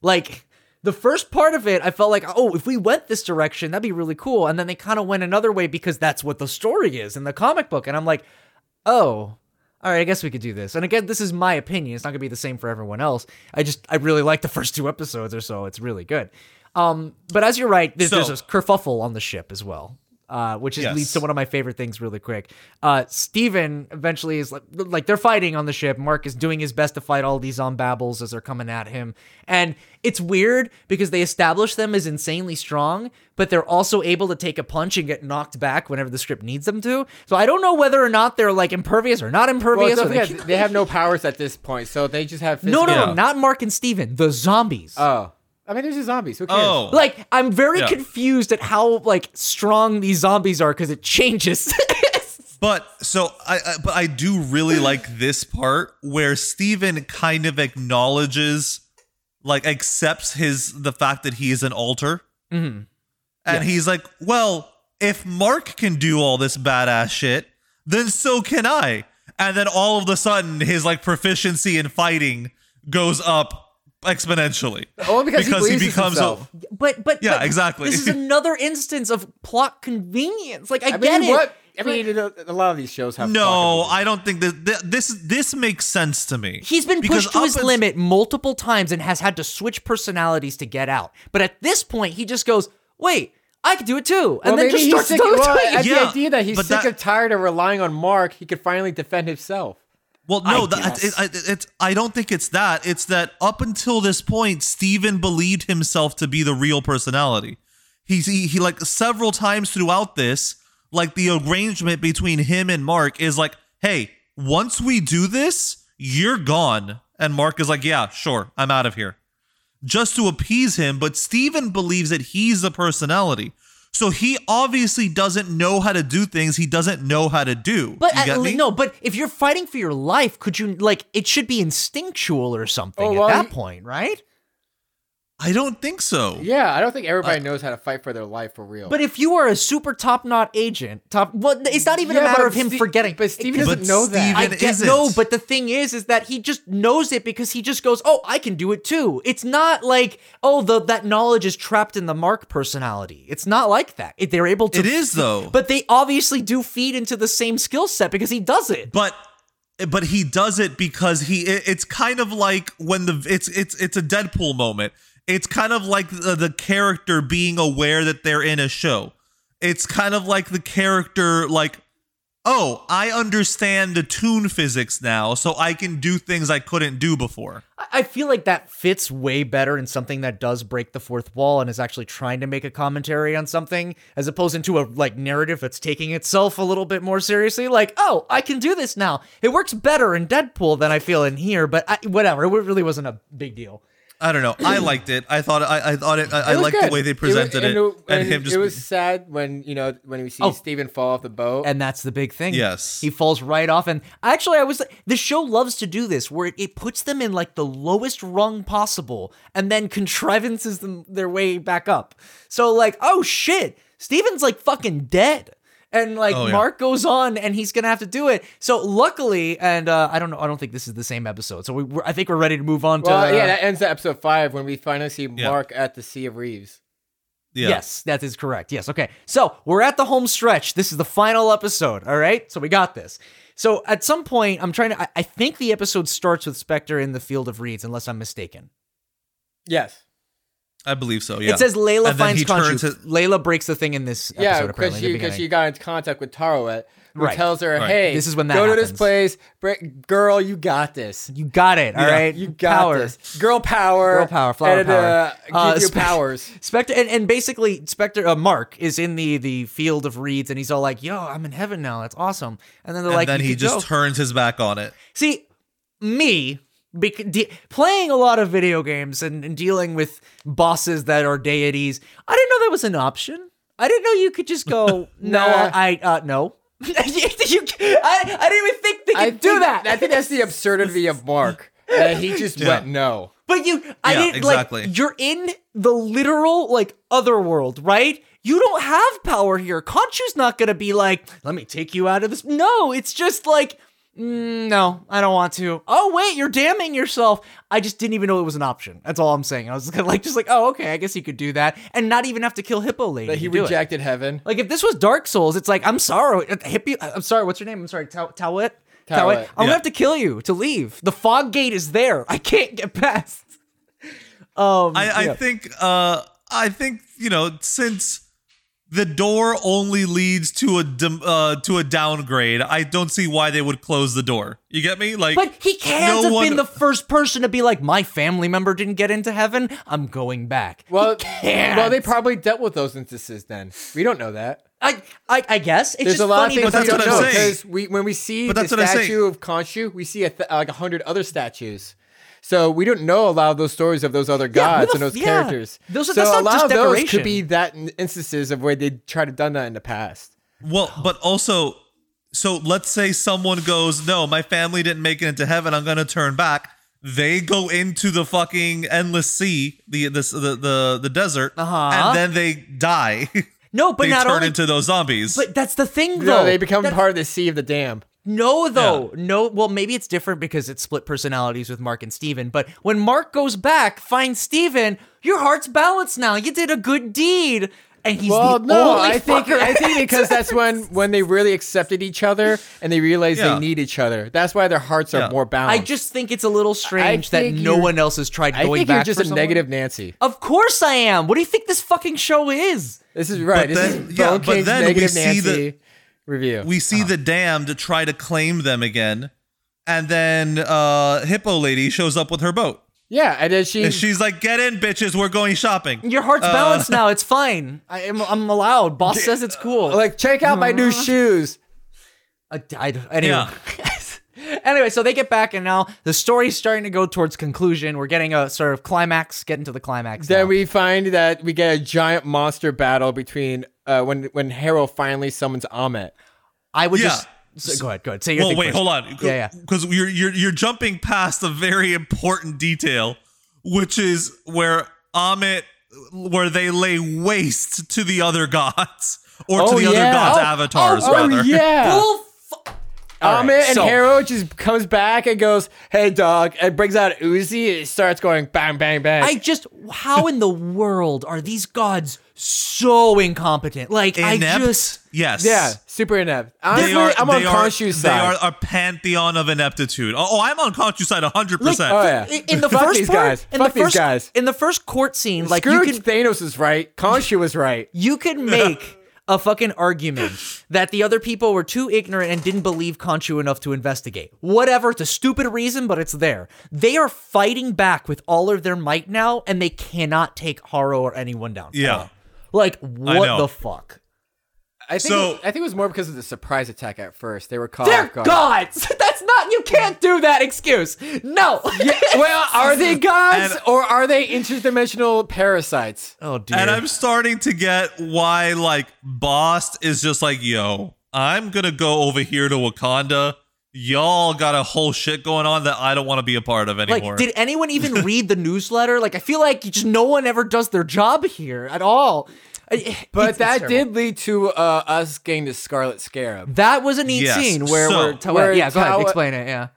like the first part of it i felt like oh if we went this direction that'd be really cool and then they kind of went another way because that's what the story is in the comic book and i'm like oh all right i guess we could do this and again this is my opinion it's not gonna be the same for everyone else i just i really like the first two episodes or so it's really good um but as you're right there's, there's So- a kerfuffle on the ship as well uh, which is, Yes. leads to one of my favorite things really quick. Uh, Steven eventually is like, like they're fighting on the ship. Mark is doing his best to fight all these zombabbles as they're coming at him. And it's weird because they establish them as insanely strong, but they're also able to take a punch and get knocked back whenever the script needs them to. So I don't know whether or not they're like impervious or not Well, impervious. don't or they forget, can- they have no powers at this point, so they just have physical. no, no, Yeah. no, not Mark and Steven, the zombies. Oh, I mean, there's just zombies. Who cares? oh. like I'm very Yeah. confused at how like strong these zombies are because it changes. But so I, I but I do really like this part where Steven kind of acknowledges like accepts his the fact that he is an alter. Mm-hmm. And he's like, "Well, if Mark can do all this badass shit, then so can I." And then all of a sudden his like proficiency in fighting goes up exponentially. Only Oh, because he believes in a- himself. But but Yeah, but exactly. This is another instance of plot convenience. Like I, I get mean, it. what? I but mean, you know, a lot of these shows have. no, fucking- I don't think that th- this this makes sense to me. he's been Because pushed to up his until- limit multiple times and has had to switch personalities to get out. But at this point, he just goes, "Wait, I can do it too," and Well, then maybe just he's starts sick. doing well, it. at Yeah, the idea that he's but sick that- and tired of relying on Mark, he could finally defend himself. Well, no, I that, guess. it, it, it's. I don't think it's that. It's that up until this point, Steven believed himself to be the real personality. He's he, he like several times throughout this, like the arrangement between him and Mark is like, hey, once we do this, you're gone. And Mark is like, yeah, sure, I'm out of here just to appease him, but Steven believes that he's the personality. So he obviously doesn't know how to do things he doesn't know how to do. But you at get le- me? no, but if you're fighting for your life, could you like it should be instinctual or something Oh, at well, that you- point, right? I don't think so. Yeah, I don't think everybody knows how to fight for their life for real. But if you are a super top knot agent, top well, it's not even a Yeah, matter but of him Ste- forgetting. But Steven It- doesn't But know that. I Steven get isn't. no, but the thing is, is that he just knows it because he just goes, "Oh, I can do it too." It's not like, "Oh, the, that knowledge is trapped in the Mark personality." It's not like that. It- They're able to. It is, though. but they obviously do feed into the same skill set because he does it. but but he does it because he it- it's kind of like when the it's it's it's a Deadpool moment. It's kind of like the, the character being aware that they're in a show. It's kind of like the character like oh, I understand the tune physics now, so I can do things I couldn't do before. I- I feel like that fits way better in something that does break the fourth wall and is actually trying to make a commentary on something, as opposed into a like narrative that's taking itself a little bit more seriously. Like, oh, I can do this now. It works better in Deadpool than I feel in here, but I, whatever. It wa- really wasn't a big deal. I don't know. I liked it. I thought I, I thought it. I, I It was liked good. the way they It was- presented and it, and, and him just. it was sad when you know when we see Oh. Steven fall off the boat. And that's the big thing. Yes. He falls right off. And actually, I was the show loves to do this where it, it puts them in like the lowest rung possible and then contrivances them their way back up. So, like, oh shit, Steven's like fucking dead. And like Oh, yeah. Mark goes on and he's gonna have to do it. So luckily, and uh, I don't know, I don't think this is the same episode. So we, we're, I think we're ready to move on well, to uh, yeah, that ends at episode five when we finally see Mark at the Sea of Reeves. yeah. Yes, that is correct. Yes. Okay. So we're at the home stretch. This is the final episode. All right. So we got this. So at some point, I'm trying to. I, I think the episode starts with Spectre in the field of reeds, unless I'm mistaken. Yes. I believe so. Yeah, It says Layla And then finds he turns Conchu. Layla breaks the thing in this episode. Yeah, apparently. because in the she because she beginning. got into contact with Taroet, who Right. tells her, Right. "Hey, This is when that go to happens. this place, br- girl. You got this. you got it. All right. Yeah. You got Power. this. Girl power. Girl power, flower and, power. Uh, Uh, give you spe- powers. Spectre and, and basically Spectre uh, Mark is in the the field of reeds and he's all like, "Yo, I'm in heaven now. That's awesome." And then they're and like, then "You he could just go." turns his back on it. See, me bec- de- playing a lot of video games and, and dealing with bosses that are deities, I didn't know that was an option. I didn't know you could just go, no, Nah. I, uh, no. you, I, I didn't even think they could I do think- that. I think that's the absurdity of Mark. That he just went no. But you, I Yeah, didn't exactly. like. You're in the literal like other world, right? You don't have power here. Conchu's not gonna be like, let me take you out of this. No, it's just like, "Mm, no, I don't want to. Oh wait, you're damning yourself. I just didn't even know it was an option. That's all I'm saying. I was kinda like, just like, oh okay, I guess you could do that, and not even have to kill Hippo Lady. That he to do it. rejected heaven. Like if this was Dark Souls, it's like I'm sorry, uh, hippie. I'm sorry. What's your name? I'm sorry. Tau- Tawit. Tawit. I'm gonna yeah. have to kill you to leave. The fog gate is there. I can't get past. Um. I, I yeah. think uh I think you know since the door only leads to a dim, uh, to a downgrade. I don't see why they would close the door. You get me? Like, But he can't no have one- been the first person to be like, my family member didn't get into heaven. I'm going back. Well, he can't. well, they probably dealt with those instances. Then we don't know that. I, I, I guess it's There's just a lot of funny things But we because don't that's know what I'm saying. because we when we see But the that's what I'm saying. statue of Khonshu, we see a th- like a hundred other statues. So we don't know a lot of those stories of those other gods the and those f- yeah. characters. Those are- so that's a not lot just of those decoration. could be that in- instances of where they tried to done that in the past. well, but also, so let's say someone goes, "No, my family didn't make it into heaven. I'm gonna turn back." They go into the fucking endless sea, the this the the, the desert, Uh-huh. and then they die. no, but they not turn only. into those zombies. but that's the thing, No, though. they become That- part of the sea of the dam. No, though. No, well, maybe it's different because it's split personalities with Mark and Steven. But when Mark goes back, finds Steven, your heart's balanced now. You did a good deed. And he's Well, the no, only I think fucker- I think because that's when when they really accepted each other and they realized Yeah. they need each other. That's why their hearts are Yeah. more I balanced. just think it's a little strange that think no you're- one else has tried I going think back. you're just for a someone. negative Nancy. Of course I am. What do you think this fucking show is? This is right. But this then- is yeah, Bone but King's then we negative see the- Nancy review. we see the damned try to claim them again and then uh, Hippo Lady shows up with her boat, Yeah, and then she. and she's like, "Get in, bitches! We're going shopping." Your heart's balanced now. It's fine. Uh, I am, I'm allowed. Boss says it's cool. like, check out my new shoes. I died. Anyway. anyway, so they get back, and now the story's starting to go towards conclusion. We're getting a sort of climax, getting to the climax. Then now. we find that we get a giant monster battle between uh, when when Harold finally summons Ahmet. I would Yeah. just. so- go ahead, go ahead. Say your Well, thing wait, first. hold on. Yeah, yeah. Because you're you're you're jumping past a very important detail, which is where Amit, where they lay waste to the other gods or to Oh, the other yeah. gods' Oh, avatars, oh rather. yeah. Bull fu- All Ahmet right, and so- Harold just comes back and goes, "Hey, dog!" and brings out Uzi and starts going bang, bang, bang. I just how in the world are these gods so incompetent? Like I Inept? just yes. yeah, super inept. Honestly, They are, I'm on they are, Khonshu's They side. are a pantheon of ineptitude. Oh, oh, I'm on Khonshu's side 100%. Oh, yeah. in, in the Fuck first these part, guys. in Fuck the these first guys. in the first court scene, like Screw you can Thanos is right. Khonshu was right. you can make a fucking argument that the other people were too ignorant and didn't believe Conchu enough to investigate. Whatever, it's a stupid reason, but it's there. They are fighting back with all of their might now, and they cannot take Haro or anyone down. Yeah. Like what know. the fuck? I think So- it, I think it was more because of the surprise attack at first. They were caught. They're off guard. gods. That's not. You can't do that excuse. No. Well, are they gods And- or are they interdimensional parasites? Uh, oh dear. And I'm starting to get why, like, Boss is just like, yo, I'm going to go over here to Wakanda. Y'all got a whole shit going on that I don't want to be a part of like, anymore. did anyone even read the newsletter? Like, I feel like just no one ever does their job here at all. I- But it's- it's that terrible. did lead to uh, us getting the Scarlet Scarab. That was a neat Yes. scene where So- we're Tawed. Where yeah, go ahead, Tawed- explain it. Yeah.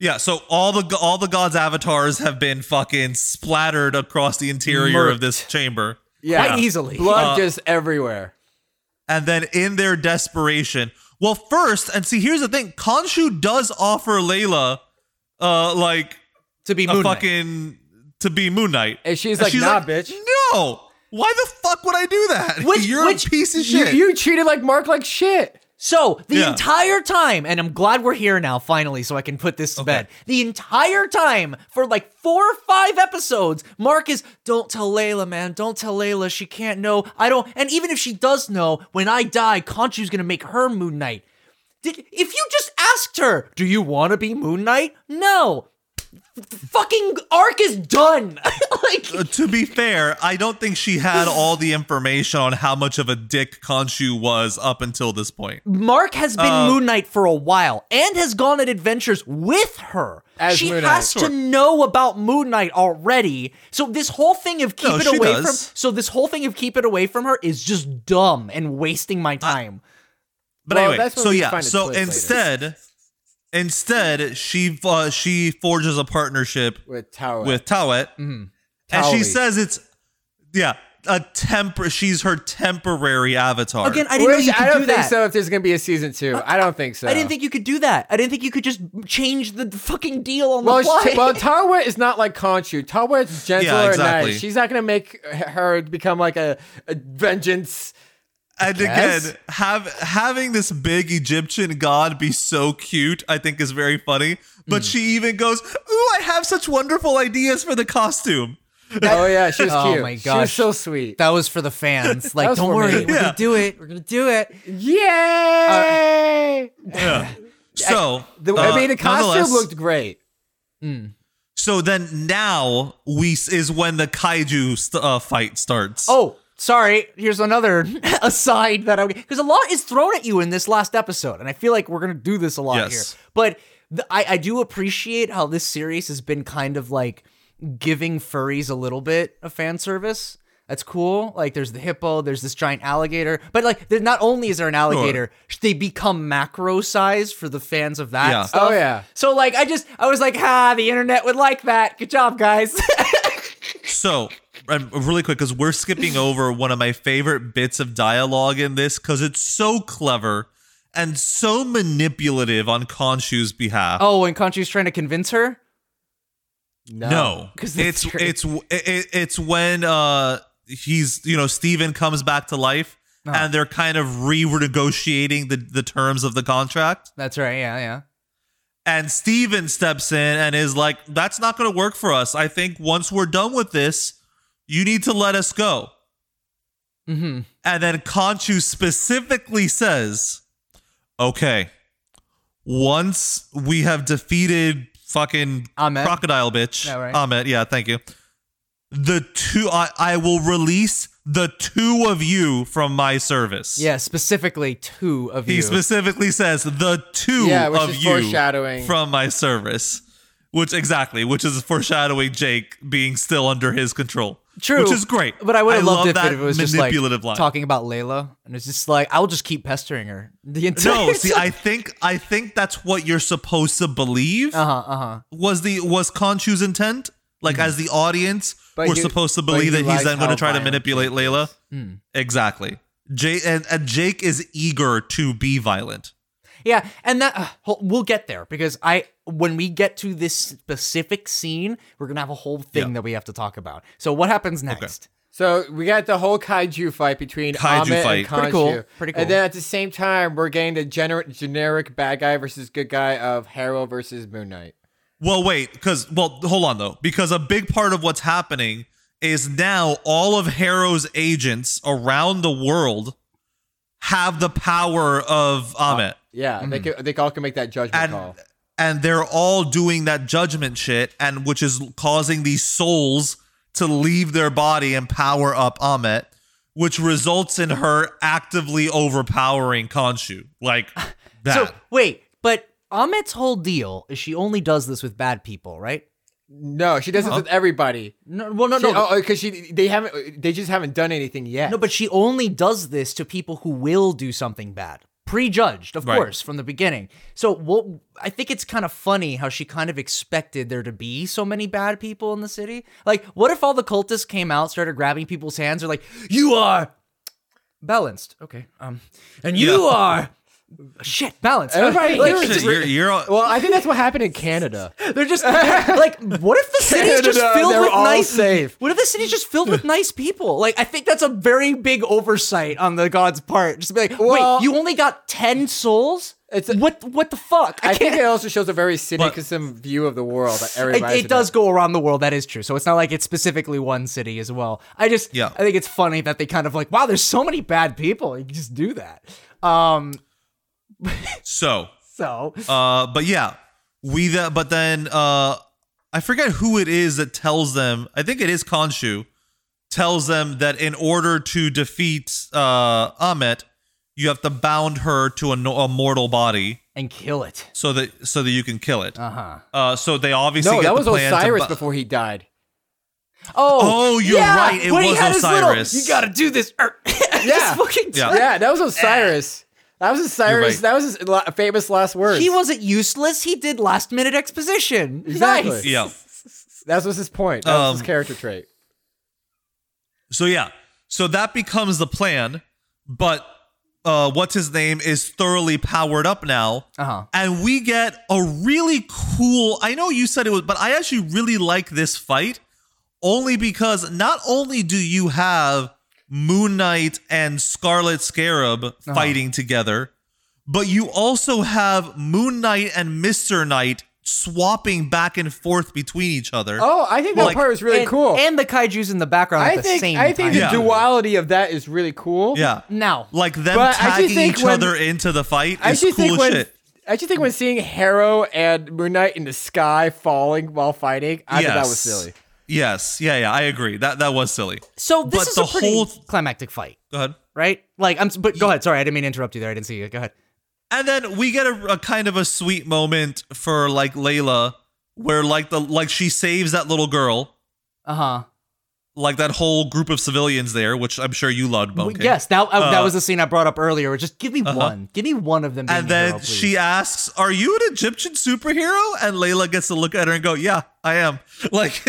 yeah, so all the all the gods' avatars have been fucking splattered across the interior of this chamber. Yeah, Quite easily. Uh, blood just everywhere. and then in their desperation well first and see here's the thing Khonshu does offer Layla uh like To be a Moon Knight. fucking to be Moon Knight And she's like, "Nah, bitch." no why the fuck would I do that Which- you're which- a piece of You, shit you treated like Mark like shit. So the Yeah. entire time, and I'm glad we're here now finally, so I can put this to bed. The entire time for like four or five episodes, Mark is don't tell Layla, man, don't tell Layla, she can't know. I don't, and even if she does know, when I die, Conchu's gonna make her Moon Knight. Did if you just asked her, do you want to be Moon Knight? No. The fucking arc is done. like Uh, to be fair I don't think she had all the information on how much of a dick Khonshu was up until this point Mark has been Uh, Moon Knight for a while and has gone on adventures with her. As she Moon Knight. has to know about Moon Knight already. So this whole thing of keep No, it she away does. from so this whole thing of keep it away from her is just dumb and wasting my time. But Well, anyway, that's when so we yeah, find a so twist later. instead, instead she uh, she forges a partnership With Tower. with Tawet, Mm-hmm. and she Tawley. says it's yeah a temper. She's her temporary avatar. Again, I didn't know Which you I could don't do think that. so. If there's gonna be a season two, I don't think so. I didn't think you could do that. I didn't think you could just change the fucking deal on Well, the fly. she, well, Tawa is not like Khonshu. Tawa is gentler Yeah, and exactly. nice. She's not gonna make her become like a, a vengeance. and guess. again, have having this big Egyptian god be so cute, I think is very funny. But Mm. she even goes, "Ooh, I have such wonderful ideas for the costume." oh yeah, she was Oh cute. my she was gosh. so sweet. that was for the fans. Like, was don't for me. worry, we're Yeah. gonna do it. We're gonna do it. Yay! So Uh, the, uh, I mean, the nonetheless- costume looked great. So then now we is when the kaiju st- uh, fight starts. Oh, sorry. Here's another aside that I because a lot is thrown at you in this last episode, and I feel like we're gonna do this a lot Yes. here. But th- I, I do appreciate how this series has been kind of like giving furries a little bit of fan service. That's cool. Like there's the hippo, there's this giant alligator, but like there- not only is there an alligator, they become macro size for the fans of that. Yeah. Stuff. Oh, yeah. So like I just I was like, ha, the internet would like that. Good job, guys. So, um, really quick, because we're skipping over one of my favorite bits of dialogue in this, because it's so clever and so manipulative on Khonshu's behalf. oh, and Conchu's trying to convince her. no, 'Cause that's it's true. it's it, it- it's when uh he's you know Steven comes back to life and they're kind of renegotiating the the terms of the contract, That's right. Yeah, yeah. And Steven steps in and is like, that's not going to work for us. I think once we're done with this, you need to let us go. Mm-hmm. And then Conchu specifically says, okay, once we have defeated fucking Ahmed. crocodile bitch, Yeah, right. Ahmed, yeah, thank you. The two, I, I will release the two of you from my service. Yeah, specifically two of He you. specifically says the two Yeah, which of is you foreshadowing. from my service, which exactly, which is foreshadowing Jake being still under his control. True, which is great. But I would have love loved if that it, if it was just like manipulative line. talking about Layla, and it's just like I'll just keep pestering her the entire. no, see, I think I think that's what you're supposed to believe Uh huh. Uh-huh, Uh huh. was the was Conchu's intent. Like as the audience, Hmm. But we're you- supposed to but believe you that he's like then going how Hmm. to try to violent manipulate Jake Layla. Mm. Exactly. Jake and, and Jake is eager to be violent. Yeah, and that uh, hol- we'll get there because I when we get to this specific scene, we're gonna have a whole thing Yeah. that we have to talk about. So what happens next? So we got the whole kaiju fight between Kaiju Amit fight. and Khonshu. Pretty cool, pretty cool. And then at the same time, we're getting the gener- generic bad guy versus good guy of Harrow versus Moon Knight. Well, wait, because well, hold on though, because a big part of what's happening is now all of Harrow's agents around the world have the power of Uh, Amit, Yeah, they can, they all can make that judgment and call. and they're all doing that judgment shit, and which is causing these souls to leave their body and power up Amit, which results in her actively overpowering Khonshu, like that. So wait, but Amit's whole deal is she only does this with bad people, right? No, she does it with everybody. No, well, no, She- no, uh, oh, because she they haven't they just haven't done anything yet. no. But she only does this to people who will do something bad, prejudged, of Right. course, from the beginning. So what? I think it's kind of funny how she kind of expected there to be so many bad people in the city. Like, what if all the cultists came out, started grabbing people's hands, or like, you are balanced, okay, um, and you are. Shit, balanced. Everybody Like, here Shit, you're, you're all- well, I think that's what happened in Canada. They're just like, what if the city's just Canada, filled they're with all nice? safe. What if the city's just filled with nice people? Like, I think that's a very big oversight on the god's part. Just be like, Well- wait, you only got ten souls? It's a- what? What the fuck? I, I can't. think it also shows a very cynicism view of the world. That It, everybody it does go around the world. That is true. So it's not like it's specifically one city as well. I just, Yeah. I think it's funny that they kind of like, wow, there's so many bad people. You can just do that. Um, so so Uh, but yeah, we the but then uh, I forget who it is that tells them. I think it is Khonshu tells them that in order to defeat uh, Amit, you have to bound her to a, no- a mortal body and kill it. so that so that you can kill it. Uh huh. Uh, so they obviously Uh-huh. No, get that the was plan to Osiris bu- before he died. Oh, Oh, you're yeah, right, it when he was had his little, Osiris. you gotta do this. er, Yeah. this fucking Yeah. turn. Yeah, that was Osiris. That was Osiris. Eh. right. That was his la- famous last words. He wasn't useless. He did last minute exposition. Exactly. Nice. Yeah. That was his point. That was his Um, character trait. So yeah, so that becomes the plan, but uh, what's his name is thoroughly powered up now, Uh-huh. and we get a really cool. I know you said it was, but I actually really like this fight only because not only do you have Moon Knight and Scarlet Scarab Uh-huh. fighting together, but you also have Moon Knight and Mister Knight swapping back and forth between each other. Oh, I think that like- part was really and, cool. And the kaiju's in the background at I the think same I think time. the Yeah. duality of that is really cool. Yeah. Now, like them But I actually tagging think each when- other into the fight I is actually cool think as when shit. I actually think when seeing Harrow and Moon Knight in the sky falling while fighting, I thought that was Yes. silly. Yes, yeah, yeah, I agree. That that was silly. so this but is the a pretty whole- climactic fight, Go ahead. right? Like, I'm. s- But go ahead. Sorry, I didn't mean to interrupt you there. I didn't see you. Go ahead. And then we get a, a kind of a sweet moment for like Layla, where like the like she saves that little girl, Uh huh. Uh-huh. like that whole group of civilians there, which I'm sure you loved, Bunking. Yes, that uh, that Uh, was the scene I brought up earlier. where Just give me one. Give me one of them. Being Uh-huh. And the hero, then please. she asks, "Are you an Egyptian superhero?" And Layla gets to look at her and go, "Yeah, I am." Like,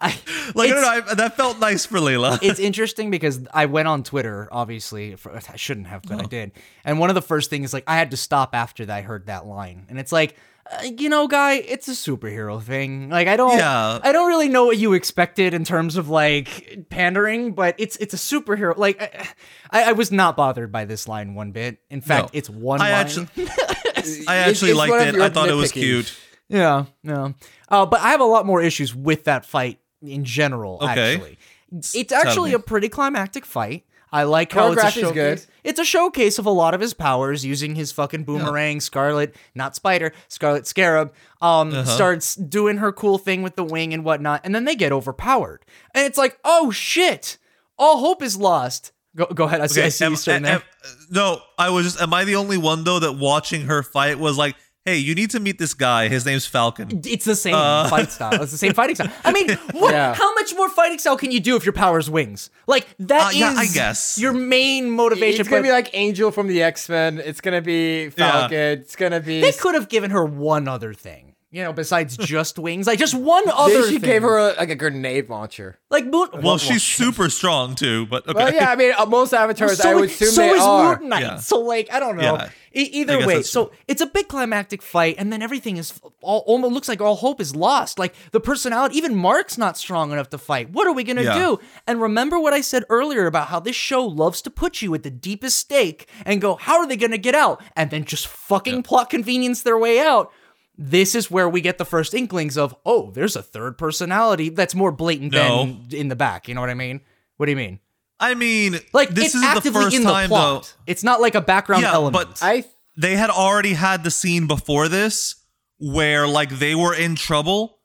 I, like I it's- don't know. I, that felt nice for Layla. it's interesting because I went on Twitter, obviously. For, I shouldn't have, Oh. but I did. And one of the first things, like, I had to stop after that I heard that line. And it's like, uh, you know, guy, it's a superhero thing. Like, I don't, Yeah. I don't really know what you expected in terms of like pandering, but it's it's a superhero. Like, I, I, I was not bothered by this line one bit. In fact, No. it's one I line. actually, I actually it's one liked of it. your I thought it was nitpicking. cute. Yeah, yeah. Uh, but I have a lot more issues with that fight in general. Okay. Actually, it's actually me. a pretty climactic fight. I like how it's a Choreography's good. showcase. It's a showcase of a lot of his powers using his fucking boomerang. Scarlet, not Spider, Scarlet Scarab, um, Uh-huh. starts doing her cool thing with the wing and whatnot, and then they get overpowered. And it's like, oh shit, all hope is lost. Go, go ahead. I see, I see am- you starting am- there. no, I was just. Am I the only one though that watching her fight was like, "Hey, you need to meet this guy. His name's Falcon." It's the same Uh. fight style. It's the same fighting style. I mean, what, Yeah. how much more fighting style can you do if your power's wings? Like Uh, that is yeah, I guess. your main motivation. It's gonna but be like Angel from the X Men. It's gonna be Falcon. It's gonna be. they could have given her one other thing, you know, besides just wings. Like just one They- other. she thing. gave her a, like a grenade launcher. like moon. Well, she's super strong too. But okay, Well, yeah, I mean, uh, most avatars, I would is- assume so they is are. Moon Knight. Yeah. So like I don't know. Yeah. E- I either guess way, that's so it's a big climactic fight, and then everything is all almost looks like all hope is lost. Like the personality, even Mark's not strong enough to fight. What are we gonna Yeah. do? And remember what I said earlier about how this show loves to put you at the deepest stake and go, how are they gonna get out? And then just fucking plot convenience their way out. This is where we get the first inklings of, oh, there's a third personality that's more blatant No. than in the back. You know what I mean? What do you mean? I mean, Like this it's is the actively first in time the plot. um, though. It's not like a background Yeah, element. but- I they had already had the scene before this where like they were in trouble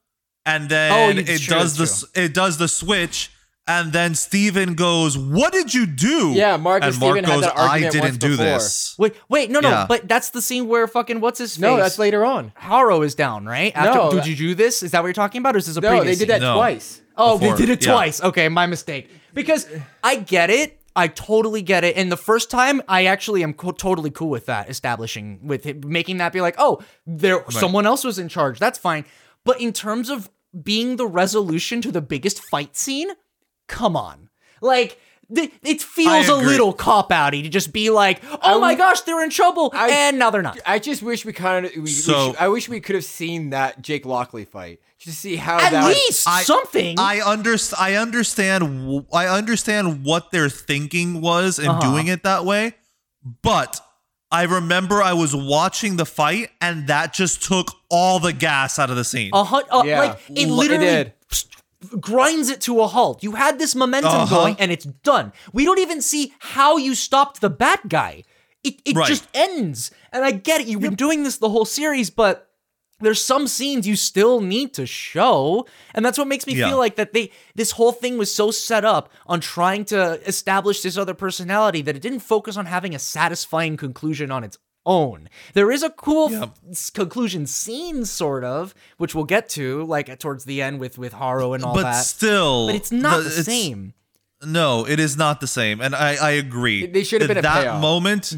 and then Oh, it you- sure, does the that's s- it does the switch and then Steven goes, "What did you do?" Yeah, Mark and and Mark Steven had goes, that "I argument didn't once do before." this." wait, wait, no, no. Yeah. But that's the scene where fucking what's his face? no, that's later on. Haro is down, right? After, No, did you do this? Is that what you're talking about? Or is this a No, previous they scene? did that No. twice. Oh, before. they did it Yeah. twice. Okay, my mistake. Because I get it. I totally get it. And the first time, I actually am co- totally cool with that establishing with it, making that be like, oh, there someone else was in charge. That's fine. But in terms of being the resolution to the biggest fight scene, come on, like. th- It feels a agree. little cop outy to just be like, "Oh my would- gosh, they're in trouble," I- and now they're not. I just wish we kind of. We, So- we should- I wish we could have seen that Jake Lockley fight just to see how At that. least I- something. I underst- I understand w- I understand what their thinking was Uh-huh. in doing it that way, but I remember I was watching the fight and that just took all the gas out of the scene. A hun- uh, Yeah. like it L- it literally did. st- grinds it to a halt. You had this momentum Uh-huh. going, and it's done. We don't even see how you stopped the bad guy. It it Right. just ends. And I get it. You've been doing this the whole series, but there's some scenes you still need to show, and that's what makes me Yeah. feel like that they this whole thing was so set up on trying to establish this other personality that it didn't focus on having a satisfying conclusion on its own. There is a cool f- s- conclusion scene, sort of, which we'll get to, like towards the end with with Haro and all but that. still, but it's not the, it's- same. No, it is not the same, and I I agree. They should have At been a that payoff. Mm-hmm. moment.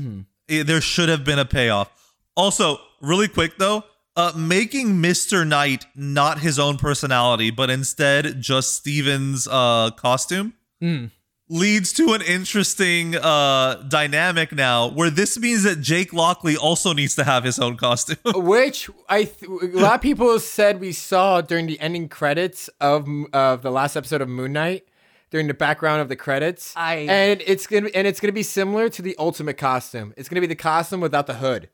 i- there should have been a payoff. Also, really quick though, uh, making Mister Knight not his own personality, but instead just Steven's uh, costume. Mm. Leads to an interesting uh, dynamic now, where this means that Jake Lockley also needs to have his own costume. Oh. Which I th- a lot of people said we saw during the ending credits of of the last episode of Moon Knight during the background of the credits. I- and it's gonna and it's gonna be similar to the ultimate costume. It's gonna be the costume without the hood.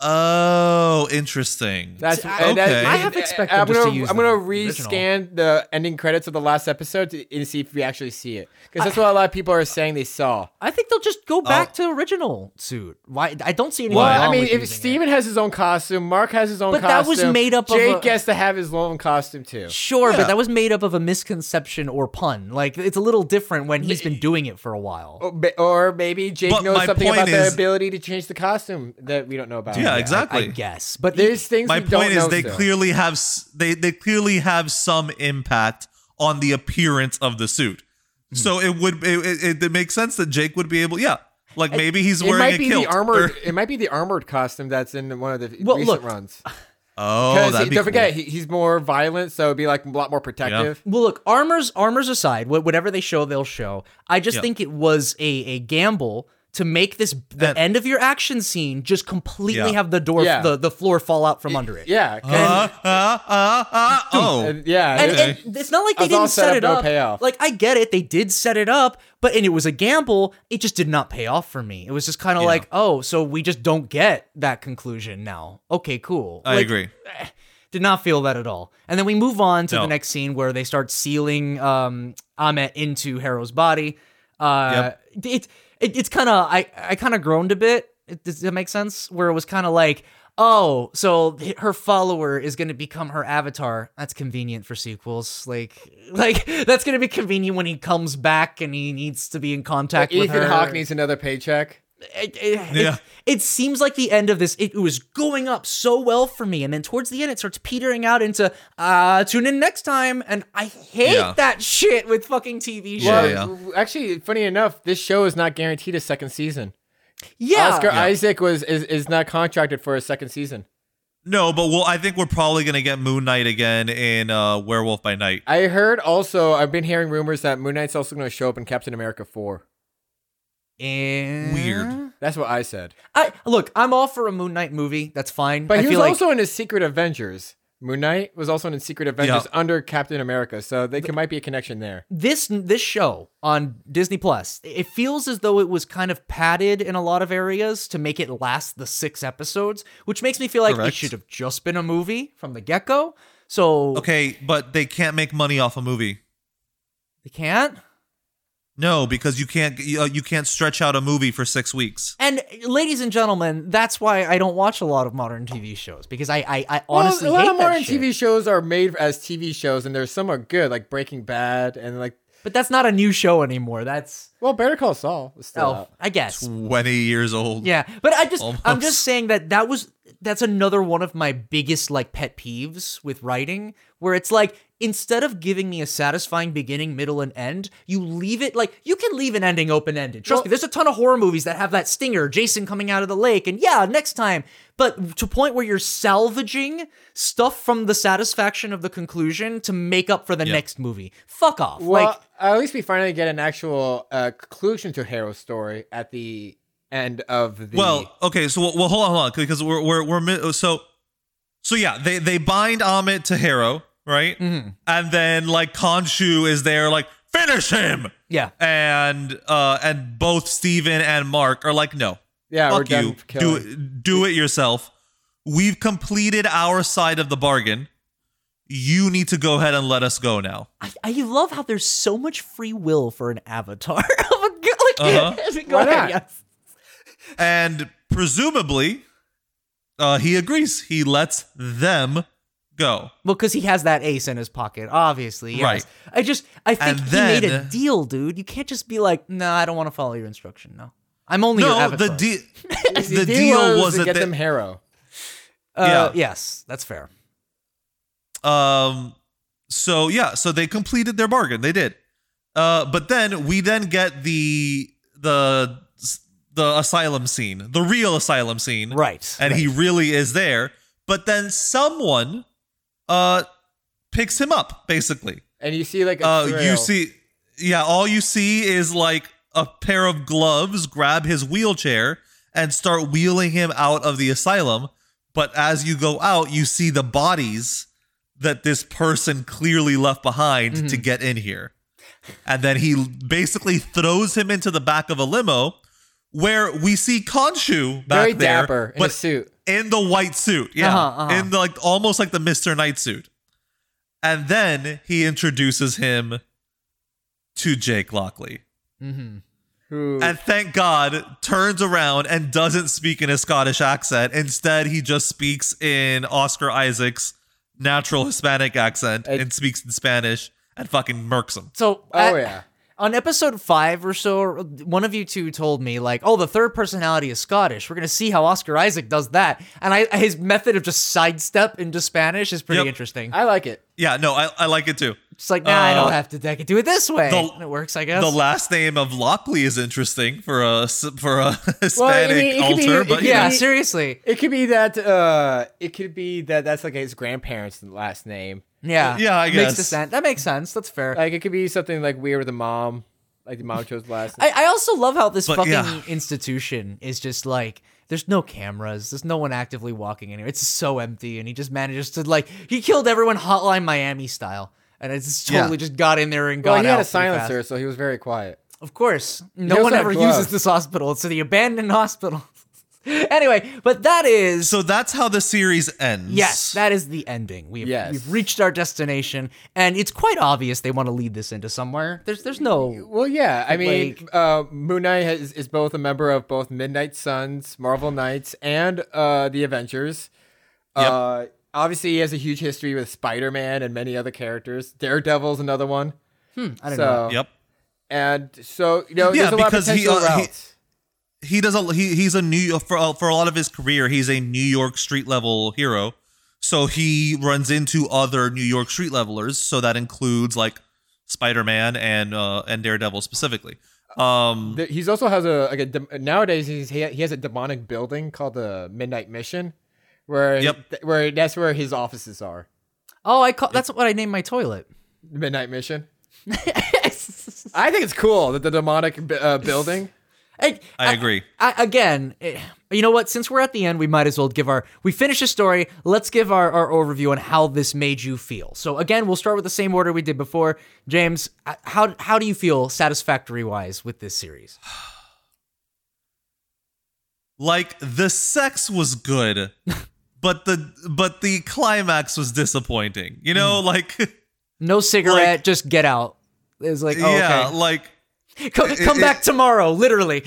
oh, interesting. That's I- and that- Okay. I have and expected I'm just gonna to use I'm gonna the original. rescan the ending credits of the last episode to, and see if we actually see it because that's what a lot of people are saying they saw. I think they'll just go back to original suit. Why? I don't see anything Well, wrong I mean, with if using it. Steven has his own costume, Mark has his own But costume. that was made up of Jake a- gets to have his own costume too. Sure, but that was made up of a misconception or pun. Like it's a little different when he's been doing it for a while. Or ma- Or maybe Jake But knows my something about point the is- ability to change the costume that we don't know about. yeah, I exactly. guess, but There's things my we don't point is know they still. clearly have s- they they clearly have some impact on the appearance of the suit Hmm. so it would it, it, it makes sense that jake would be able yeah like maybe he's It wearing might a be kilt Er, the armored. or- It might be the armored costume that's in one of the Well, recent look, runs. oh Because that'd don't be forget, cool. he, he's more violent, so it'd be like a lot more protective. Well, look, armors armors aside, wh- whatever they show, they'll show. I just think it was a, a gamble to make this the And- end of your action scene just completely Yeah. have the door Yeah. the, the floor fall out from under it. Yeah. 'cause- Uh-huh. Uh, uh, uh, uh, oh. and- yeah. And, it- and it's not like they That's all didn't set up, set it no up. payoff. Like I get it, they did set it up, but and it was a gamble. It just did not pay off for me. It was just kind of like, oh, so we just don't get that conclusion now. Okay, cool. I Like, agree. Did not feel that at all. And then we move on to the No. next scene where they start sealing um Ahmet into Harrow's body. Uh, it, it it's kind of I I kind of groaned a bit. It- Does that make sense? Where it was kind of like. Oh, so h- her follower is going to become her avatar. That's convenient for sequels. Like, like that's going to be convenient when he comes back and he needs to be in contact with her Ethan Hawke needs another paycheck. it, it, it- Yeah. it seems like the end of this it was going up so well for me and then towards the end it starts petering out into uh tune in next time and i hate Yeah. that shit with fucking tv shows Yeah, Well, yeah. w- actually, funny enough, this show is not guaranteed a second season. yeah, Oscar Isaac was is, is not contracted for a second season. No, but we'll, I think we're probably going to get Moon Knight again in uh, Werewolf by Night. I heard also I've been hearing rumors that Moon Knight's also going to show up in Captain America four. And- Weird. That's what I said. i look i'm all for a moon knight movie that's fine But i he was feel like also in his Secret Avengers. Moon Knight was also in Secret Avengers under Captain America, so there could, might be a connection there. this this show on Disney Plus, it feels as though it was kind of padded in a lot of areas to make it last the six episodes, which makes me feel like it Correct. should have just been a movie from the get go. So Okay, but they can't make money off a movie. they can't. No, because you can't you, uh, you can't stretch out a movie for six weeks. And ladies and gentlemen, that's why I don't watch a lot of modern TV shows because I I, I honestly well, a lot hate of modern that shit. TV shows are made as TV shows, and there's some are good, like Breaking Bad, and like But that's not a new show anymore. That's well, Better Call Saul was still oh, out. I guess. Twenty years old. Yeah, but I just I'm Almost. just saying that that was that's another one of my biggest like pet peeves with writing where it's like instead of giving me a satisfying beginning, middle and end, you leave it like you can leave an ending open ended. Trust me, there's a ton of horror movies that have that stinger, Jason coming out of the lake and yeah, next time. But to point where you're salvaging stuff from the satisfaction of the conclusion to make up for the next movie. Fuck off. Well, like at least we finally get an actual uh, conclusion to Harrow's story at the end of the. Well, okay, so well, hold on, hold on, because we're we're, we're mi- so so yeah, they they bind Amit to Harrow, right? And then like Khonshu is there, like finish him, yeah. and uh and both Steven and Mark are like, no, yeah, we're fuck done you, do killing. it, do it yourself. We've completed our side of the bargain. You need to go ahead and let us go now. I, I love how there's so much free will for an avatar of a girl. Like, Uh-huh. go Why ahead, not? yes. and presumably uh, he agrees he lets them go Well, because he has that ace in his pocket, obviously. Yes. Right. I just, I think And he made a then- deal, dude. You can't just be like, no, I don't want to follow your instruction. No, I'm only your no avatar. the, de- The, the deal was to that get they- them Harrow. Uh, yeah. Yes, that's fair. um so yeah so they completed their bargain they did uh but then we then get the the the asylum scene the real asylum scene Right. and he really is there but then someone uh picks him up basically And you see like a uh, trail. you see, yeah, all you see is like a pair of gloves grab his wheelchair and start wheeling him out of the asylum. But as you go out, you see the bodies that this person clearly left behind Mm-hmm. to get in here. And then he l- basically throws him into the back of a limo where we see Khonshu back very there, dapper in but a suit. in the white suit. Yeah. Uh-huh, uh-huh. In the, like almost like the Mr. Knight suit. And then he introduces him to Jake Lockley. Mm-hmm. Who And thank God turns around and doesn't speak in a Scottish accent. Instead, he just speaks in Oscar Isaac's natural Hispanic accent I- and speaks in Spanish and fucking murks him. So, Oh uh, yeah. On episode five or so, one of you two told me like, "Oh, the third personality is Scottish. We're gonna see how Oscar Isaac does that." And I, his method of just sidestep into Spanish is pretty Yep. interesting. I like it. Yeah, no, I, I like it too. It's like, nah, I don't Uh, have to deck it. Do it this way. the- And it works, I guess. The last name of Lockley is interesting for a s- for a Hispanic it could be- altar, it but could you know. yeah, the- seriously. It could be that uh it could be that that's like his grandparents' last name. Yeah. Yeah, I Makes guess. descent. That makes sense. That's fair. Like it could be something like weird with the mom. like Macho's last. I, I also love how this But, fucking yeah. institution is just like there's no cameras, there's no one actively walking anywhere. It's so empty, and he just manages to like he killed everyone Hotline Miami style, and it's totally just got in there and got well, he out. had a pretty fast. silencer, so he was very quiet. Of course, no also one had ever gloves. uses this hospital. It's the abandoned hospital. anyway, but that is So that's how the series ends. Yes, that is the ending. We've, Yes. we've reached our destination, and it's quite obvious they want to lead this into somewhere. There's there's no Well, yeah. I mean, uh, Moon Knight has, is both a member of both Midnight Suns, Marvel Knights, and uh, the Avengers. Uh, obviously, he has a huge history with Spider Man and many other characters. Daredevil's another one. I so, don't know. Yep. And so, you know, Yeah, there's a lot of because he, potential uh, he- routes. He does a he, he's a new for uh, for a lot of his career, he's a New York street level hero. So he runs into other New York street levelers, so that includes like Spider-Man and uh and Daredevil specifically. Um Th- He's also has a like a dem- nowadays he's, he he has a demonic building called the Midnight Mission, where Yep. th- where that's where his offices are. Oh, I call that's what I named my toilet. Midnight Mission. I think it's cool that the demonic bu- uh, building. I, I agree. I, again, eh, you know what? Since we're at the end, we might as well give our we finish the story. Let's give our, our overview on how this made you feel. So again, we'll start with the same order we did before. James, uh, how how do you feel satisfactory wise with this series? Like the sex was good, but the but the climax was disappointing. You know, Mm. like No cigarette, just get out. It was like, oh, yeah, okay. like Come, come back tomorrow, literally.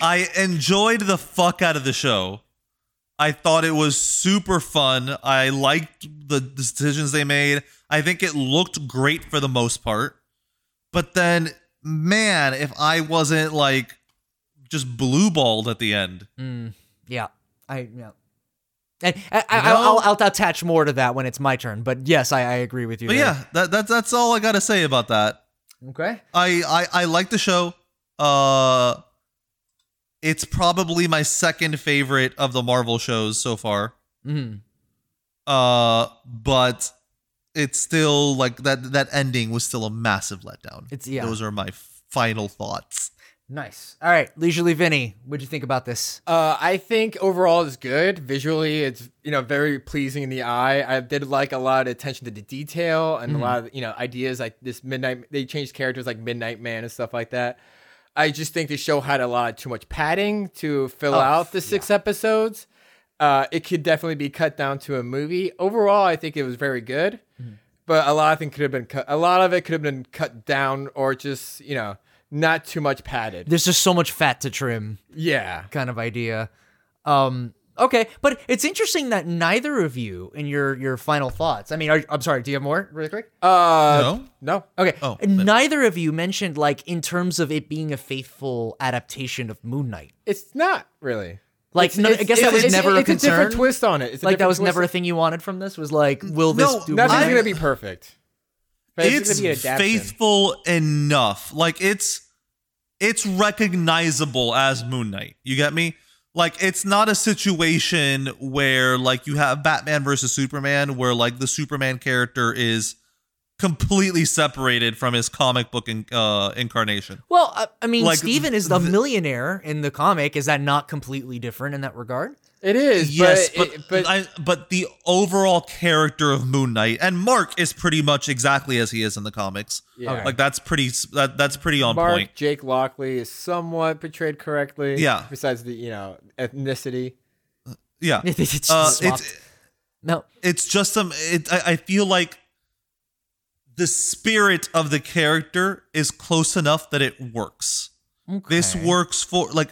I enjoyed the fuck out of the show. I thought it was super fun. I liked the decisions they made. I think it looked great for the most part. But then, man, if I wasn't like just blue balled at the end. Mm. yeah, I yeah. And I, I, I'll, I'll, I'll attach more to that when it's my turn. But yes, I, I agree with you. But there. yeah, that, that that's all I gotta say about that. Okay. I I, I like the show. Uh it's probably my second favorite of the Marvel shows so far. Mm-hmm. Mhm. Uh but it's still like that that ending was still a massive letdown. It's- yeah. Those are my final thoughts. Nice. All right, leisurely Vinny, what'd you think about this? Uh, I think overall it's good. Visually, it's you know very pleasing in the eye. I did like a lot of attention to the detail and a lot of you know ideas like this midnight. They changed characters like Midnight Man and stuff like that. I just think the show had a lot of too much padding to fill out the six episodes. Uh, it could definitely be cut down to a movie. Overall, I think it was very good, but a lot of things could have been cut. A lot of it could have been cut down or just you know not too much padded. There's just so much fat to trim, Yeah. kind of idea. Um, okay, but it's interesting that neither of you in your your final thoughts. I mean, are, I'm sorry. Do you have more, really quick? Uh, no? no. Okay. Oh, And neither of you mentioned like in terms of it being a faithful adaptation of Moon Knight. It's not really. Like, no, I guess that was it's- never a it's concern. a different twist on it. It's a like that different was twist never on- a thing you wanted from this. Was like, will No, this do? Nothing's I- gonna be perfect. But it's, it's gonna be an adaptation. faithful enough. Like it's it's recognizable as Moon Knight. You get me? Like it's not a situation where like you have Batman versus Superman where like the Superman character is completely separated from his comic book in, uh, incarnation. Well, uh, I, I mean, Like, Steven is the millionaire in the comic. Is that not completely different in that regard? It is. Yes, but but it- but, I, but the overall character of Moon Knight and Mark is pretty much exactly as he is in the comics. Yeah. Like that's pretty s- that, that's pretty on Mark point. Jake Lockley is somewhat portrayed correctly. Yeah. Besides the you know ethnicity. Yeah. It's just Uh, swapped. it's no. it's just some it, I, I feel like the spirit of the character is close enough that it works this Okay. works for like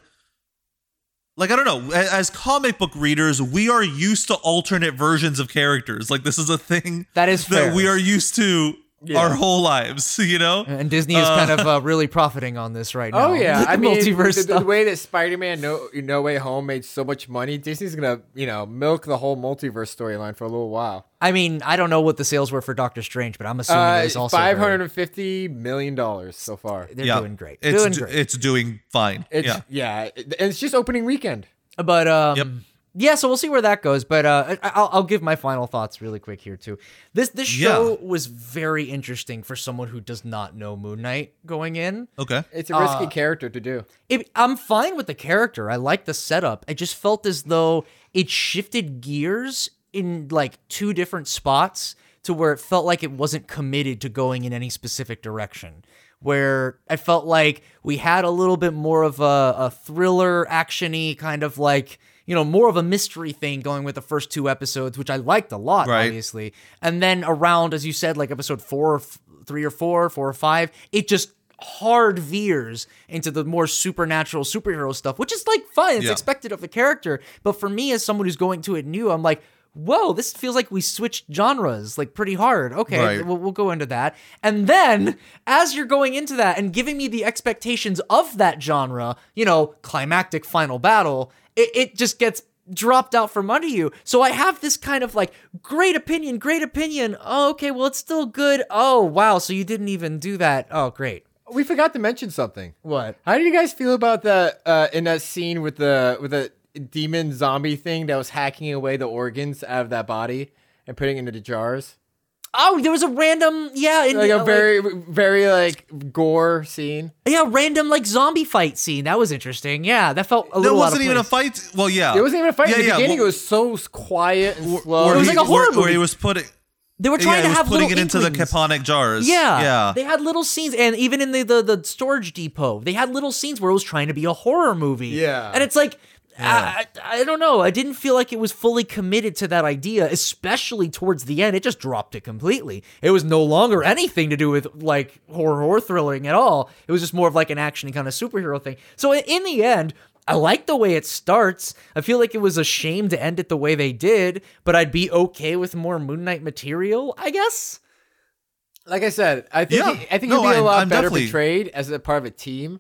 like i don't know a- as comic book readers we are used to alternate versions of characters like this is a thing That is fair. that we are used to our whole lives you know And Disney is kind of uh, really profiting on this right now. Oh yeah, The I mean multiverse the, the stuff. way that Spider-Man No No Way Home made so much money, Disney's gonna you know milk the whole multiverse storyline for a little while. I mean, I don't know what the sales were for Doctor Strange, but I'm assuming it Uh, was also very- five hundred and fifty million dollars so far. They're yeah doing great. it's doing do- great. it's doing fine It's, yeah yeah, it- and it's just opening weekend. But um, yeah, so we'll see where that goes. But uh, I- I'll, I'll give my final thoughts really quick here too. This this show was very interesting for someone who does not know Moon Knight going in. Okay. It's a risky character to do. It, I'm fine with the character. I like the setup. I just felt as though it shifted gears in like two different spots to where it felt like it wasn't committed to going in any specific direction. Where I felt like we had a little bit more of a, a thriller, actiony kind of like you know more of a mystery thing going with the first two episodes, which I liked a lot, Right. obviously. And then around, as you said, like episode four, or f- three or four, four or five, it just hard veers into the more supernatural superhero stuff, which is like fun. It's Yeah. expected of the character. But for me, as someone who's going to it new, I'm like, whoa, this feels like we switched genres like pretty hard. Okay, Right. we'll, we'll go into that. And then as you're going into that and giving me the expectations of that genre, you know, climactic final battle, it, it just gets dropped out from under you. So I have this kind of like great opinion, great opinion. Oh, okay, well, it's still good. Oh, wow. So you didn't even do that. Oh, great. We forgot to mention something. What? How do you guys feel about that uh, in that scene with the with the demon zombie thing that was hacking away the organs out of that body and putting it into jars? Oh, there was a random, yeah, in, Like uh, a very very like gore scene. yeah, random like zombie fight scene. That was interesting. Yeah, that felt a There little. out of wasn't even a place. fight. Well, yeah. It wasn't even a fight. Yeah, in the yeah, beginning, well- it was so s- quiet and slow. Or It was he- like a horror or- Or movie. he was putting. They were Yeah, trying he to was have putting it little into the inklings. caponic jars. Yeah, Yeah. They had little scenes, and even in the, the the storage depot, they had little scenes where it was trying to be a horror movie. Yeah. and it's like. I, I I don't know. I didn't feel like it was fully committed to that idea, especially towards the end. It just dropped it completely. It was no longer anything to do with like horror or thrilling at all. It was just more of like an action kind of superhero thing. So i- in the end, I like the way it starts. I feel like it was a shame to end it the way they did, but I'd be okay with more Moon Knight material, I guess. like I said, I think Yeah. he- I think No, he'd be a I'm- lot I'm better definitely- portrayed as a part of a team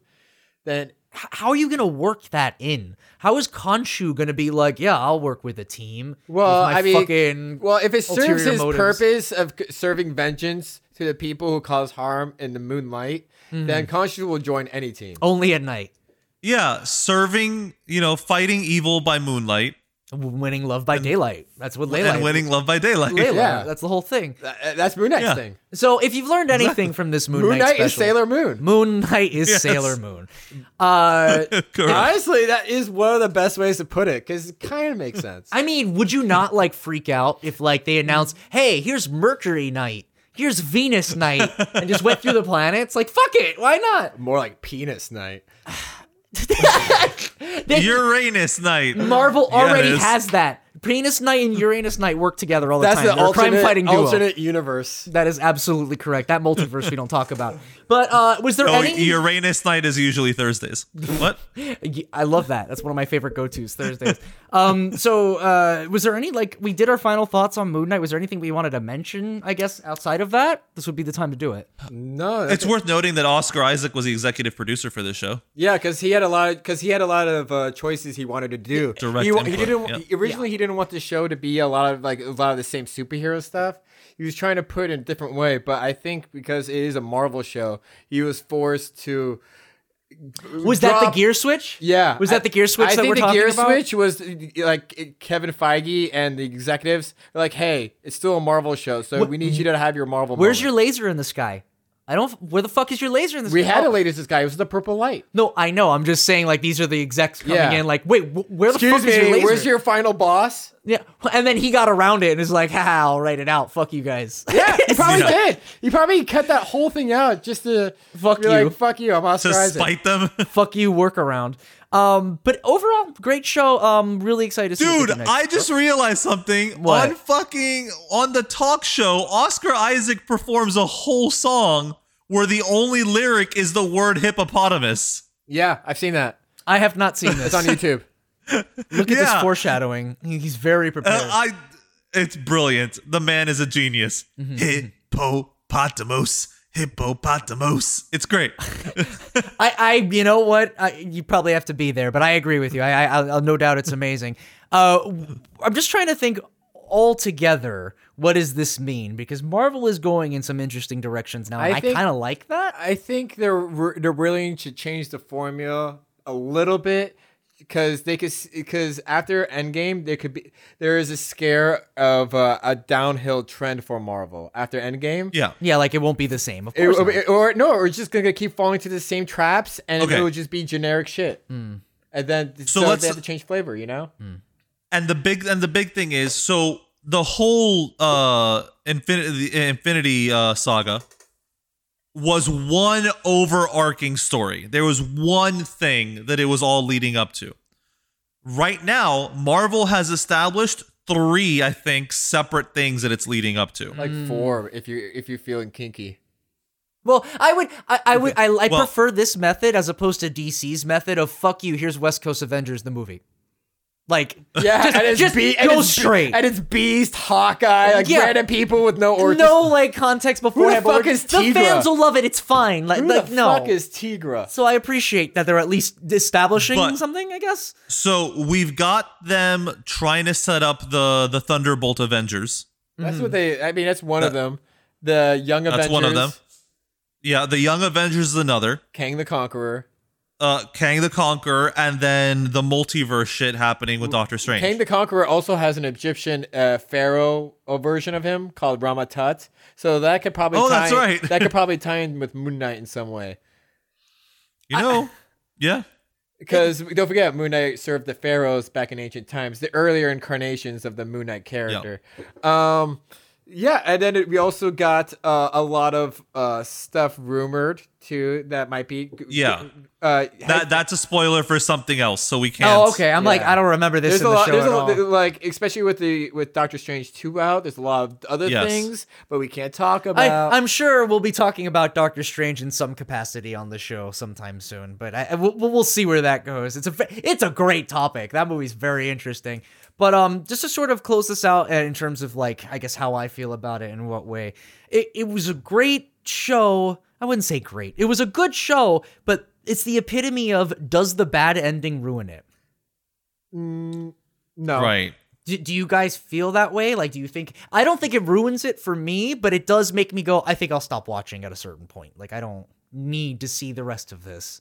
than h- how are you going to work that in? How is Khonshu going to be like, yeah, I'll work with a team? well. with my I mean, fucking well, if it serves ulterior his motives." purpose of c- serving vengeance to the people who cause harm in the moonlight, Hmm. then Khonshu will join any team. only at night, Yeah. Serving, you know, fighting evil by moonlight W- winning love by daylight. That's what Layla and winning love by daylight. Layla. Yeah. That's the whole thing. Th- uh, That's Moon Knight's Yeah. thing. So if you've learned anything from this Moon, Moon Knight is special, Sailor Moon. Moon Knight is Yes. Sailor Moon. Uh, Correct. Honestly, that is one of the best ways to put it because it kind of makes sense. I mean, would you not like freak out if like they announced, "Hey, here's Mercury Night, here's Venus Night," and just went through the planets? Like, fuck it, why not? More like Penis Knight. They- Uranus night. Marvel Yeah, it already is. has that. Penis Knight and Uranus Knight work together all the That's time. the They're a crime alternate, fighting duo. alternate universe. That is absolutely correct. That multiverse we don't talk about. But uh, was there Oh, any? Uranus night is usually Thursdays. What? I love that. That's one of my favorite go tos Thursdays. um, so uh, was there any like we did our final thoughts on Moon Knight? Was there anything we wanted to mention? I guess outside of that, this would be the time to do it. No, that's It's worth noting that Oscar Isaac was the executive producer for this show. Yeah, because he had a lot. Because he had a lot of uh, choices he wanted to do. Direct he, wa- he input, didn't yeah. he- originally. He didn't want the show to be a lot of like a lot of the same superhero stuff. He was trying to put it in a different way, but I think because it is a Marvel show, he was forced to. Was that the Drop- gear switch? Yeah, Was that I- the gear switch I that think we're the talking gear about? switch was like eh, Kevin Feige and the executives were like, "Hey, it's still a Marvel show, so we need you to have your Marvel." Where's your moment." laser in the sky? I don't. Where the fuck is your laser in the We sky? had Oh, a latest this guy. It was the purple light. No, I know. I'm just saying, like, these are the execs coming Yeah. in. Like, wait, wh- where the Excuse fuck is your me. laser? Where's your final boss? yeah? And then he got around it and is like, "Ha, I'll write it out. Fuck you guys." Yeah, He probably Yeah. did. He probably cut that whole thing out just to Fuck be you. Like, Fuck you. I'm Oscar To Isaac. spite them. fuck you, workaround. Um, but overall, great show. Um, really excited to see. Dude, what they do next. I just realized something. What? On fucking on the talk show, Oscar Isaac performs a whole song where the only lyric is the word hippopotamus. Yeah, I've seen that. I have not seen this. It's on YouTube. Look at Yeah. this foreshadowing. He- He's very prepared. Uh, I it's brilliant. The man is a genius. Mm-hmm. Hippopotamus. Hippopotamus. It's great. I, I, you know what? I, you probably have to be there, but I agree with you. I, I, I'll, I'll no doubt it's amazing. Uh, w- I'm just trying to think altogether. What does this mean? Because Marvel is going in some interesting directions now. and I I, think- kind of like that. I think they're re- they're willing to change the formula a little bit because they could because after Endgame there could be there is a scare of uh, a downhill trend for Marvel after Endgame. Yeah. Yeah, like it won't be the same. Of It- course. not. it- or no, or it's just gonna keep falling to the same traps, and Okay. it will just be generic shit. And then so, let's- they have to change flavor, you know. and the big and the big thing is so the whole uh infinity the infinity uh saga was one overarching story there was one thing that it was all leading up to right now marvel has established three i think separate things that it's leading up to Like four, if you if you're feeling kinky. Well, I would, I, I would, I, I Well- prefer this method as opposed to DC's method of "fuck you." Here's West Coast Avengers the movie. Like, Yeah, just, and it's just be- and go it's be- straight. and it's Beast, Hawkeye, like Yeah. random people with no origin. no like context before. the fuck is the Tigra? fans will love it. It's fine. Like, who like the no. fuck is Tigra? so I appreciate that they're at least establishing But- something. I guess. so we've got them trying to set up the the thunderbolt avengers That's what they. I mean, that's one of them. The Young Avengers. that's one of them yeah the young avengers is another Kang the Conqueror. uh Kang the Conqueror and then the multiverse shit happening with Doctor Strange. Kang the Conqueror also has an Egyptian uh, pharaoh uh, version of him called Rama Tut. So that could probably. Oh, tie, that's right. that could probably tie in with Moon Knight in some way. you know? yeah. Because don't forget, Moon Knight served the pharaohs back in ancient times, the earlier incarnations of the Moon Knight character. Um, yeah, and then it, we also got uh, a lot of uh, stuff rumored too that might be. Yeah. Uh, That that's a spoiler for something else, so we can't Oh, okay. I'm like, Yeah. I don't remember this there's in a the lot. show There's at a all. lot. Like especially with the with Doctor Strange two out. There's a lot of other Yes. things, but we can't talk about. I, I'm sure we'll be talking about Doctor Strange in some capacity on the show sometime soon, but I, I- we'll, we'll see where that goes. It's a ve- it's a great topic. That movie's very interesting. But um, just to sort of close this out uh, in terms of like I guess how I feel about it and what way it it was a great show. I wouldn't say great. It was a good show, but it's the epitome of does the bad ending ruin it? no, Right. Do, do you guys feel that way? Like, do you think? I don't think it ruins it for me, but it does make me go, I think I'll stop watching at a certain point. Like, I don't need to see the rest of this.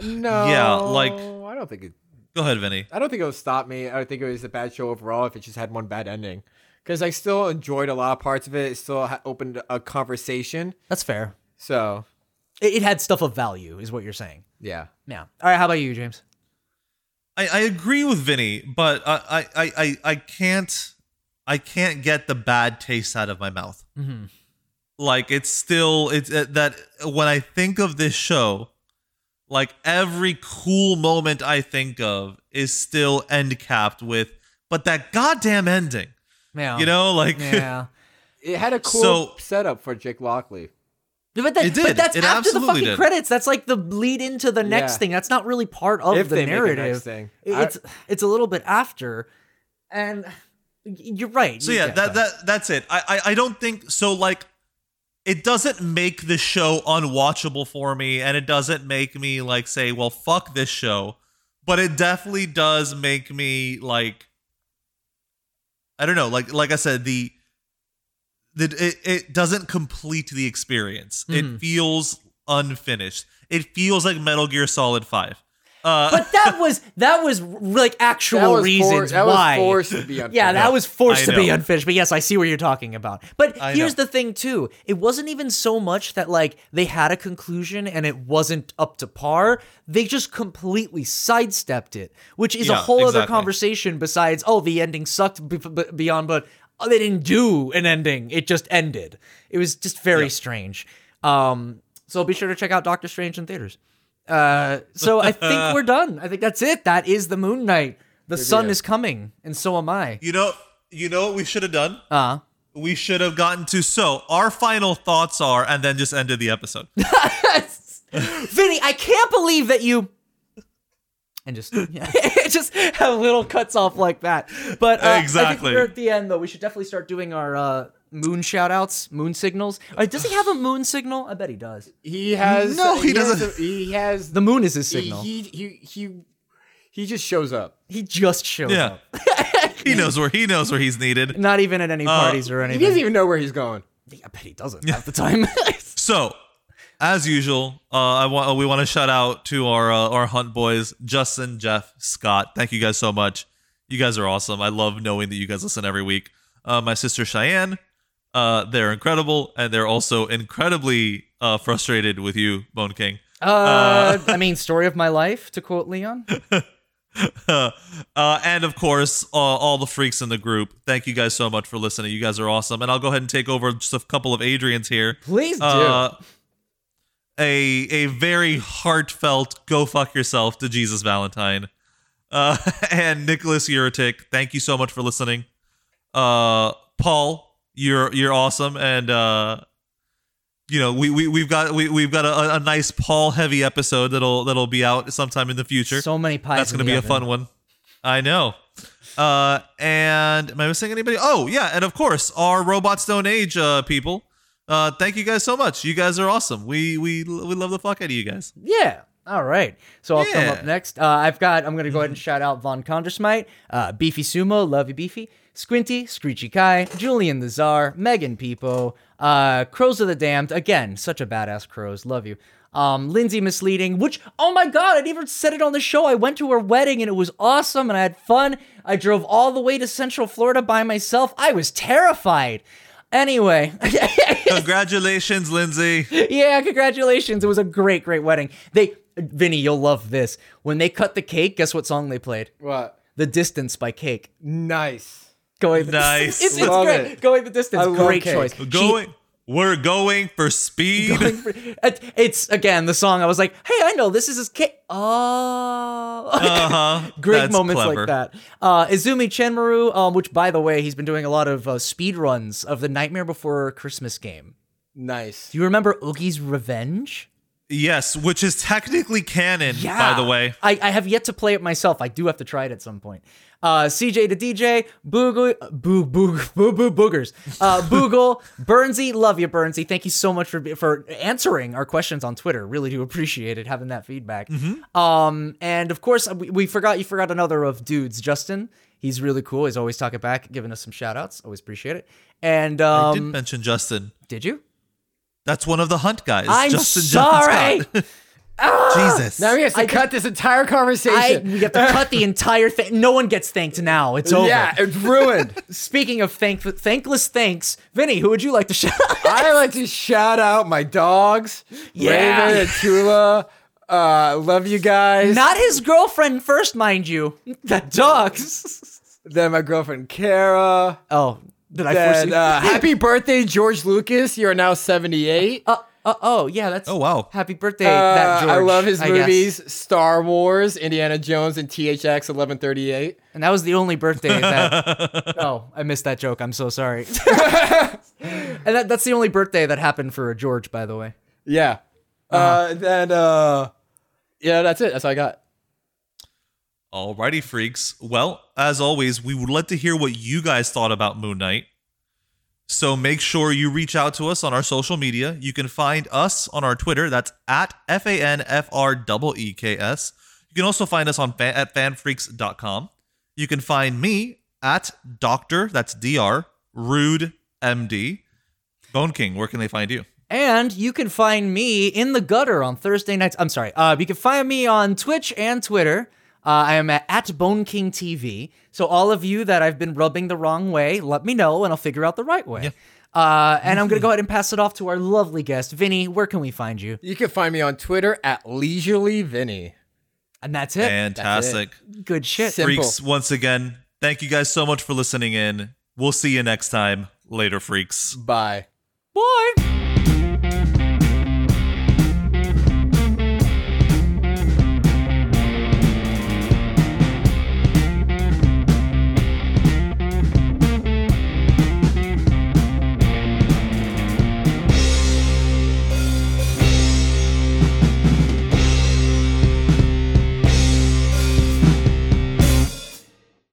no. Yeah, like- I don't think it. Go ahead, Vinny. I don't think it would stop me. I think it was a bad show overall if it just had one bad ending. Because I still enjoyed a lot of parts of it. It still ha- opened a conversation. That's fair. So It, it had stuff of value, is what you're saying. yeah, Yeah. All right. How about you, James? I, I agree with Vinny, but I, I- I, I, I can't I can't get the bad taste out of my mouth. Like it's still it's uh, that when I think of this show, like every cool moment I think of is still end capped with, but that goddamn ending. Yeah. You know, like Oh. Yeah. it had a cool So- setup for Jake Lockley. But, that, It did. but that's It after the absolutely fucking did. credits. That's like the lead into the next Yeah. thing. That's not really part of If the they make a narrative. next thing. It- I- It's it's a little bit after, and you're right. So yeah, go that, ahead. that that's it. I, I I don't think so. Like, it doesn't make the show unwatchable for me, and it doesn't make me like say, well, fuck this show. But it definitely does make me like, I don't know, like like I said, the the it, it doesn't complete the experience. Mm-hmm. It feels unfinished. It feels like Metal Gear Solid Five. Uh, but that was that was like That actual was for- reasons that why. was forced to be unfair. yeah, that was forced I to be know. unfinished. But yes, I see what you're talking about. But I here's the thing too: it wasn't even so much that like they had a conclusion and it wasn't up to par. They just completely sidestepped it, which is a Yeah, whole other exactly. conversation. Besides, oh, the ending sucked b- b- beyond, but oh, they didn't do an ending. It just ended. It was just very strange. Um, so be sure to check out Doctor Strange in theaters. Uh, so I think we're done. I think that's it. That is the Moon Knight. The sun is coming, and so am I. you know, you know what we should have done. Uh, we should have gotten to. So our final thoughts are, and then just ended the episode. Vinny, I can't believe that you. And just just have little cuts off like that. But uh, I think Exactly. we're at the end, though. We should definitely start doing our uh, moon shout outs, moon signals. Uh, does he have a moon signal? I bet he does. he has No, has he doesn't. a- he has The moon is his he, signal. He, he he he he just shows up. just shows Yeah, up. he knows where he knows where he's needed. Not even Uh, at any parties or He anything. doesn't even know where he's going. I bet he doesn't half the time. So as usual, uh, I want we want to shout out to our uh, our Hunt boys, Justin, Jeff, Scott. Thank you guys so much. You guys are awesome. I love knowing that you guys listen every week. Uh, my sister Cheyenne, uh, they're incredible, and they're also incredibly uh, frustrated with you, Bone King. Uh, I mean, story of my life, to quote Leon. uh, and of course, uh, all the freaks in the group. Thank you guys so much for listening. You guys are awesome. And I'll go ahead and take over just a couple of Adrian's here. Please do. Uh, a a very heartfelt go fuck yourself to Jesus Valentine. Uh, and Nicholas Uritic, thank you so much for listening. Uh, Paul, you're you're awesome, and uh, you know we we we've got we we've got a, a nice Paul heavy episode that'll that'll be out sometime in the future. so many pies. That's in going to the be a oven. fun one. I know. Uh, and am I missing anybody? Oh, yeah. And of course, our Robot Stone Age uh, people. Uh, thank you guys so much. You guys are awesome. We we we love the fuck out of you guys. Yeah. All right. So I'll come Yeah. up next. Uh, I've got, I'm going to go ahead and shout out Von Condersmite, uh, Beefy Sumo, Love You Beefy, Squinty, Screechy Kai, Julian the Czar, Megan Peepo, uh, Crows of the Damned. Again, such a badass Crows. Love you. Um, Lindsay Misleading, which, oh my God, I never said it on the show. I went to her wedding and it was awesome and I had fun. I drove all the way to Central Florida by myself. I was terrified. Anyway, Congratulations, Lindsay. yeah, congratulations. It was a great, great wedding. They, Vinny, you'll love this. When they cut the cake, guess what song they played? What? The Distance by Cake. Nice. Going the Nice. Distance. It's, it's Love great. it. Going the Distance. I love great Cake. choice. Going. we're going for speed. She- it- it's again the song. I was like, "Hey, I know this is his cake." Oh, Uh-huh. great That's moments like clever. that. Uh, Izumi Chenmaru, um, which by the way, he's been doing a lot of uh, speed runs of the Nightmare Before Christmas game. Nice. Do you remember Oogie's Revenge? Yes, which is technically canon, Yeah. by the way. I, I have yet to play it myself. I do have to try it at some point. Uh, CJ to DJ, Boogle, Boo Boo Boo Boo Boogers, uh, Boogle, Burnsy, love you, Burnsy. Thank you so much for be- for answering our questions on Twitter. Really do appreciate it having that feedback. Mm-hmm. Um, and of course, we, we forgot you forgot another of dudes, Justin. He's really cool. He's always talking back, giving us some shout outs. Always appreciate it. And I um, did did mention Justin. you? That's one of the Hunt guys. I'm Justin sorry. John Scott. Jesus. Now he has to I- cut this entire I, conversation. we have to cut the entire thing. No one gets thanked now. It's over. Yeah, it's ruined. Speaking of thank- thankless thanks, Vinny, who would you like to shout out? I like to shout out my dogs, Yeah. Raven and Tula. Uh, love you guys. Not his girlfriend first, mind you. The dogs. then my girlfriend Kara. Oh, did I Then foresee? uh, happy birthday, George Lucas. You are now seventy-eight. uh, uh, oh, yeah, that's. Oh, wow. Happy birthday, Uh, that George. I love his guess. movies: Star Wars, Indiana Jones, and THX eleven thirty eight. And that was the only birthday that. oh, I missed that joke. I'm so sorry. and that, that's the only birthday that happened for George, by the way. Yeah. uh Uh-huh. then uh, yeah, that's it. That's all I got. Alrighty, freaks. Well, as always, we would like to hear what you guys thought about Moon Knight. So make sure you reach out to us on our social media. You can find us on our Twitter. That's at E F-A-N-F-R-E-E-K-S. You can also find us on fan, at fanfreaks.com. You can find me at Dr. That's D-R, Rude MD. Bone King, where can they find you? And you can find me in the gutter on Thursday nights. I'm sorry. Uh, you can find me on Twitch and Twitter. Uh, I am at, at Bone King TV. So all of you that I've been rubbing the wrong way, let me know and I'll figure out the right way. Uh, and I'm gonna go ahead and pass it off to our lovely guest, Vinny. Where can we find you? You can find me on Twitter at leisurely Vinny. And that's it. Fantastic. Good shit. Simple. Freaks, once again, thank you guys so much for listening in. We'll see you next time. Later, freaks. Bye. Bye.